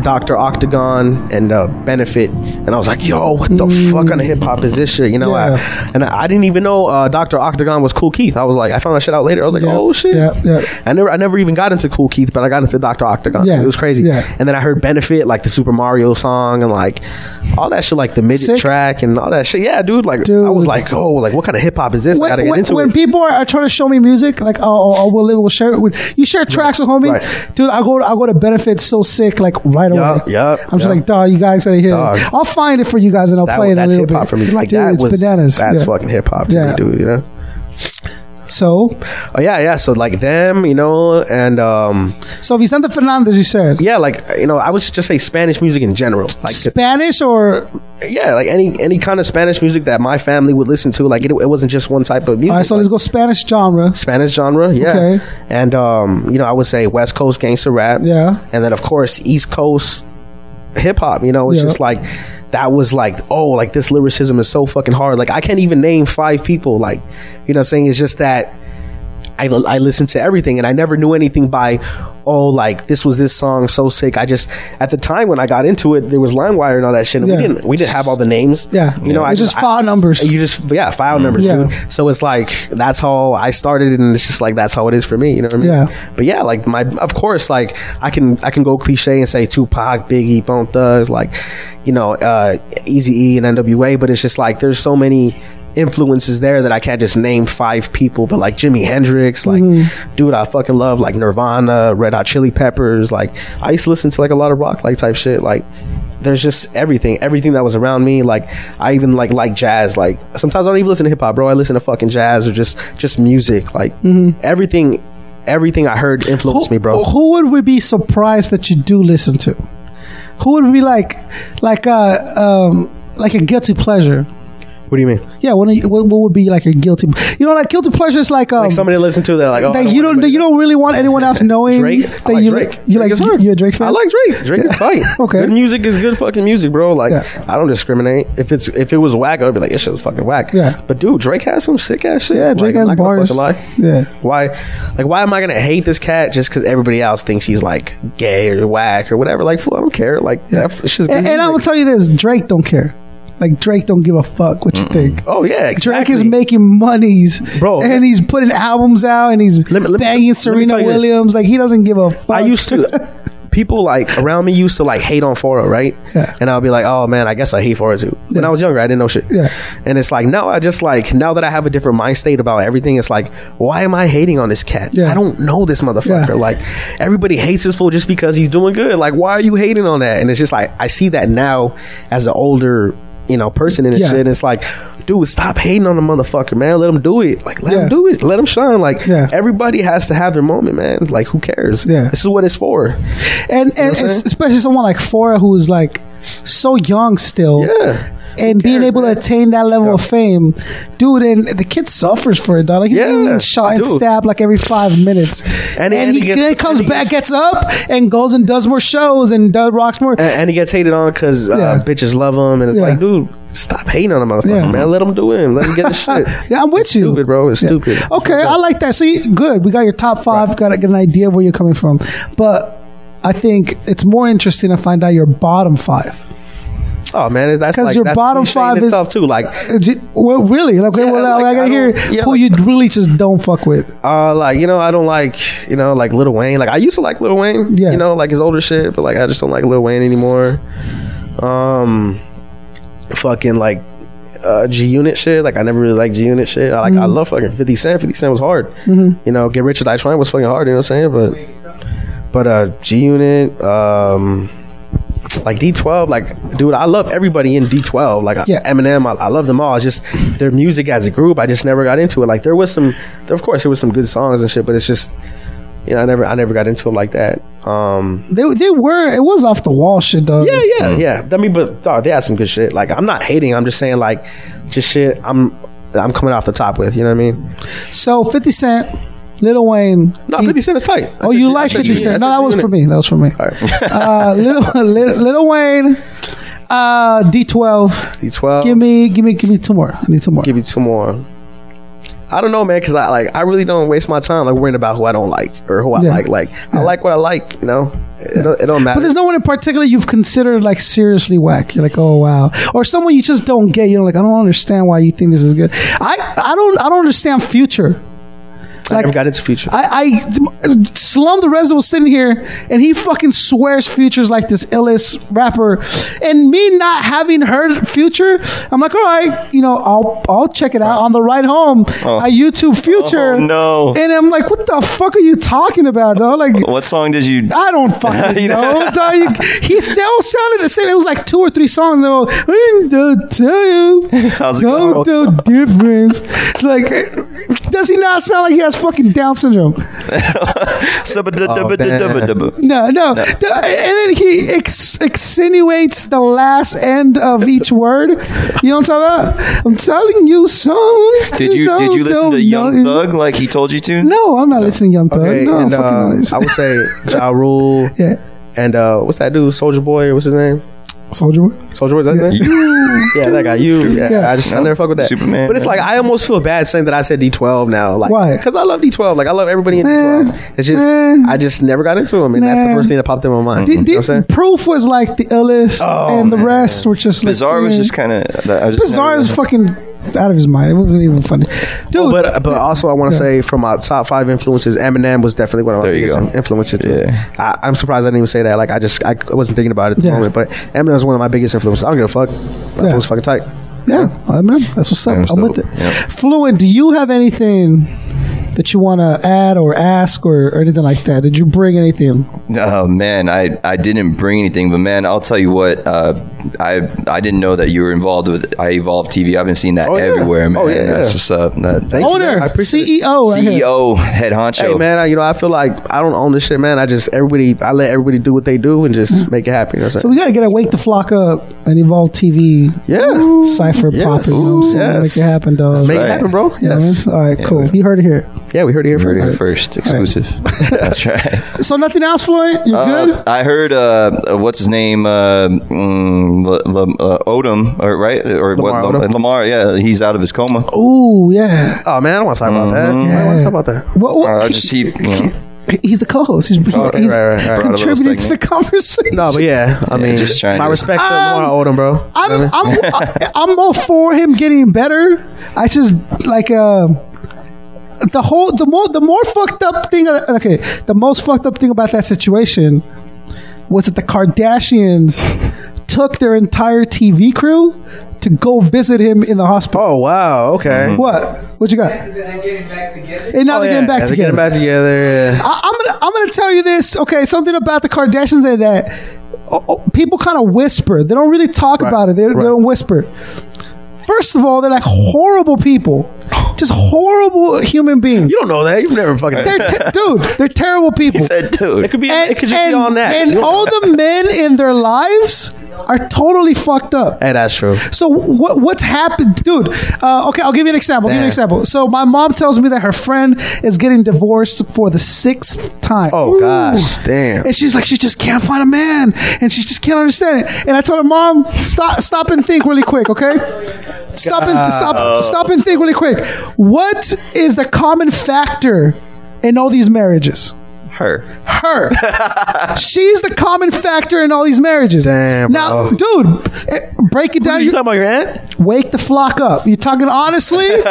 Speaker 7: Dr. Octagon and uh, Benefit. And I was like, yo, what the fuck kind of hip hop is this shit? You know,
Speaker 2: Mm. Yeah.
Speaker 7: I, and I, I didn't even know uh, Dr. Octagon was Cool Keith. I was like, I found that shit out later. I was like,
Speaker 2: Yeah,
Speaker 7: oh shit.
Speaker 2: yeah, yeah.
Speaker 7: I never I never even got into Cool Keith, but I got into Dr. Octagon.
Speaker 2: Yeah,
Speaker 7: It was crazy.
Speaker 2: yeah.
Speaker 7: And then I heard Benefit, like the Super Mario song and like all that shit, like the midget
Speaker 2: Sick.
Speaker 7: track and all that shit. Yeah, dude. Like I was
Speaker 2: Dude.
Speaker 7: like, oh, like what kind of hip hop is this? I
Speaker 2: When,
Speaker 7: gotta get
Speaker 2: when-
Speaker 7: into
Speaker 2: when
Speaker 7: it.
Speaker 2: people are, are trying to show me music, like oh, oh, oh, we'll, we'll share it with you. Share tracks with homie,
Speaker 7: right.
Speaker 2: dude. I go, I go to benefit so sick, like right away.
Speaker 7: Yup, yup,
Speaker 2: I'm just
Speaker 7: yup.
Speaker 2: like, dog, you guys gotta hear
Speaker 7: Dog.
Speaker 2: this. I'll find it for you guys and I'll
Speaker 7: that,
Speaker 2: play it a
Speaker 7: that's
Speaker 2: little
Speaker 7: hip hop
Speaker 2: bit.
Speaker 7: for me. Like
Speaker 2: dude,
Speaker 7: that
Speaker 2: it's
Speaker 7: was
Speaker 2: bananas.
Speaker 7: That's
Speaker 2: Yeah.
Speaker 7: fucking hip hop to
Speaker 2: Yeah.
Speaker 7: me, dude. You know.
Speaker 2: So,
Speaker 7: Oh yeah, yeah. So like them, you know, and um,
Speaker 2: so Vicente Fernandez, you said
Speaker 7: yeah, like you know, I would just say Spanish music in general. Like
Speaker 2: Spanish or
Speaker 7: yeah, like any any kind of Spanish music that my family would listen to. Like it, it wasn't just one type of music.
Speaker 2: all right? So let's
Speaker 7: like,
Speaker 2: go Spanish genre.
Speaker 7: Spanish genre, yeah.
Speaker 2: Okay.
Speaker 7: And um, you know, I would say West Coast gangster rap.
Speaker 2: Yeah.
Speaker 7: And then of course East Coast hip hop, you know, it's
Speaker 2: Yeah.
Speaker 7: just like that was like, oh, like this lyricism is so fucking hard. Like I can't even name five people. Like, you know what I'm saying? It's just that I, I listened to everything and I never knew anything by, oh, like this was this song so sick. I just, at the time when I got into it, there was LimeWire and all that shit. And
Speaker 2: Yeah.
Speaker 7: we didn't, we didn't have all the names.
Speaker 2: Yeah.
Speaker 7: You know,
Speaker 2: We
Speaker 7: I
Speaker 2: just
Speaker 7: I-
Speaker 2: file numbers.
Speaker 7: You just, yeah, file numbers,
Speaker 2: Yeah.
Speaker 7: dude. So it's like, that's how I started. And it's just like, that's how it is for me. You know what I mean?
Speaker 2: Yeah.
Speaker 7: But yeah, like my, of course, like I can, I can go cliche and say Tupac, Biggie, Bone Thugs, like, you know, uh, Easy E and NWA, but it's just like, there's so many influences there that I can't just name five people, but like Jimi Hendrix, like, dude, I fucking love like Nirvana, Red Hot Chili Peppers. Like, I used to listen to like a lot of rock, like type shit. Like, there's just everything, everything that was around me. Like, I even like like jazz. Like, sometimes I don't even listen to hip hop, bro. I listen to fucking jazz or just just music. Like, everything everything I heard influenced me, bro.
Speaker 2: Who would we be surprised that you do listen to? Who would we like, like uh, um, like a guilty pleasure?
Speaker 7: What do you mean?
Speaker 2: Yeah, what, are you- what, what would be like a guilty? You know, like guilty pleasure is like um,
Speaker 7: Like somebody listen to that, like oh, I
Speaker 2: that you don't
Speaker 7: want
Speaker 2: that you don't really want anyone else knowing
Speaker 7: Drake.
Speaker 2: that
Speaker 7: I like
Speaker 2: you
Speaker 7: Drake.
Speaker 2: like you
Speaker 7: is
Speaker 2: like
Speaker 7: hard.
Speaker 2: you're a Drake fan.
Speaker 7: I like Drake. Drake is tight.
Speaker 2: Okay.
Speaker 7: Good music is good fucking music, bro. Like
Speaker 2: Yeah.
Speaker 7: I don't discriminate. If it's if it was whack, I'd be like, this shit's fucking whack.
Speaker 2: Yeah.
Speaker 7: But dude, Drake has some sick ass shit.
Speaker 2: Yeah, Drake has
Speaker 7: Like, I'm not gonna
Speaker 2: bars.
Speaker 7: fucking lie.
Speaker 2: Yeah.
Speaker 7: Why like why am I gonna hate this cat just cause everybody else thinks he's like gay or whack or whatever? Like fool, I don't care. Like that f- it's just good
Speaker 2: And, and I will
Speaker 7: music.
Speaker 2: tell you this: Drake don't care. Like Drake don't give a fuck what you think.
Speaker 7: Oh yeah, exactly.
Speaker 2: Drake is making monies,
Speaker 7: Bro.
Speaker 2: and he's putting albums out, and he's
Speaker 7: Let me- let me- let me
Speaker 2: banging Serena
Speaker 7: tell you this.
Speaker 2: Williams. Like he doesn't give a fuck.
Speaker 7: I used to. People like around me used to like hate on Foro, right?
Speaker 2: Yeah.
Speaker 7: And I'll be like, oh man, I guess I hate Foro too. When I was younger, I didn't know shit.
Speaker 2: Yeah.
Speaker 7: And it's like now I just like now that I have a different mind state about everything, it's like, why am I hating on this cat?
Speaker 2: Yeah.
Speaker 7: I don't know this motherfucker.
Speaker 2: Yeah.
Speaker 7: Like everybody hates this fool just because he's doing good. Like why are you hating on that? And it's just like I see that now as an older. You know, person and
Speaker 2: Yeah.
Speaker 7: shit. And it's like, dude, stop hating on the motherfucker, man. Let him do it. Like, let
Speaker 2: Yeah.
Speaker 7: him do it. Let him shine. Like,
Speaker 2: Yeah.
Speaker 7: everybody has to have their moment, man. Like, who cares?
Speaker 2: Yeah.
Speaker 7: This is what it's for.
Speaker 2: and and
Speaker 7: what I'm
Speaker 2: it's-
Speaker 7: saying?
Speaker 2: especially someone like Fora who's like so young still.
Speaker 7: Yeah.
Speaker 2: And being
Speaker 7: cares,
Speaker 2: able
Speaker 7: man?
Speaker 2: to attain that level of fame, dude, and the kid suffers for it, dog. Like he's
Speaker 7: Yeah,
Speaker 2: getting shot and
Speaker 7: dude.
Speaker 2: stabbed like every five minutes, and,
Speaker 7: And- and
Speaker 2: he,
Speaker 7: he gets-
Speaker 2: then comes
Speaker 7: and he
Speaker 2: back,
Speaker 7: gets-
Speaker 2: gets up, and goes and does more shows and does rocks more.
Speaker 7: And, and he gets hated on because uh,
Speaker 2: Yeah.
Speaker 7: bitches love him. And it's
Speaker 2: Yeah.
Speaker 7: like, dude, stop hating on the motherfucker,
Speaker 2: Yeah.
Speaker 7: man. Let him do him. Let him get his shit.
Speaker 2: yeah, I'm with you.
Speaker 7: Stupid, bro. It's
Speaker 2: Yeah.
Speaker 7: stupid.
Speaker 2: Okay, I like that. So you, good. We got your top five. Got to get an idea of where you're coming from, but I think it's more interesting to find out your bottom five.
Speaker 7: Oh, man. That's
Speaker 2: 'Cause
Speaker 7: like,
Speaker 2: your
Speaker 7: that's
Speaker 2: bottom
Speaker 7: cliche
Speaker 2: five
Speaker 7: in
Speaker 2: is-
Speaker 7: itself, too. Like,
Speaker 2: Uh, j- Well, really? Like, okay,
Speaker 7: Yeah,
Speaker 2: well,
Speaker 7: like,
Speaker 2: I
Speaker 7: I
Speaker 2: gotta hear
Speaker 7: don't- yeah,
Speaker 2: who
Speaker 7: like-
Speaker 2: you really just don't fuck with.
Speaker 7: uh, like, you know, I don't like, you know, like Lil Wayne. Like, I used to like Lil Wayne,
Speaker 2: Yeah.
Speaker 7: you know, like his older shit, but like, I just don't like Lil Wayne anymore. Um, fucking like, uh, G Unit shit. Like I never really liked G Unit shit. I like I love fucking Fifty Cent. Fifty Cent was hard. You know, Get Rich or Die Trying was fucking hard. You know what I'm saying? But but uh, G Unit, um, like D12, like dude, I love everybody in D12. Like
Speaker 2: Yeah.
Speaker 7: Eminem, I, I love them all. It's just their music as a group, I just never got into it. Like there was some, there, of course, there was some good songs and shit, but it's just You know, I never I never got into it like that. Um,
Speaker 2: They, they were it was off the wall shit though.
Speaker 7: yeah, yeah, yeah. I mean, but dog, they had some good shit. Like, I'm not hating. I'm just saying, like, just shit. I'm I'm coming off the top with. You know what I mean?
Speaker 2: So Fifty Cent, Little Wayne.
Speaker 7: No,
Speaker 2: D-
Speaker 7: 50 Cent is tight.
Speaker 2: Oh, you like Fifty Cent? No, that was for me. That was for me. Uh, little, little Little Wayne, uh, D twelve.
Speaker 7: D12.
Speaker 2: Give me give me give me two more. I need two more.
Speaker 7: give you two more. I don't know, man, because I like I really don't waste my time like worrying about who I don't like or who I
Speaker 2: Yeah.
Speaker 7: like. Like I like what I like, you know. It, don't, it don't matter.
Speaker 2: but there's no one in particular you've considered like seriously whack. You're like, oh wow, or someone you just don't get. You're like, I don't understand why you think this is good. I I don't I don't understand future.
Speaker 7: I never got into future.
Speaker 2: I, I Slum the Reza was sitting here and he fucking swears Future's like this illest rapper. And me not having heard Future, I'm like, all right, you know, I'll I'll check it out on the ride home. I YouTube Future.
Speaker 5: Oh, no.
Speaker 2: And I'm like, what the fuck are you talking about, dog? Like,
Speaker 5: What song did you?
Speaker 2: I don't fucking know. dog. You- he they all sounded the same. It was like two or three songs. They were, "We don't tell you,
Speaker 5: How's it
Speaker 2: don't
Speaker 5: going?
Speaker 2: do difference. It's like, does he not sound like he has fucking Down syndrome? Oh,
Speaker 5: Subba-dubba-dubba-dubba.
Speaker 2: No, no. The- and then he ex- extenuates the last end of each word. You know what I'm talking about? I'm telling you, son.
Speaker 5: Did you did
Speaker 2: don't-
Speaker 5: you listen to
Speaker 2: don't
Speaker 5: Young
Speaker 2: know.
Speaker 5: Thug like he told you to?
Speaker 2: No, I'm not listening to Young Thug.
Speaker 7: Okay,
Speaker 2: no, I'm
Speaker 7: and,
Speaker 2: fucking
Speaker 7: uh,
Speaker 2: not
Speaker 7: I
Speaker 2: listening.
Speaker 7: would say Ja Rule
Speaker 2: Yeah,
Speaker 7: and uh, what's that dude? Soldier Boy? or What's his name?
Speaker 2: Soldier Boy.
Speaker 7: Soldier Boy? Is that his name? yeah, that guy. You. Yeah,
Speaker 2: Yeah.
Speaker 7: I just I never fuck with that.
Speaker 5: Superman.
Speaker 7: But it's like I almost feel bad saying that I said D12 now. Like,
Speaker 2: Why?
Speaker 7: Because I love D12. Like I love everybody in
Speaker 2: Man.
Speaker 7: D12. It's just
Speaker 2: Man.
Speaker 7: I just never got into him, and that's the
Speaker 2: Man.
Speaker 7: first thing that popped in my mind.
Speaker 2: The-
Speaker 7: you know what I'm
Speaker 2: the
Speaker 7: saying? Oh,
Speaker 2: proof was like the illest, and the rest were just like
Speaker 5: Bizarre was just kind of
Speaker 2: bizarre is fucking out of his mind. It wasn't even funny, dude.
Speaker 5: uh,
Speaker 7: But but also I want to
Speaker 2: Yeah.
Speaker 7: say from my top five influences, Eminem was definitely one of my
Speaker 5: There you
Speaker 7: biggest
Speaker 5: go.
Speaker 7: influences. dude.
Speaker 5: Yeah.
Speaker 7: I, I'm surprised I didn't even say that. Like I just I wasn't thinking about it at the
Speaker 2: Yeah.
Speaker 7: moment. But Eminem was one of my biggest influences. I don't give a fuck. That
Speaker 2: Yeah.
Speaker 7: was fucking tight.
Speaker 2: yeah, I mean, that's what's up.
Speaker 5: Yeah,
Speaker 2: I'm
Speaker 5: it's
Speaker 2: with it.
Speaker 5: dope. Yeah.
Speaker 2: Fluent, do you have anything that you want to add or ask or, or anything like that? Did you bring anything?
Speaker 5: Oh man, I, I didn't bring anything, but man, I'll tell you what, uh, I I didn't know that you were involved with I Evolve TV. I've been seeing that
Speaker 7: Oh, yeah.
Speaker 5: everywhere, man.
Speaker 7: Oh, yeah,
Speaker 5: That's
Speaker 7: yeah.
Speaker 5: what's up. That,
Speaker 7: Thank you, man.
Speaker 2: Owner,
Speaker 7: I appreciate it. E
Speaker 2: CEO, right here.
Speaker 5: CEO head honcho.
Speaker 7: Hey man, I, you know I feel like I don't own this shit, man. I just everybody I let everybody do what they do and just make it happen. You know what I'm
Speaker 2: Mm-hmm. So
Speaker 7: saying?
Speaker 2: we got to get a wake the flock up and evolve TV
Speaker 7: yeah,
Speaker 2: cipher
Speaker 7: Yes.
Speaker 2: popping. You know what I'm saying?
Speaker 7: Yes.
Speaker 2: Make it happen, dog.
Speaker 7: make
Speaker 5: right.
Speaker 7: it happen, bro.
Speaker 2: You know what I mean?
Speaker 7: Yes,
Speaker 2: All right, cool. You heard it here.
Speaker 7: yeah, we heard it here
Speaker 5: Heard it
Speaker 7: first.
Speaker 5: first, exclusive. That's right.
Speaker 2: So nothing else, Fluent? You're
Speaker 5: Uh,
Speaker 2: good?
Speaker 5: I heard uh, uh, what's his name, uh, mm, L- L- uh, Odom, or right, or
Speaker 7: Lamar
Speaker 5: what? Lam-
Speaker 7: Odom.
Speaker 5: Lamar, yeah, he's out of his coma.
Speaker 2: Ooh, yeah.
Speaker 7: Oh man, I don't want to talk about that. I don't want
Speaker 2: Mm-hmm.
Speaker 7: to talk about that.
Speaker 2: What, what,
Speaker 5: Uh, just he, you know,
Speaker 2: he's the co-host. He's, he's,
Speaker 7: Oh, right,
Speaker 2: he's
Speaker 7: right, right, right.
Speaker 2: contributing to the
Speaker 5: Segment.
Speaker 2: conversation.
Speaker 7: No, but yeah, I mean,
Speaker 5: just trying
Speaker 7: my
Speaker 5: to-
Speaker 7: respects to
Speaker 2: Um,
Speaker 7: Lamar Odom, bro. You know what I mean?
Speaker 2: I'm, I'm, I'm all for him getting better. I just like uh, the whole the more the more fucked up thing. Okay, the most fucked up thing about that situation was that the Kardashians took their entire TV crew to go visit him in the hospital.
Speaker 7: Oh wow! Okay.
Speaker 5: Mm-hmm.
Speaker 2: What? What you got? And now
Speaker 7: Oh,
Speaker 2: they're
Speaker 7: yeah,
Speaker 2: getting back
Speaker 7: yeah, they're
Speaker 2: together.
Speaker 7: Getting back together. Yeah.
Speaker 2: I, I'm gonna I'm gonna tell you this. Okay, something about the Kardashians that, that oh, oh, people kind of whisper. They don't really talk about it. They, they
Speaker 7: right.
Speaker 2: don't whisper. First of all, they're like horrible people, just horrible human beings.
Speaker 7: You don't know that. You've never fucking.
Speaker 2: They're te- dude, they're terrible people.
Speaker 5: that dude.
Speaker 7: it could be. it could just be on that.
Speaker 2: and all the men in their lives are totally fucked up.
Speaker 7: hey, that's true.
Speaker 2: So what what's happened, dude? Uh, okay, I'll give you an example. Give you an
Speaker 7: Yeah.
Speaker 2: example. So my mom tells me that her friend is getting divorced for the sixth time.
Speaker 7: Oh gosh, damn.
Speaker 2: And she's like, she just can't find a man, and she just can't understand it. And I told her, Mom, stop, stop and think really quick, okay? Stop and stop, stop and think really quick. What is the common factor in all these marriages?
Speaker 5: her.
Speaker 2: her. She's the common factor in all these marriages.
Speaker 7: Damn,
Speaker 2: now,
Speaker 7: bro.
Speaker 2: dude, eh, break it down.
Speaker 7: you
Speaker 2: You-
Speaker 7: talking about your aunt?
Speaker 2: wake the flock up. You're talking honestly. You're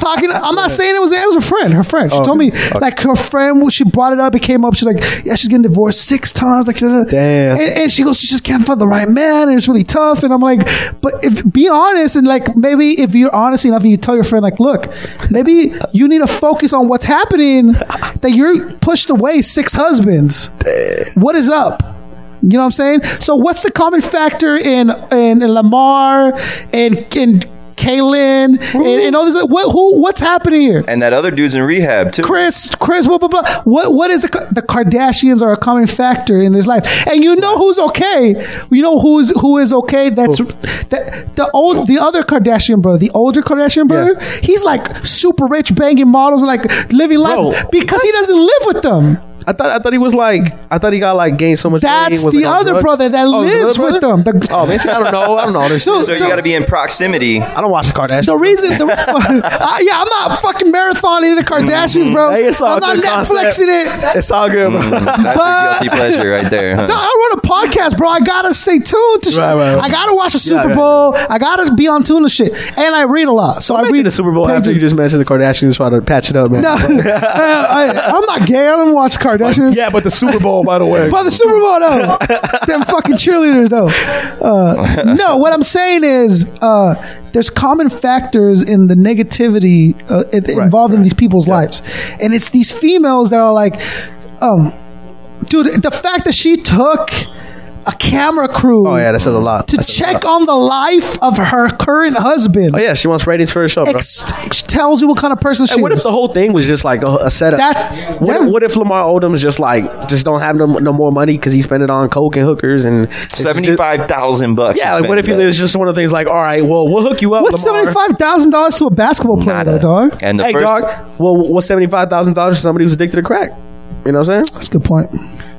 Speaker 2: talking. I'm not saying it was. It was a friend. Her friend. She told me like her friend. She brought it up. It came up. She's like, yeah, she's getting divorced six times. Like, da, da, da.
Speaker 7: Damn.
Speaker 2: And, and she goes, she just can't find the right man, and it's really tough. And I'm like, but if be honest, and like maybe if you're honest enough, and you tell your friend like, look, maybe you need to focus on what's happening. That you're pushed away six husbands. What is up? You know what I'm saying? So what's the common factor in in Lamar and in K- Kaylin, and, and all this. What who? What's happening here?
Speaker 5: And that other dude's in rehab too.
Speaker 2: Chris, Chris, blah blah blah. What what is the, the Kardashians are a common factor in this life, and you know who's okay. You know who's who is okay. That's that the old the other Kardashian brother, the older Kardashian brother. He's like super rich, banging models, and like living life
Speaker 7: Bro,
Speaker 2: because he doesn't live with them.
Speaker 7: I thought I thought he was like I thought he got like gained so much. weight,
Speaker 2: That's
Speaker 7: was,
Speaker 2: the
Speaker 7: like, on
Speaker 2: other
Speaker 7: drugs.
Speaker 2: brother that
Speaker 7: Oh, it's another
Speaker 2: lives with
Speaker 7: brother?
Speaker 2: them. The-
Speaker 7: Oh man, see, I don't know. I don't know all this.
Speaker 2: So-
Speaker 7: shit.
Speaker 5: So you got to be in proximity.
Speaker 7: I don't watch the Kardashians.
Speaker 2: The reason, the, uh, yeah, I'm not fucking marathoning the Kardashians, bro.
Speaker 7: Mm-hmm. Hey, it's all
Speaker 2: I'm not
Speaker 7: good concept.
Speaker 2: Netflixing it.
Speaker 7: It's all good. Bro.
Speaker 5: Mm, That's
Speaker 2: But-
Speaker 5: a guilty pleasure right there. huh?
Speaker 2: No, I run a podcast, bro. I gotta stay tuned to shit.
Speaker 7: Right, right, right.
Speaker 2: I gotta watch the Super
Speaker 7: yeah,
Speaker 2: Bowl. I gotta be on tune to shit, and I read a lot. So I
Speaker 7: Imagine
Speaker 2: read
Speaker 7: the Super Bowl after
Speaker 2: pages.
Speaker 7: you just mentioned the Kardashians trying to patch it up, man.
Speaker 2: No, I, am not gay. I don't watch Kardashians.
Speaker 7: Yeah, but the Super Bowl, by the way.
Speaker 2: By the Super Bowl, though. Them fucking cheerleaders, though. Uh, no, what I'm saying is uh, there's common factors in the negativity uh, it- involved in these people's lives. And it's these females that are like, um, dude, the fact that she took a camera crew.
Speaker 7: oh yeah, that says a lot.
Speaker 2: to
Speaker 7: That says a lot.
Speaker 2: check on the life of her current husband.
Speaker 7: Oh yeah, she wants ratings for her show, bro.
Speaker 2: Ex- tells you what kind of person she
Speaker 7: Hey, what if
Speaker 2: is.
Speaker 7: the whole thing was just like a, a setup?
Speaker 2: That's-
Speaker 7: what,
Speaker 2: yeah.
Speaker 7: if, what if Lamar Odom's just like just don't have no, no more money because he spent it on coke and hookers and it's just-
Speaker 5: Seventy-five thousand bucks.
Speaker 7: Yeah,
Speaker 5: he
Speaker 7: like what if he
Speaker 5: spent.
Speaker 7: was just one of the things like, all right, well, we'll hook you up.
Speaker 2: What's
Speaker 7: Lamar.
Speaker 2: seventy five thousand dollars to a basketball player,
Speaker 5: Nada.
Speaker 2: though, dog?
Speaker 5: And the
Speaker 7: Hey,
Speaker 5: first,
Speaker 7: dog. Well, what's seventy five thousand dollars for somebody who's addicted to crack? You know what I'm saying?
Speaker 2: That's a good point.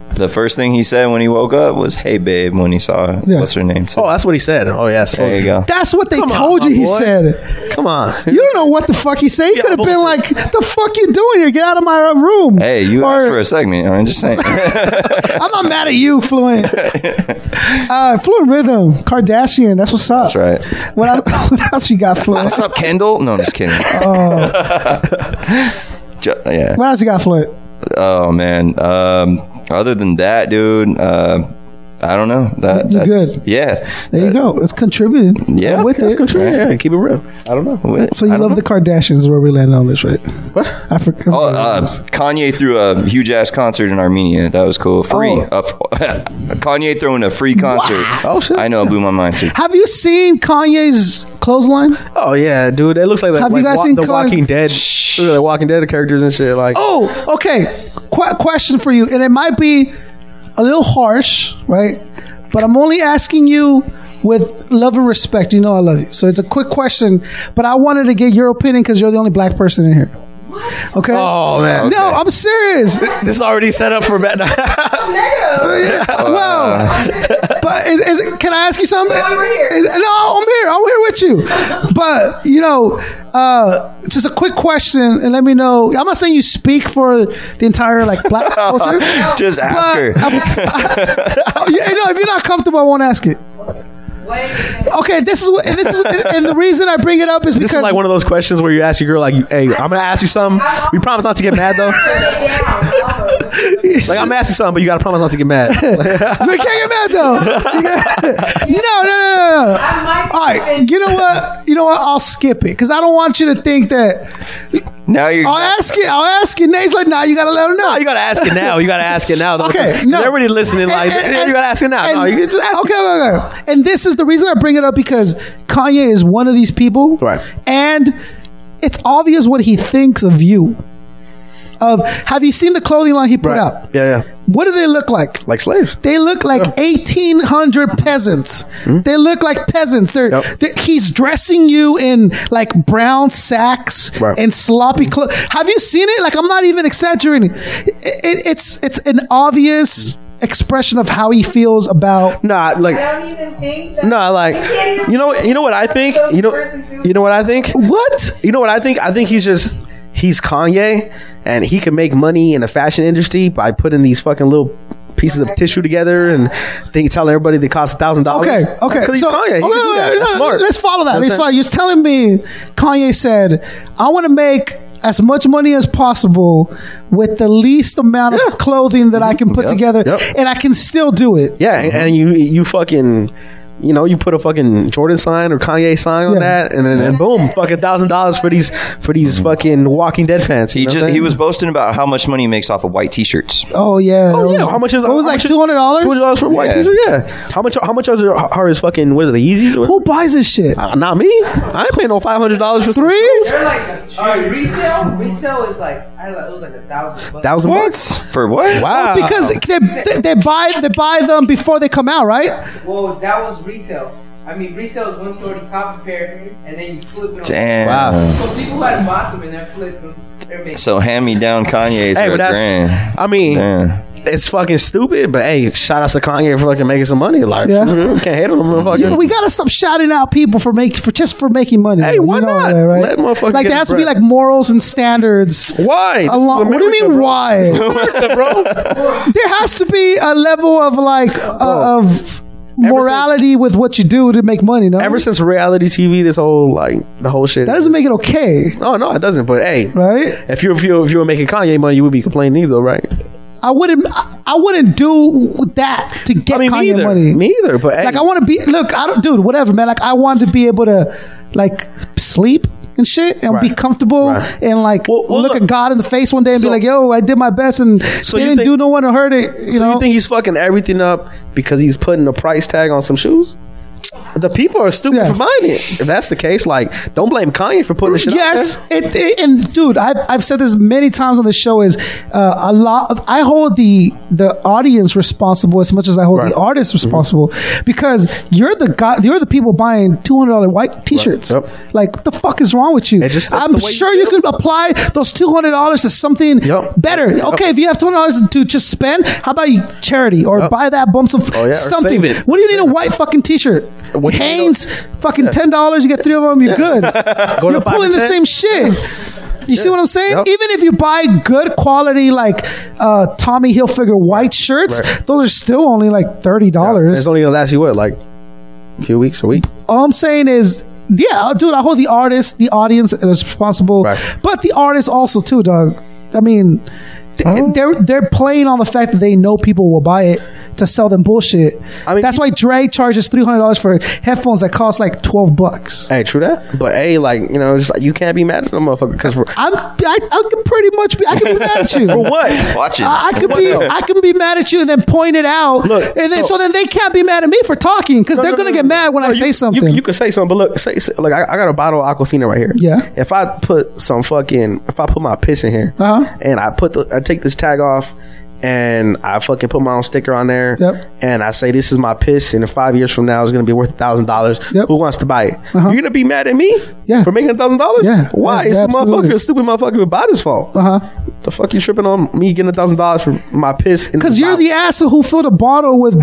Speaker 5: the first thing he said when he woke up was "Hey, babe." When he saw
Speaker 2: Yeah.
Speaker 5: what's her name? too.
Speaker 7: Oh, that's what he said. Oh yes.
Speaker 5: there you go.
Speaker 2: That's what they
Speaker 7: on,
Speaker 2: told you.
Speaker 7: my
Speaker 2: He
Speaker 7: boy.
Speaker 2: said it.
Speaker 7: Come on.
Speaker 2: You don't know what the fuck he said. He
Speaker 7: Yeah,
Speaker 2: could have been like,
Speaker 7: bullshit.
Speaker 2: "The fuck you doing here? Get out of my room."
Speaker 5: Hey, you
Speaker 2: Or,
Speaker 5: asked for a segment. I'm just saying.
Speaker 2: I'm not mad at you, Fluent. uh, Fluent Rhythm, Kardashian. That's what's up.
Speaker 5: That's right.
Speaker 2: What, el- what else you got, Fluent?
Speaker 5: What's up, Kendall? No, I'm just kidding.
Speaker 2: Oh.
Speaker 5: Ju- yeah.
Speaker 2: What else you got, Fluent?
Speaker 5: Oh man. Um, other than that, dude, uh, I don't know. That,
Speaker 2: You
Speaker 5: that's-
Speaker 2: good.
Speaker 5: Yeah.
Speaker 2: There you go. It's contributing.
Speaker 5: Yeah,
Speaker 2: I'm with
Speaker 5: that's
Speaker 2: it.
Speaker 7: Yeah, keep it real.
Speaker 5: I don't know. What-
Speaker 2: So you
Speaker 5: I don't
Speaker 2: love the
Speaker 5: know.
Speaker 2: Kardashians? Where we landed on this, right? What? I forgot.
Speaker 5: Oh, uh, Kanye threw a huge ass concert in Armenia. That was cool. Free.
Speaker 2: Oh.
Speaker 5: Uh, Kanye throwing a free concert.
Speaker 7: Oh, shit.
Speaker 5: I know. It blew my mind too.
Speaker 2: Have you seen Kanye's clothesline?
Speaker 7: Oh yeah, dude. It looks like the,
Speaker 2: Have you
Speaker 7: like,
Speaker 2: guys
Speaker 7: wa-
Speaker 2: seen
Speaker 7: the
Speaker 2: Colin-
Speaker 7: Walking Dead. Look at the Walking Dead characters and shit. Like,
Speaker 2: Oh, okay. Qu- question for you, and it might be a little harsh, right? But I'm only asking you with love and respect. You know I love you, so it's a quick question. But I wanted to get your opinion because you're the only black person in here. Okay.
Speaker 7: Oh, man.
Speaker 2: No, I'm serious.
Speaker 7: this is already set up for bad.
Speaker 2: well, Oh, but is, is can I ask you something?
Speaker 11: over here.
Speaker 2: Is- no, I'm here. I'm here with you. But you know, uh, just a quick question, and let me know. I'm not saying you speak for the entire like black culture.
Speaker 5: Just ask her.
Speaker 2: But I'm- I- you know, if you're not comfortable, I won't ask it. Okay, this is what and this is, and the reason I bring it up is because
Speaker 7: This is like one of those questions where you ask your girl, like, "Hey, I'm gonna ask you something. We promise not to get mad, though. Like, I'm asking something, but you gotta promise not to get mad."
Speaker 2: you can't get mad though. You can't- no, no, no, no, no. All right, you know what? You know what? I'll skip it because I don't want you to think that
Speaker 5: Now you're.
Speaker 2: I'll ask it. I'll ask it. Nate's like, nah, you gotta let him know.
Speaker 7: no, you gotta ask it now. You gotta ask it now. Though,
Speaker 2: Okay,
Speaker 7: because
Speaker 2: no.
Speaker 7: they're already listening. Like,
Speaker 2: And- and-
Speaker 7: "Yeah, you gotta ask it now.
Speaker 2: and-
Speaker 7: no, you can just ask it.
Speaker 2: okay, okay, okay. And this is the reason I bring it up because Kanye is one of these people,
Speaker 7: Right.
Speaker 2: And it's obvious what he thinks of you. Of have you seen the clothing line he put
Speaker 7: Right.
Speaker 2: out?
Speaker 7: Yeah, yeah,
Speaker 2: What do they look like?
Speaker 7: like slaves.
Speaker 2: They look like
Speaker 7: Oh.
Speaker 2: 1,800 peasants. They look like peasants. They're,
Speaker 7: Hmm? Yep.
Speaker 2: they- he's dressing you in like brown sacks
Speaker 7: Right.
Speaker 2: and sloppy clothes. Have you seen it? Like I'm not even exaggerating. It, it, it's it's an obvious expression of how he feels about.
Speaker 7: Nah, like,
Speaker 11: don't even think that.
Speaker 7: nah, like,
Speaker 11: You can't even-
Speaker 7: you know, what- you know what I think. You know, you know what I think.
Speaker 2: What?
Speaker 7: You know what I think? I think he's just he's Kanye, and he can make money in the fashion industry by putting these fucking little pieces of tissue together and think telling everybody they cost thousand dollars.
Speaker 2: Okay, okay.
Speaker 7: Because he's
Speaker 2: So,
Speaker 7: Kanye. He
Speaker 2: wait,
Speaker 7: can do
Speaker 2: wait,
Speaker 7: that.
Speaker 2: wait,
Speaker 7: That's
Speaker 2: no,
Speaker 7: smart.
Speaker 2: Let's follow that.
Speaker 7: You know
Speaker 2: It's
Speaker 7: what I'm
Speaker 2: fine. You're telling me Kanye said, I want to make as much money as possible with the least amount of clothing that I can put together
Speaker 7: Mm-hmm. Yep.
Speaker 2: and I can still do it.
Speaker 7: Yeah, and, and you you fucking you know, you put a fucking Jordan sign or Kanye sign on
Speaker 2: Yeah. Mm-hmm.
Speaker 7: that, and then and boom, fucking thousand dollars for these for these fucking Walking Dead fans. you
Speaker 5: He
Speaker 7: know what
Speaker 5: just
Speaker 7: I'm
Speaker 5: he
Speaker 7: saying?
Speaker 5: was boasting about how much money he makes off of white T-shirts.
Speaker 2: Oh yeah.
Speaker 7: Oh,
Speaker 2: That
Speaker 7: yeah. How much is
Speaker 2: It was
Speaker 7: how
Speaker 2: like
Speaker 7: much is-
Speaker 2: two hundred dollars.
Speaker 7: Two hundred dollars for a white
Speaker 5: Yeah.
Speaker 7: t-shirt. Yeah. How much? How much are, are his fucking? What is it? The Yeezys? Or,
Speaker 2: Who buys this shit?
Speaker 7: Uh, not me. I ain't paying no five hundred dollars for some
Speaker 2: Three?
Speaker 7: shoes.
Speaker 11: They're like, all right, resale. Resale is like, I like it was like a thousand bucks.
Speaker 7: Thousand
Speaker 2: What?
Speaker 7: bucks.
Speaker 5: For what?
Speaker 7: Wow.
Speaker 2: Oh, Because they, they, they buy they buy them before they come out, right?
Speaker 11: Well, that was retail. I mean, resale is once you already cop a pair and then you flip them.
Speaker 5: Damn.
Speaker 7: Wow.
Speaker 11: So people who had bought them and then flipped them, they're making.
Speaker 5: So hand me down Kanye's
Speaker 7: Hey,
Speaker 5: are
Speaker 7: but
Speaker 5: a
Speaker 7: that's.
Speaker 5: grand.
Speaker 7: I mean,
Speaker 5: Damn.
Speaker 7: it's fucking stupid. But hey, shout outs to Kanye for fucking making some money. Like,
Speaker 2: Yeah.
Speaker 7: can't hate him. motherfucker.
Speaker 2: Yeah, we gotta stop shouting out people for make for just for making money.
Speaker 7: Hey, why not?
Speaker 2: that, right?
Speaker 7: Let motherfuckers
Speaker 2: like
Speaker 7: get
Speaker 2: there has to be
Speaker 7: bread.
Speaker 2: like morals and standards.
Speaker 7: Why? This is
Speaker 2: Along, what do you
Speaker 7: America,
Speaker 2: mean?
Speaker 7: bro.
Speaker 2: Why?
Speaker 7: America, bro?
Speaker 2: there has to be a level of like uh,
Speaker 7: Oh.
Speaker 2: of morality with what you do to make money. No,
Speaker 7: Ever since reality TV, this whole like the whole shit.
Speaker 2: that doesn't make it okay,
Speaker 7: No, no, it doesn't. But hey,
Speaker 2: right?
Speaker 7: if you if you if you were making Kanye money, you would be complaining either, right?
Speaker 2: I wouldn't I, I wouldn't do that to get
Speaker 7: I mean, me
Speaker 2: Kanye
Speaker 7: either.
Speaker 2: money.
Speaker 7: Me either. But hey,
Speaker 2: Like I want to be look, I don't, dude. Whatever, man. Like I want to be able to like sleep and shit and be
Speaker 7: Right.
Speaker 2: comfortable
Speaker 7: Right.
Speaker 2: and like
Speaker 7: Well- well,
Speaker 2: look, at
Speaker 7: look.
Speaker 2: God in the face one day and
Speaker 7: So-
Speaker 2: be like, "Yo, I did my best and they
Speaker 7: you
Speaker 2: didn't
Speaker 7: think-
Speaker 2: do no one to hurt it." You
Speaker 7: so
Speaker 2: know,
Speaker 7: you think he's fucking everything up because he's putting a price tag on some shoes? The people are stupid
Speaker 2: Yeah.
Speaker 7: for buying it. If that's the case, like, don't blame Kanye for putting the shit
Speaker 2: yes
Speaker 7: out
Speaker 2: it, it- and dude I've, I've said this many times on the show is uh, a lot of, i hold the the audience responsible as much as i hold
Speaker 7: Right. Mm-hmm.
Speaker 2: the artist responsible because you're the guy you're the people buying $200 white t-shirts
Speaker 7: Yep.
Speaker 2: like what the fuck is wrong with you
Speaker 7: It just- that's
Speaker 2: i'm
Speaker 7: the way you
Speaker 2: sure you,
Speaker 7: feel.
Speaker 2: could apply those $200 to something
Speaker 7: Yep.
Speaker 2: better okay if you have $200 to just spend how about you charity or buy that bump some
Speaker 7: Oh, yeah, or
Speaker 2: something
Speaker 7: save it.
Speaker 2: what do you need a white fucking t-shirt
Speaker 7: What do you need a-
Speaker 2: Hanes, fucking $10 you get three of them you're good
Speaker 7: there. Go to
Speaker 2: you're
Speaker 7: five
Speaker 2: pulling
Speaker 7: and
Speaker 2: the same
Speaker 7: ten.
Speaker 2: shit. You see what I'm saying?
Speaker 7: Yep.
Speaker 2: Even if you buy good quality, like uh, Tommy Hilfiger white shirts,
Speaker 7: Right.
Speaker 2: those are still only like thirty dollars.
Speaker 7: It's only gonna last you what, like a few weeks, a week?
Speaker 2: All I'm saying is, yeah, dude, I hold the artist, the audience is responsible,
Speaker 7: Right.
Speaker 2: but the artist also too, dog. I mean, th- they're they're playing on the fact that they know people will buy it to sell them bullshit.
Speaker 7: I mean-
Speaker 2: that's why Dre charges three hundred dollars for headphones that cost like twelve bucks.
Speaker 7: Hey, true that. But hey, like, you know, it's just like you can't be mad at the motherfucker because for,
Speaker 2: I'm I, I can pretty much be I can be mad at you
Speaker 7: for what?
Speaker 5: Watch it.
Speaker 2: I, I could be I could be mad at you and then point it out.
Speaker 7: Look,
Speaker 2: and then, so,
Speaker 7: so-
Speaker 2: then they can't be mad at me for talking because they're
Speaker 7: no,
Speaker 2: gonna
Speaker 7: no,
Speaker 2: get
Speaker 7: no.
Speaker 2: mad when I
Speaker 7: No,
Speaker 2: say
Speaker 7: you,
Speaker 2: something.
Speaker 7: You, you can say something, but look, say, say- look, I, I got a bottle of Aquafina right here.
Speaker 2: Yeah.
Speaker 7: If I put some fucking, if I put my piss in here,
Speaker 2: Uh-huh.
Speaker 7: and I put the, I take this tag off, and I fucking put my own sticker on there,
Speaker 2: Yep.
Speaker 7: and I say this is my piss, and in five years from now it's gonna be worth a thousand dollars.
Speaker 2: Yep.
Speaker 7: Who wants to buy it?
Speaker 2: Uh-huh.
Speaker 7: You're gonna be mad at me?
Speaker 2: Yeah.
Speaker 7: For making a thousand dollars?
Speaker 2: Yeah.
Speaker 7: Why?
Speaker 2: Yeah,
Speaker 7: it's a
Speaker 2: absolutely.
Speaker 7: motherfucker, a stupid motherfucker with body's fault.
Speaker 2: Uh-huh.
Speaker 7: The fuck you tripping on me getting a thousand dollars for my piss? in
Speaker 2: Cause
Speaker 7: this
Speaker 2: you're
Speaker 7: bottle?
Speaker 2: the asshole who filled a bottle with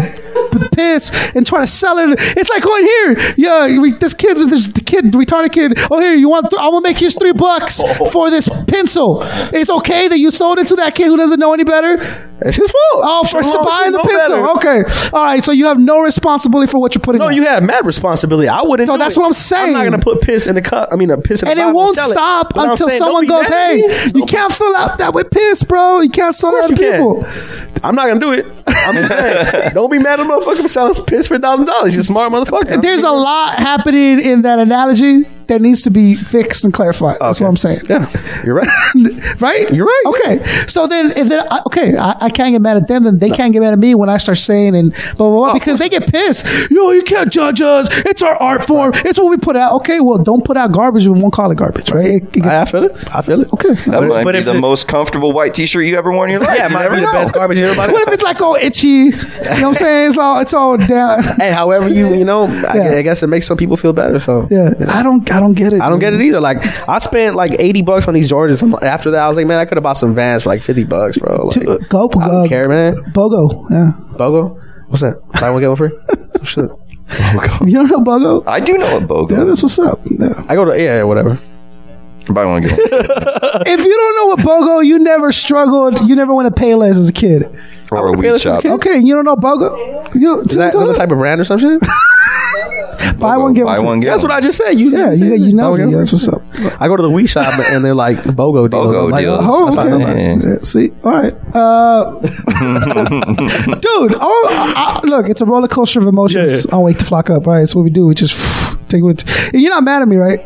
Speaker 2: with piss and try to sell it. It's like going here, yeah. We, this kid's this kid retarded kid. Oh here, you want? Th- I'm gonna make you three bucks for this pencil. It's okay that you sold it to that kid who doesn't know any better.
Speaker 7: It's his fault.
Speaker 2: Oh, for
Speaker 7: Shalom,
Speaker 2: buying the
Speaker 7: no
Speaker 2: pencil.
Speaker 7: better.
Speaker 2: Okay, all right. So you have no responsibility for what you're putting.
Speaker 7: No,
Speaker 2: out.
Speaker 7: you have mad responsibility. I wouldn't.
Speaker 2: So
Speaker 7: do
Speaker 2: that's
Speaker 7: it.
Speaker 2: what I'm saying.
Speaker 7: I'm not gonna put piss in the cup. I mean, a piss in
Speaker 2: and
Speaker 7: the
Speaker 2: it
Speaker 7: bottle
Speaker 2: won't
Speaker 7: sell
Speaker 2: stop
Speaker 7: But I'm
Speaker 2: until
Speaker 7: saying, don't
Speaker 2: someone
Speaker 7: be
Speaker 2: goes,
Speaker 7: mad at
Speaker 2: "Hey,
Speaker 7: me."
Speaker 2: you
Speaker 7: Don't-
Speaker 2: can't fill out that with piss, bro. You can't sell
Speaker 7: Of
Speaker 2: out to
Speaker 7: course
Speaker 2: people."
Speaker 7: you can. I'm not gonna do it. I'm just saying, don't be mad at a motherfucker for selling piss for thousand dollars. He's a smart motherfucker.
Speaker 2: There's a lot happening in that analogy that needs to be fixed and clarified. That's what I'm saying.
Speaker 7: yeah, you're right.
Speaker 2: Right?
Speaker 7: You're right.
Speaker 2: Okay. So then, if then I- okay, I, I can't get mad at them, then they can't get mad at me when I start saying and blah
Speaker 7: Oh.
Speaker 2: blah blah because they get pissed. Yo, you can't judge us. It's our art form. It's what we put out. Okay, well, don't put out garbage. We won't call it garbage, right? It- it-
Speaker 7: I, I feel it. I feel it.
Speaker 2: okay.
Speaker 5: that might
Speaker 7: but
Speaker 5: be
Speaker 7: if
Speaker 5: the,
Speaker 7: the-
Speaker 5: most comfortable white T-shirt you ever wore in your life.
Speaker 7: Yeah,
Speaker 5: You
Speaker 7: might
Speaker 5: never
Speaker 7: be the
Speaker 5: know.
Speaker 7: best garbage in everybody.
Speaker 2: What if it's like all itchy? You know what I'm saying? It's all it's all down.
Speaker 7: Hey, however you you know,
Speaker 2: Yeah.
Speaker 7: I, I guess it makes some people feel better. So
Speaker 2: Yeah, I don't, I don't get it.
Speaker 7: I don't get
Speaker 2: dude.
Speaker 7: it either. Like I spent like eighty bucks on these Jordans. I'm like- After that, I was like, man, I could have bought some Vans for like fifty bucks, bro. Like,
Speaker 2: To- uh, go,
Speaker 7: I don't
Speaker 2: uh,
Speaker 7: care, man.
Speaker 2: Bogo, yeah,
Speaker 7: Bogo? What's that? Buy one get one free? Oh, Shit.
Speaker 2: you don't know Bogo?
Speaker 5: I do know a
Speaker 2: Yeah,
Speaker 5: bogo.
Speaker 2: that's what's up. Yeah.
Speaker 7: I go to yeah, yeah whatever.
Speaker 5: Buy one get one.
Speaker 2: If you don't know what Bogo, you never struggled. You never went to Payless as a kid.
Speaker 5: or a
Speaker 7: pay
Speaker 5: weed
Speaker 7: this as a
Speaker 5: shop.
Speaker 7: kid.
Speaker 2: Okay, you don't know Bogo. You don't,
Speaker 7: Is that, is that the type of brand or some shit?
Speaker 2: Buy one, get one.
Speaker 5: Buy
Speaker 2: free.
Speaker 5: one, get
Speaker 7: That's what
Speaker 5: one.
Speaker 7: I just said. You
Speaker 2: Yeah,
Speaker 7: just
Speaker 2: you,
Speaker 7: said
Speaker 2: you
Speaker 7: it.
Speaker 2: know,
Speaker 7: Okay.
Speaker 2: yeah, that's what's up.
Speaker 7: I go to the weed shop and they're like BOGO deals.
Speaker 5: BOGO
Speaker 7: I'm like,
Speaker 5: deals.
Speaker 2: Oh,
Speaker 7: That's how I know
Speaker 2: okay.
Speaker 7: about it.
Speaker 5: Yeah.
Speaker 2: Yeah, see, all right, uh, dude. Oh, I, I- look, it's a roller coaster of emotions. I'll wake the flock up. Right, it's what we do. We just take it. You're not mad at me, right?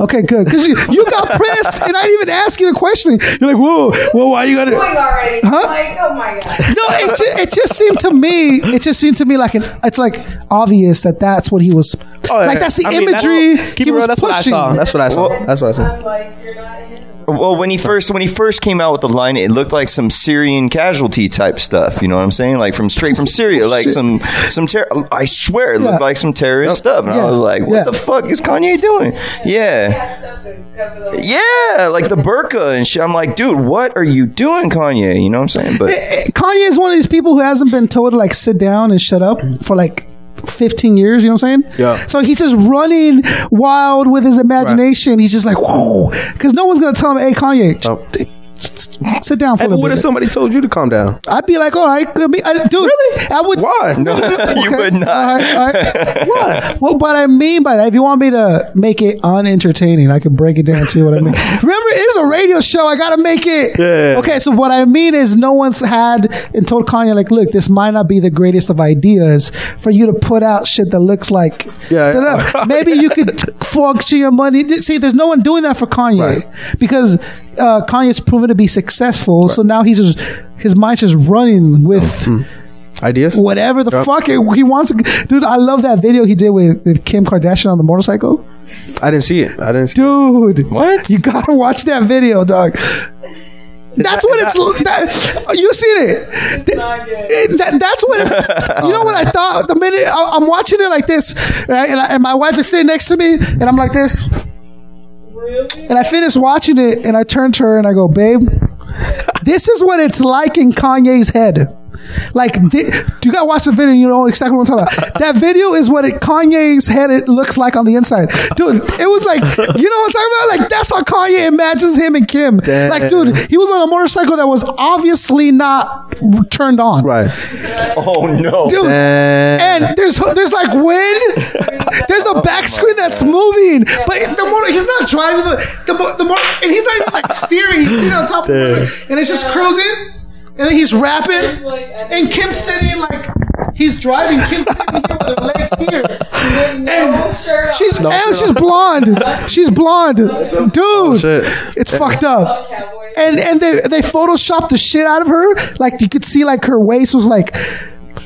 Speaker 2: Okay, good. Because you, you got pressed, and I didn't even ask you the question. You're like, whoa, whoa, why you gotta?
Speaker 11: Going already.
Speaker 2: Huh?
Speaker 11: Like, oh my god.
Speaker 2: No, it just, it just seemed to me. It just seemed to me like an. It's like obvious that that's what he was.
Speaker 7: Oh, yeah.
Speaker 2: like that's the
Speaker 7: I mean, that's-
Speaker 2: imagery
Speaker 7: keep
Speaker 2: he
Speaker 7: it real,
Speaker 2: was
Speaker 7: that's what I
Speaker 2: pushing.
Speaker 7: saw. That's what I saw.
Speaker 5: Well-
Speaker 7: that's what I saw.
Speaker 11: I'm like, you're not him.
Speaker 5: Well, when he first when he first came out with the line, it looked like some Syrian casualty type stuff. You know what I'm saying? Like from straight from Syria, like some some ter- I swear, it
Speaker 2: Oh, Yeah.
Speaker 5: looked like some terrorist stuff. And
Speaker 2: Yeah.
Speaker 5: I was like, what
Speaker 2: Yeah.
Speaker 5: the fuck is Kanye doing? Yeah.
Speaker 11: That's something. Cover the
Speaker 5: Yeah, like the burqa and shit. I'm like, dude, what are you doing, Kanye? You know what I'm saying? But
Speaker 2: Eh, Kanye is one of these people who hasn't been told to like sit down and shut up for like 15 years, you know what I'm saying?
Speaker 7: Yeah.
Speaker 2: So he's just running wild with his imagination. He's just like, whoa. Because no one's going to tell him, hey, Kanye,
Speaker 7: Oh.
Speaker 2: t- t- t- sit down for
Speaker 7: And
Speaker 2: a
Speaker 7: what
Speaker 2: little
Speaker 7: if
Speaker 2: bit.
Speaker 7: somebody told you to calm down?
Speaker 2: I'd be like, all right, I mean, I, dude. Really? I would.
Speaker 7: Why?
Speaker 5: you would not.
Speaker 2: All right, all right. what? Well, what I mean by that, if you want me to make it unentertaining, I can break it down to you what I mean. Remember, it's a radio show. I gotta make it.
Speaker 7: Yeah.
Speaker 2: Okay, so what I mean is, no one's had and told Kanye like, look, this might not be the greatest of ideas for you to put out shit that looks like.
Speaker 7: Yeah.
Speaker 2: Da-da. Maybe you could function your money. See, there's no one doing that for Kanye because uh, Kanye's proven to be successful. So now he's just his mind's just running with
Speaker 7: Mm-hmm. Ideas?
Speaker 2: whatever the fuck it, he wants. to- Dude, I love that video he did with, with Kim Kardashian on the motorcycle.
Speaker 7: I didn't see it. I didn't see
Speaker 2: Dude,
Speaker 5: What?
Speaker 2: You gotta watch that video, dog. That's what it's. That, you seen it? Th- it- that- that's what it's. You know what I thought the minute I, I'm watching it like this, right? And, I, and my wife is sitting next to me, and I'm like this. And I finished watching it, and I turned to her and I go, "Babe, this is what it's like in Kanye's head." Like, thi- you gotta watch the video. You know exactly what I'm talking about. That video is what it, Kanye's head it looks like on the inside, dude. It was like, you know what I'm talking about? Like, that's how Kanye imagines him and Kim. Like, dude, he was on a motorcycle that was obviously not turned on,
Speaker 7: Right.
Speaker 5: oh no,
Speaker 2: Dude,
Speaker 7: And
Speaker 2: and there's there's like wind. There's a back screen that's moving, but the motor he's not driving the the, mo- the motor, and he's not even like steering. He's sitting on top of it, and it's just cruising. And then he's rapping, and Kim's sitting like he's driving. Kim's sitting here with her legs here, and she's and she's blonde. She's blonde, dude.
Speaker 7: shit.
Speaker 2: It's fucked up. And and they they photoshopped the shit out of her. Like you could see like her waist was like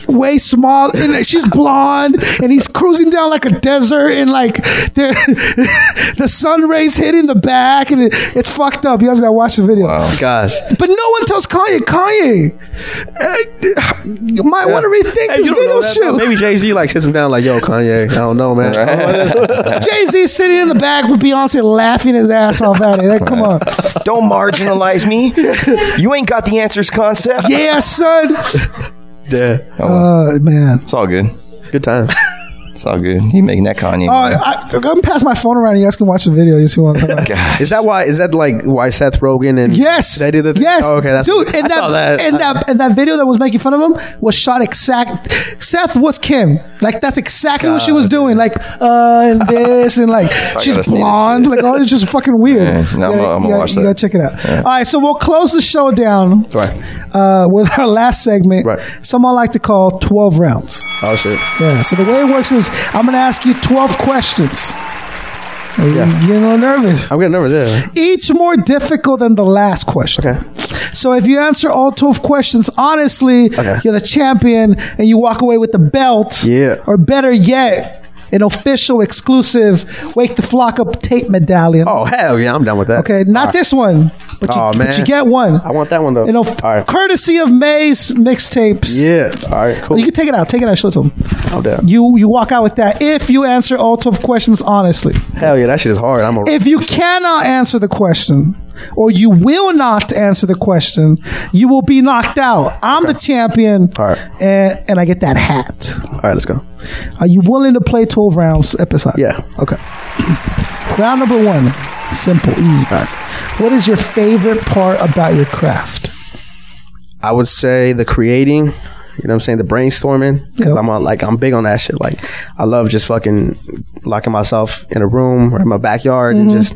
Speaker 2: way small and she's blonde and he's cruising down like a desert and like there the sun rays hitting the back and it, it's fucked up. You guys gotta watch the video.
Speaker 7: gosh.
Speaker 2: But no one tells Kanye, Kanye, uh, you might want to rethink
Speaker 7: Hey,
Speaker 2: this
Speaker 7: you don't
Speaker 2: video
Speaker 7: know that, though.
Speaker 2: shoot.
Speaker 7: Maybe Jay Z like sits him down like, yo, Kanye, I don't know, man.
Speaker 2: Jay Z sitting in the back with Beyonce laughing his ass off at it. Like, come on.
Speaker 5: don't marginalize me. You ain't got the answers concept.
Speaker 2: Yeah, son.
Speaker 7: yeah.
Speaker 2: Uh, man.
Speaker 5: It's all good.
Speaker 7: Good time.
Speaker 5: It's all good. He making that Kanye.
Speaker 2: Uh,
Speaker 5: man.
Speaker 2: I, I'm gonna pass my phone around. and You guys can watch the video. You see what I'm talking about.
Speaker 7: Is that why? Is that like why Seth Rogen and
Speaker 2: Yes,
Speaker 7: they did the thing?
Speaker 2: yes,
Speaker 7: Oh, okay, that's
Speaker 2: dude. And
Speaker 7: I saw
Speaker 2: that,
Speaker 7: that.
Speaker 2: and that and that video that was making fun of him was shot exact. Seth was Kim. Like that's exactly what she was doing. Like uh, and this and like she's
Speaker 5: gotta see this
Speaker 2: blonde.
Speaker 5: shit.
Speaker 2: Like oh, it's just fucking weird.
Speaker 5: Yeah, no, I'm
Speaker 2: You
Speaker 5: gonna-
Speaker 2: gotta-
Speaker 5: I'm
Speaker 2: you
Speaker 5: gonna
Speaker 2: gotta-
Speaker 5: watch
Speaker 2: you
Speaker 5: that.
Speaker 2: gotta check it out. All right, so we'll close the show down.
Speaker 7: Right.
Speaker 2: Uh, with our last segment,
Speaker 7: Right.
Speaker 2: someone like to call twelve rounds.
Speaker 7: Oh shit.
Speaker 2: Yeah. So the way it works is I'm gonna ask you twelve questions. Are you getting a little nervous?
Speaker 7: I'm getting nervous. Yeah.
Speaker 2: each more difficult than the last question.
Speaker 7: Okay.
Speaker 2: So if you answer all 12 questions honestly,
Speaker 7: Okay.
Speaker 2: you're the champion and you walk away with the belt.
Speaker 7: Yeah.
Speaker 2: Or better yet, an official exclusive Wake the Flock Up tape medallion.
Speaker 7: Oh hell yeah, I'm down with that.
Speaker 2: Okay, not this one, but you,
Speaker 7: Aw,
Speaker 2: but
Speaker 7: man.
Speaker 2: you get one.
Speaker 7: I want that one though.
Speaker 2: You know,
Speaker 7: all right.
Speaker 2: courtesy of Maze mixtapes.
Speaker 7: Yeah. All right. Cool.
Speaker 2: You can take it out. Take it out. Show it to them.
Speaker 7: I'm down.
Speaker 2: You you walk out with that if you answer all twelve questions honestly.
Speaker 7: Hell yeah, that shit is hard. I'm a.
Speaker 2: If you cannot answer the question, or you will not answer the question, you will be knocked out. I'm the champion,
Speaker 7: All right.
Speaker 2: and, and I get that hat.
Speaker 7: all right, let's go.
Speaker 2: Are you willing to play 12 rounds episode?
Speaker 7: Yeah.
Speaker 2: Okay. Round number one, simple, easy.
Speaker 7: All right.
Speaker 2: What is your favorite part about your craft?
Speaker 7: I would say the creating You know what I'm saying? The brainstorming. Because
Speaker 2: Yep.
Speaker 7: I'm on, like, I'm big on that shit. Like, I love just fucking locking myself in a room or in my backyard
Speaker 2: Mm-hmm.
Speaker 7: and just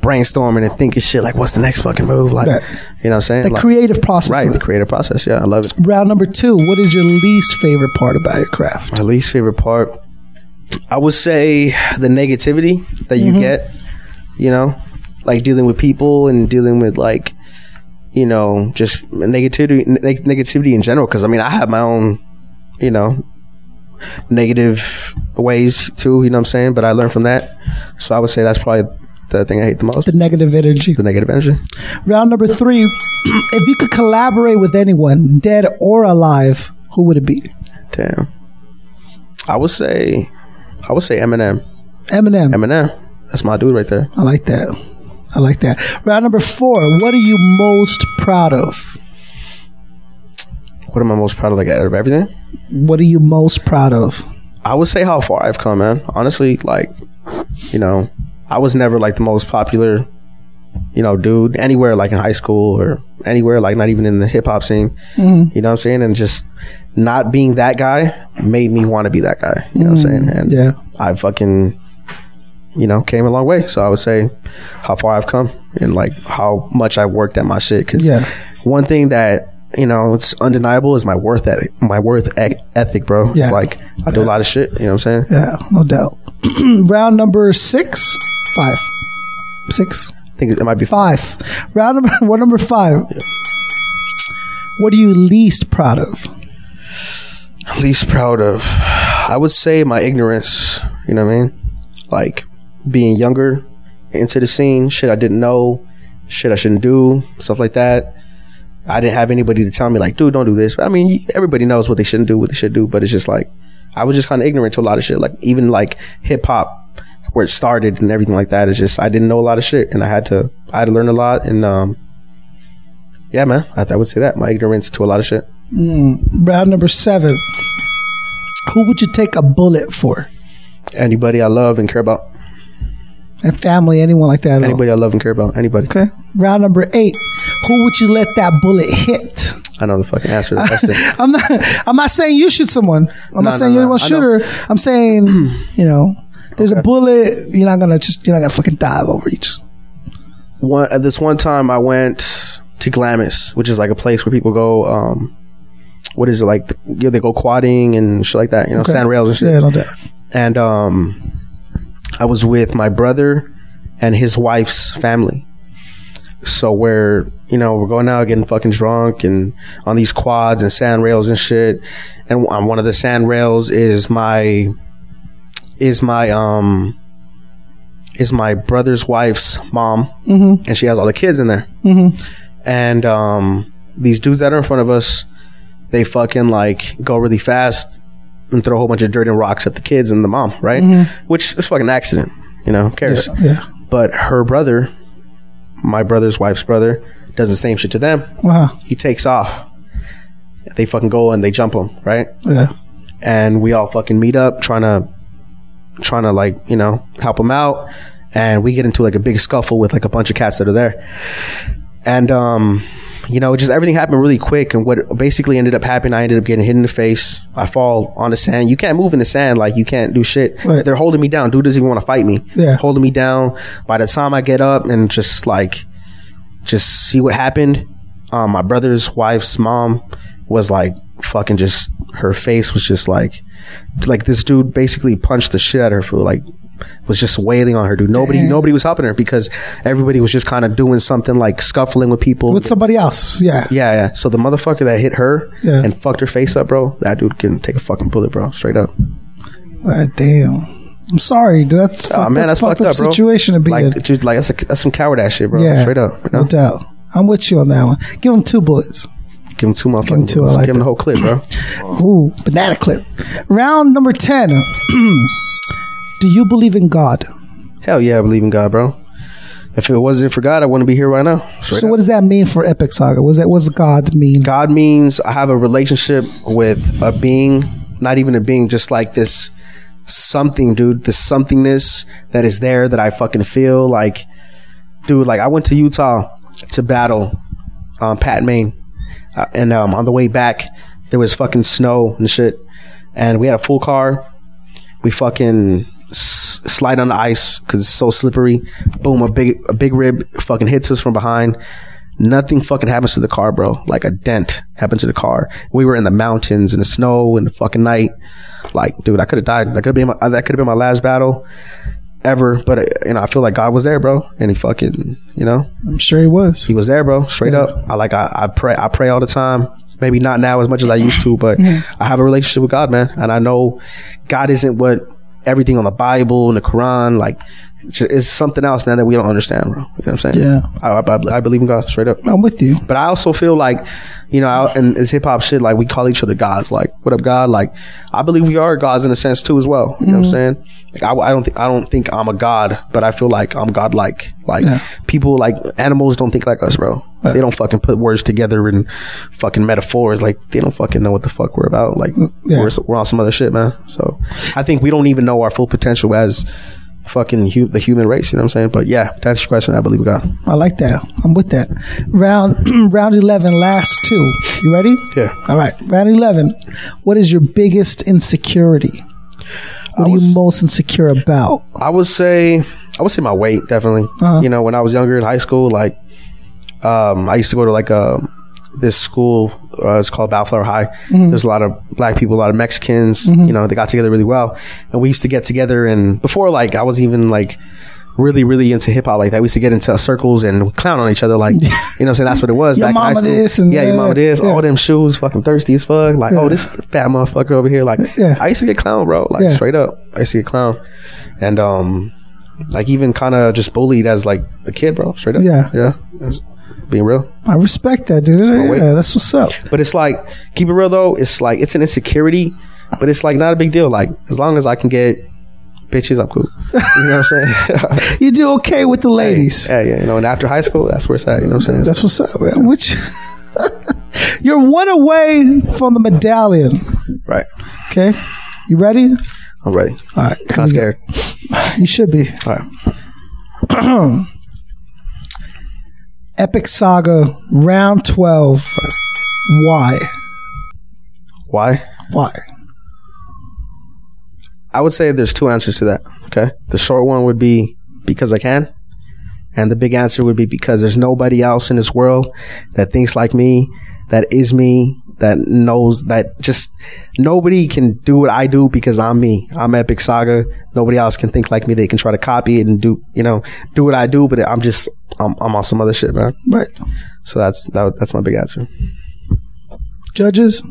Speaker 7: brainstorming and thinking shit. Like, what's the next fucking move? Like,
Speaker 2: Right.
Speaker 7: you know what I'm saying?
Speaker 2: The
Speaker 7: Like-
Speaker 2: creative process.
Speaker 7: Right, the creative process. Yeah, I love it.
Speaker 2: Round number two. What is your least favorite part about your craft?
Speaker 7: My least favorite part, I would say the negativity that you get, you know, like dealing with people and dealing with like, you know, just negativity, neg- negativity in general. Cause I mean, I have my own, you know, negative ways too, you know what I'm saying? But I learned from that. So I would say that's probably the thing I hate the most.
Speaker 2: The negative energy.
Speaker 7: The negative energy.
Speaker 2: Round number three. if you could collaborate with anyone, dead or alive, who would it be?
Speaker 7: Damn. I would say, I would say Eminem.
Speaker 2: Eminem.
Speaker 7: Eminem. That's my dude right there.
Speaker 2: I like that. I like that. Round number four. What are you most proud of?
Speaker 7: What am I most proud of? Like out of everything,
Speaker 2: What are you most proud of?
Speaker 7: I would say how far I've come, man. Honestly, like you know, I was never like the most popular, you know, dude anywhere like in high school or anywhere like not even in the hip hop scene.
Speaker 2: Mm-hmm.
Speaker 7: You know what I'm saying? And just not being that guy made me want to be that guy. You know what I'm saying?
Speaker 2: Mm-hmm.
Speaker 7: And
Speaker 2: Yeah.
Speaker 7: I fucking you know came a long way. So I would say how far I've come and like how much I worked at my shit. Cause
Speaker 2: Yeah.
Speaker 7: one thing that you know it's undeniable is my worth ethic. My worth e- ethic, bro.
Speaker 2: Yeah.
Speaker 7: It's like I do a lot of shit. You know what I'm saying?
Speaker 2: Yeah, no doubt. Round number six, five, six,
Speaker 7: I think it might be
Speaker 2: five. Round number what number five? What are you least proud of?
Speaker 7: least proud of. I would say my ignorance. You know what I mean? Like being younger into the scene, shit I didn't know, shit I shouldn't do, stuff like that. I didn't have anybody to tell me like, dude, don't do this. But I mean, everybody knows what they shouldn't do, what they should do. But it's just like I was just kind of ignorant to a lot of shit. Like even like hip hop, where it started and everything like that. It's just I didn't know a lot of shit, and I had to I had to learn a lot. And um, yeah, man, I, I would say that my ignorance to a lot of shit.
Speaker 2: Round number seven. Who would you take a bullet for?
Speaker 7: Anybody I love and care about.
Speaker 2: And family, anyone like that? at all?
Speaker 7: Anybody I love and care about. Anybody.
Speaker 2: Okay. Round number eight. Who would you let that bullet hit?
Speaker 7: I know the fucking answer to that question.
Speaker 2: I'm not. I'm not saying you shoot someone. I'm
Speaker 7: No,
Speaker 2: not saying
Speaker 7: no,
Speaker 2: you're
Speaker 7: no.
Speaker 2: the one
Speaker 7: I
Speaker 2: shooter. I'm saying you know, there's a bullet. You're not gonna just. You're not gonna fucking dive over each.
Speaker 7: One, at this one time, I went to Glamis, which is like a place where people go. Um, what is it like? The, you know, they go quadding and shit like that. You know, sand rails and shit.
Speaker 2: Yeah, no doubt.
Speaker 7: and um, I was with my brother and his wife's family. So we're you know we're going out getting fucking drunk and on these quads and sand rails and shit. And on one of the sand rails is my is my um is my brother's wife's mom, and she has all the kids in there. And um, these dudes that are in front of us, they fucking like go really fast and throw a whole bunch of dirt and rocks at the kids and the mom, right? Which is fucking accident, you know, who cares.
Speaker 2: Yeah.
Speaker 7: But her brother, my brother's wife's brother, does the same shit to them.
Speaker 2: Wow.
Speaker 7: He takes off. They fucking go and they jump him, right?
Speaker 2: Yeah.
Speaker 7: and we all fucking meet up trying to trying to like you know help him out and we get into like a big scuffle with like a bunch of cats that are there and um you know just everything happened really quick and what basically ended up happening i ended up getting hit in the face i fall on the sand you can't move in the sand like you can't do shit
Speaker 2: Right.
Speaker 7: they're holding me down dude doesn't even want to fight me
Speaker 2: Yeah.
Speaker 7: holding me down by the time i get up and just like just see what happened. Um, my brother's wife's mom was like fucking just her face was just like like this dude basically punched the shit out of her for like was just wailing on her dude. Nobody nobody was helping her because everybody was just kind of doing something like scuffling with people.
Speaker 2: With somebody else. Yeah.
Speaker 7: yeah, yeah. So the motherfucker that hit her
Speaker 2: Yeah.
Speaker 7: and fucked her face up, bro, that dude can take a fucking bullet, bro. Straight up.
Speaker 2: Ah, damn. I'm sorry. dude. That's fuck,
Speaker 7: Oh, man, that's, fucked, up, bro.
Speaker 2: situation to be
Speaker 7: like,
Speaker 2: in.
Speaker 7: Dude, like that's, a, that's some coward ass shit, bro.
Speaker 2: yeah.
Speaker 7: Straight up. You
Speaker 2: No
Speaker 7: know?
Speaker 2: doubt. I'm with you on that one. Give him two bullets.
Speaker 7: Give him two motherfuckers. Give him,
Speaker 2: two, I like
Speaker 7: the
Speaker 2: that.
Speaker 7: whole clip, bro.
Speaker 2: Ooh, banana clip. Round number ten. Do you believe in God?
Speaker 7: Hell yeah, I believe in God, bro. If it wasn't for God, I wouldn't be here right now. Straight
Speaker 2: so,
Speaker 7: up.
Speaker 2: what does that mean for Epic Saga? What's that? What's God mean?
Speaker 7: God means I have a relationship with a being, not even a being, just like this something, dude. This somethingness that is there that I fucking feel like, dude. Like I went to Utah to battle um, Pat Maine, uh, and um, on the way back, There was fucking snow and shit, and we had a full car. We fucking s- slide on the ice because it's so slippery. Boom! A big a big rib fucking hits us from behind. Nothing fucking happens to the car, bro. Like a dent happened to the car. We were in the mountains in the snow in the fucking night. Like, dude, I could have died. That could have been my, that could have been my last battle ever. But uh, you know, I feel like God was there, bro. And he fucking, you know,
Speaker 2: I'm sure he was.
Speaker 7: he was there, bro. Straight up. I like I, I pray I pray all the time. Maybe not now as much as I used to, but I have a relationship with God, man. And I know God isn't what everything on the Bible and the Quran like. It's ju- it's something else, man, that we don't understand, bro. You know what I'm saying?
Speaker 2: Yeah.
Speaker 7: I, I, I believe in God, straight up.
Speaker 2: I'm with you.
Speaker 7: But I also feel like, you know, out in this hip hop shit, like we call each other gods. Like, what up, God? Like, I believe we are gods in a sense too, as well. You know
Speaker 2: Mm-hmm.
Speaker 7: what I'm saying? Like, I, I don't think I don't think I'm a god, but I feel like I'm godlike. Like,
Speaker 2: Yeah.
Speaker 7: people like animals don't think like us, bro. They don't fucking put words together and fucking metaphors. Like, they don't fucking know what the fuck we're about. Like,
Speaker 2: Mm, Yeah.
Speaker 7: we're we're on some other shit, man. So, I think we don't even know our full potential as. Fucking hu- the human race, you know what I'm saying? But yeah, that's your question. I believe in God.
Speaker 2: I like that. I'm with that. Round round eleven, last two. You ready?
Speaker 7: Yeah.
Speaker 2: All right. Round eleven. What is your biggest insecurity? What are you
Speaker 7: was-
Speaker 2: most insecure about?
Speaker 7: I would say I would say my weight definitely.
Speaker 2: Uh-huh.
Speaker 7: You know, when I was younger in high school, like um, I used to go to like a this school. Uh, it's called Bellflower High.
Speaker 2: Mm-hmm.
Speaker 7: There's a lot of black people, a lot of Mexicans. You know, they got together really well, and we used to get together. And before, like, I was even like really, really into hip hop like that. We used to get into circles and clown on each other, like you know, what I'm saying that's what it was.
Speaker 2: Your
Speaker 7: back in high
Speaker 2: mama
Speaker 7: school.
Speaker 2: this and
Speaker 7: yeah, your
Speaker 2: that.
Speaker 7: mama this.
Speaker 2: Yeah.
Speaker 7: All them shoes, fucking thirsty as fuck. Like, oh, this fat motherfucker over here. Like,
Speaker 2: Yeah.
Speaker 7: I used to get clown, bro. Like
Speaker 2: Yeah.
Speaker 7: straight up, I used to get clown, and um, like even kind of just bullied as like a kid, bro. Straight up,
Speaker 2: Yeah.
Speaker 7: yeah, That's being real.
Speaker 2: I respect that, dude.
Speaker 7: weight.
Speaker 2: Yeah, that's what's up.
Speaker 7: But it's like, keep it real though. It's like it's an insecurity, but it's like not a big deal. Like as long as I can get bitches, I'm cool. You know what I'm saying?
Speaker 2: You do okay with the ladies.
Speaker 7: yeah, yeah. You know, and after high school, that's where it's at. You know what I'm saying?
Speaker 2: That's what's up, man. Which you're one away from the medallion.
Speaker 7: right.
Speaker 2: Okay. You ready?
Speaker 7: I'm ready.
Speaker 2: All right.
Speaker 7: I'm not scared.
Speaker 2: You should be.
Speaker 7: All right.
Speaker 2: Epic Saga, round 12. Why?
Speaker 7: Why?
Speaker 2: Why?
Speaker 7: I would say there's two answers to that. Okay. The short one would be because I can. And the big answer would be because there's nobody else in this world that thinks like me, that is me, that knows that just nobody can do what I do because I'm me. I'm Epic Saga. Nobody else can think like me. They can try to copy it and do, you know, do what I do, but I'm just, I'm, I'm on some other shit, man.
Speaker 2: Right.
Speaker 7: So that's, that, that's my big answer.
Speaker 2: Judges?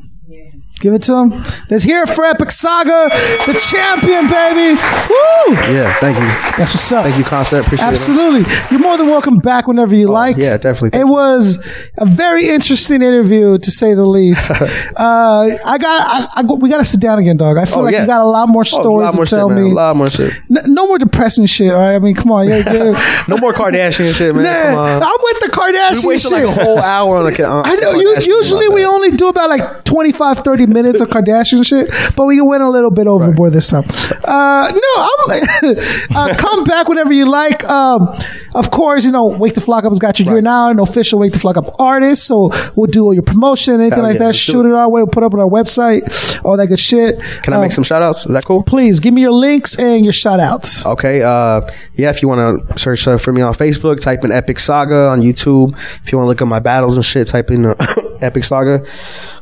Speaker 2: Give it to them. Let's hear it for Epic Saga, the champion, baby. Woo!
Speaker 7: Yeah. Thank you.
Speaker 2: That's what's up.
Speaker 7: Thank you, Concept. Appreciate it.
Speaker 2: Absolutely. You're more than welcome back whenever you like.
Speaker 7: yeah, definitely. Thank
Speaker 2: It
Speaker 7: you.
Speaker 2: was a very interesting interview, to say the least. uh, I got, I, I, we got to sit down again, dog. I feel
Speaker 7: Oh,
Speaker 2: like
Speaker 7: yeah.
Speaker 2: you got a lot more
Speaker 7: Oh,
Speaker 2: stories
Speaker 7: a lot more
Speaker 2: to tell
Speaker 7: shit, man.
Speaker 2: me.
Speaker 7: A lot more shit.
Speaker 2: N- no more depressing shit, all right? I mean, come on. Yeah, yeah.
Speaker 7: No more Kardashian shit, man.
Speaker 2: Nah,
Speaker 7: Come on.
Speaker 2: I'm with the
Speaker 7: We
Speaker 2: Kardashian
Speaker 7: wasted
Speaker 2: shit.
Speaker 7: like a whole hour on the.
Speaker 2: I know. You, usually we only do about like 25, 30 minutes of Kardashian shit, but we went a little bit overboard this time. Uh, no, I'm. uh, come back whenever you like. Um, of course, you know, Wake the Flock Up has got you. You're now an official Wake the Flock Up artist, so we'll do all your promotion, anything
Speaker 7: Hell
Speaker 2: like
Speaker 7: yeah,
Speaker 2: that.
Speaker 7: let's do
Speaker 2: Shoot
Speaker 7: it.
Speaker 2: it our way. We'll put it up on our website, all that good shit.
Speaker 7: Can I
Speaker 2: Um,
Speaker 7: make some shout outs? Is that cool?
Speaker 2: Please give me your links and your shout outs.
Speaker 7: Okay. Uh, yeah, if you want to search uh, for me on Facebook, type in Epic Saga on YouTube. If you want to look up my battles and shit, type in uh, Epic Saga.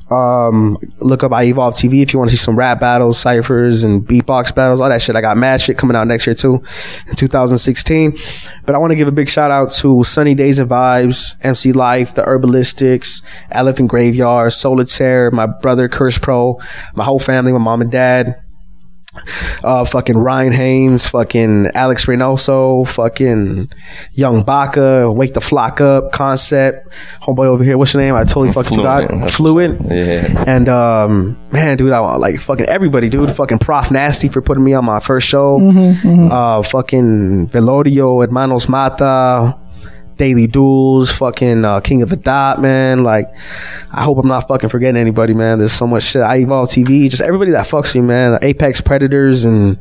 Speaker 7: Um, look up I Evolve TV if you want to see some rap battles, ciphers, and beatbox battles, all that shit. I got mad shit coming out next year too, in 2016. But I want to give a big shout out to Sunny Days and Vibes, MC Life, The Herbalistics, Elephant Graveyard, Solitaire, my brother Curse Pro, my whole family, my mom and dad, uh, fucking Ryan Haynes, fucking Alex Reynoso, fucking Young Baca, Wake the Flock Up, Concept, homeboy over here. What's your name? I totally fucking
Speaker 5: Fluent.
Speaker 7: forgot. Fluid.
Speaker 5: Yeah.
Speaker 7: And um, man, dude, I want like fucking everybody, dude. Fucking Prof Nasty for putting me on my first show. Uh, fucking Velorio, Hermanos Mata. Daily Duels, fucking uh, King of the Dot, man. Like, I hope I'm not fucking forgetting anybody, man. There's so much shit. I Evolve TV, just everybody that fucks me, man. Apex Predators and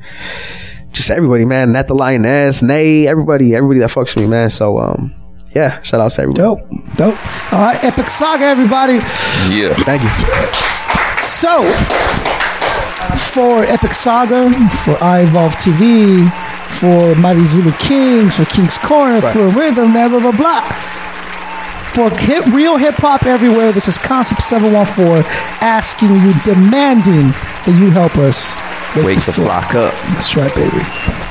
Speaker 7: just everybody, man. Nat the Lioness, Nay, everybody, everybody that fucks me, man. So, um, yeah, shout out to everybody.
Speaker 2: Dope, dope. All right, Epic Saga, everybody.
Speaker 5: Yeah.
Speaker 7: Thank you.
Speaker 2: So, for Epic Saga, for I Evolve TV, for Mighty Zulu Kings, for King's Corner, for Rhythm, blah, blah, blah, blah. For hit, real hip hop everywhere, this is Concept 714 asking you, demanding that you help us
Speaker 5: Wake the flock up.
Speaker 2: That's right, baby.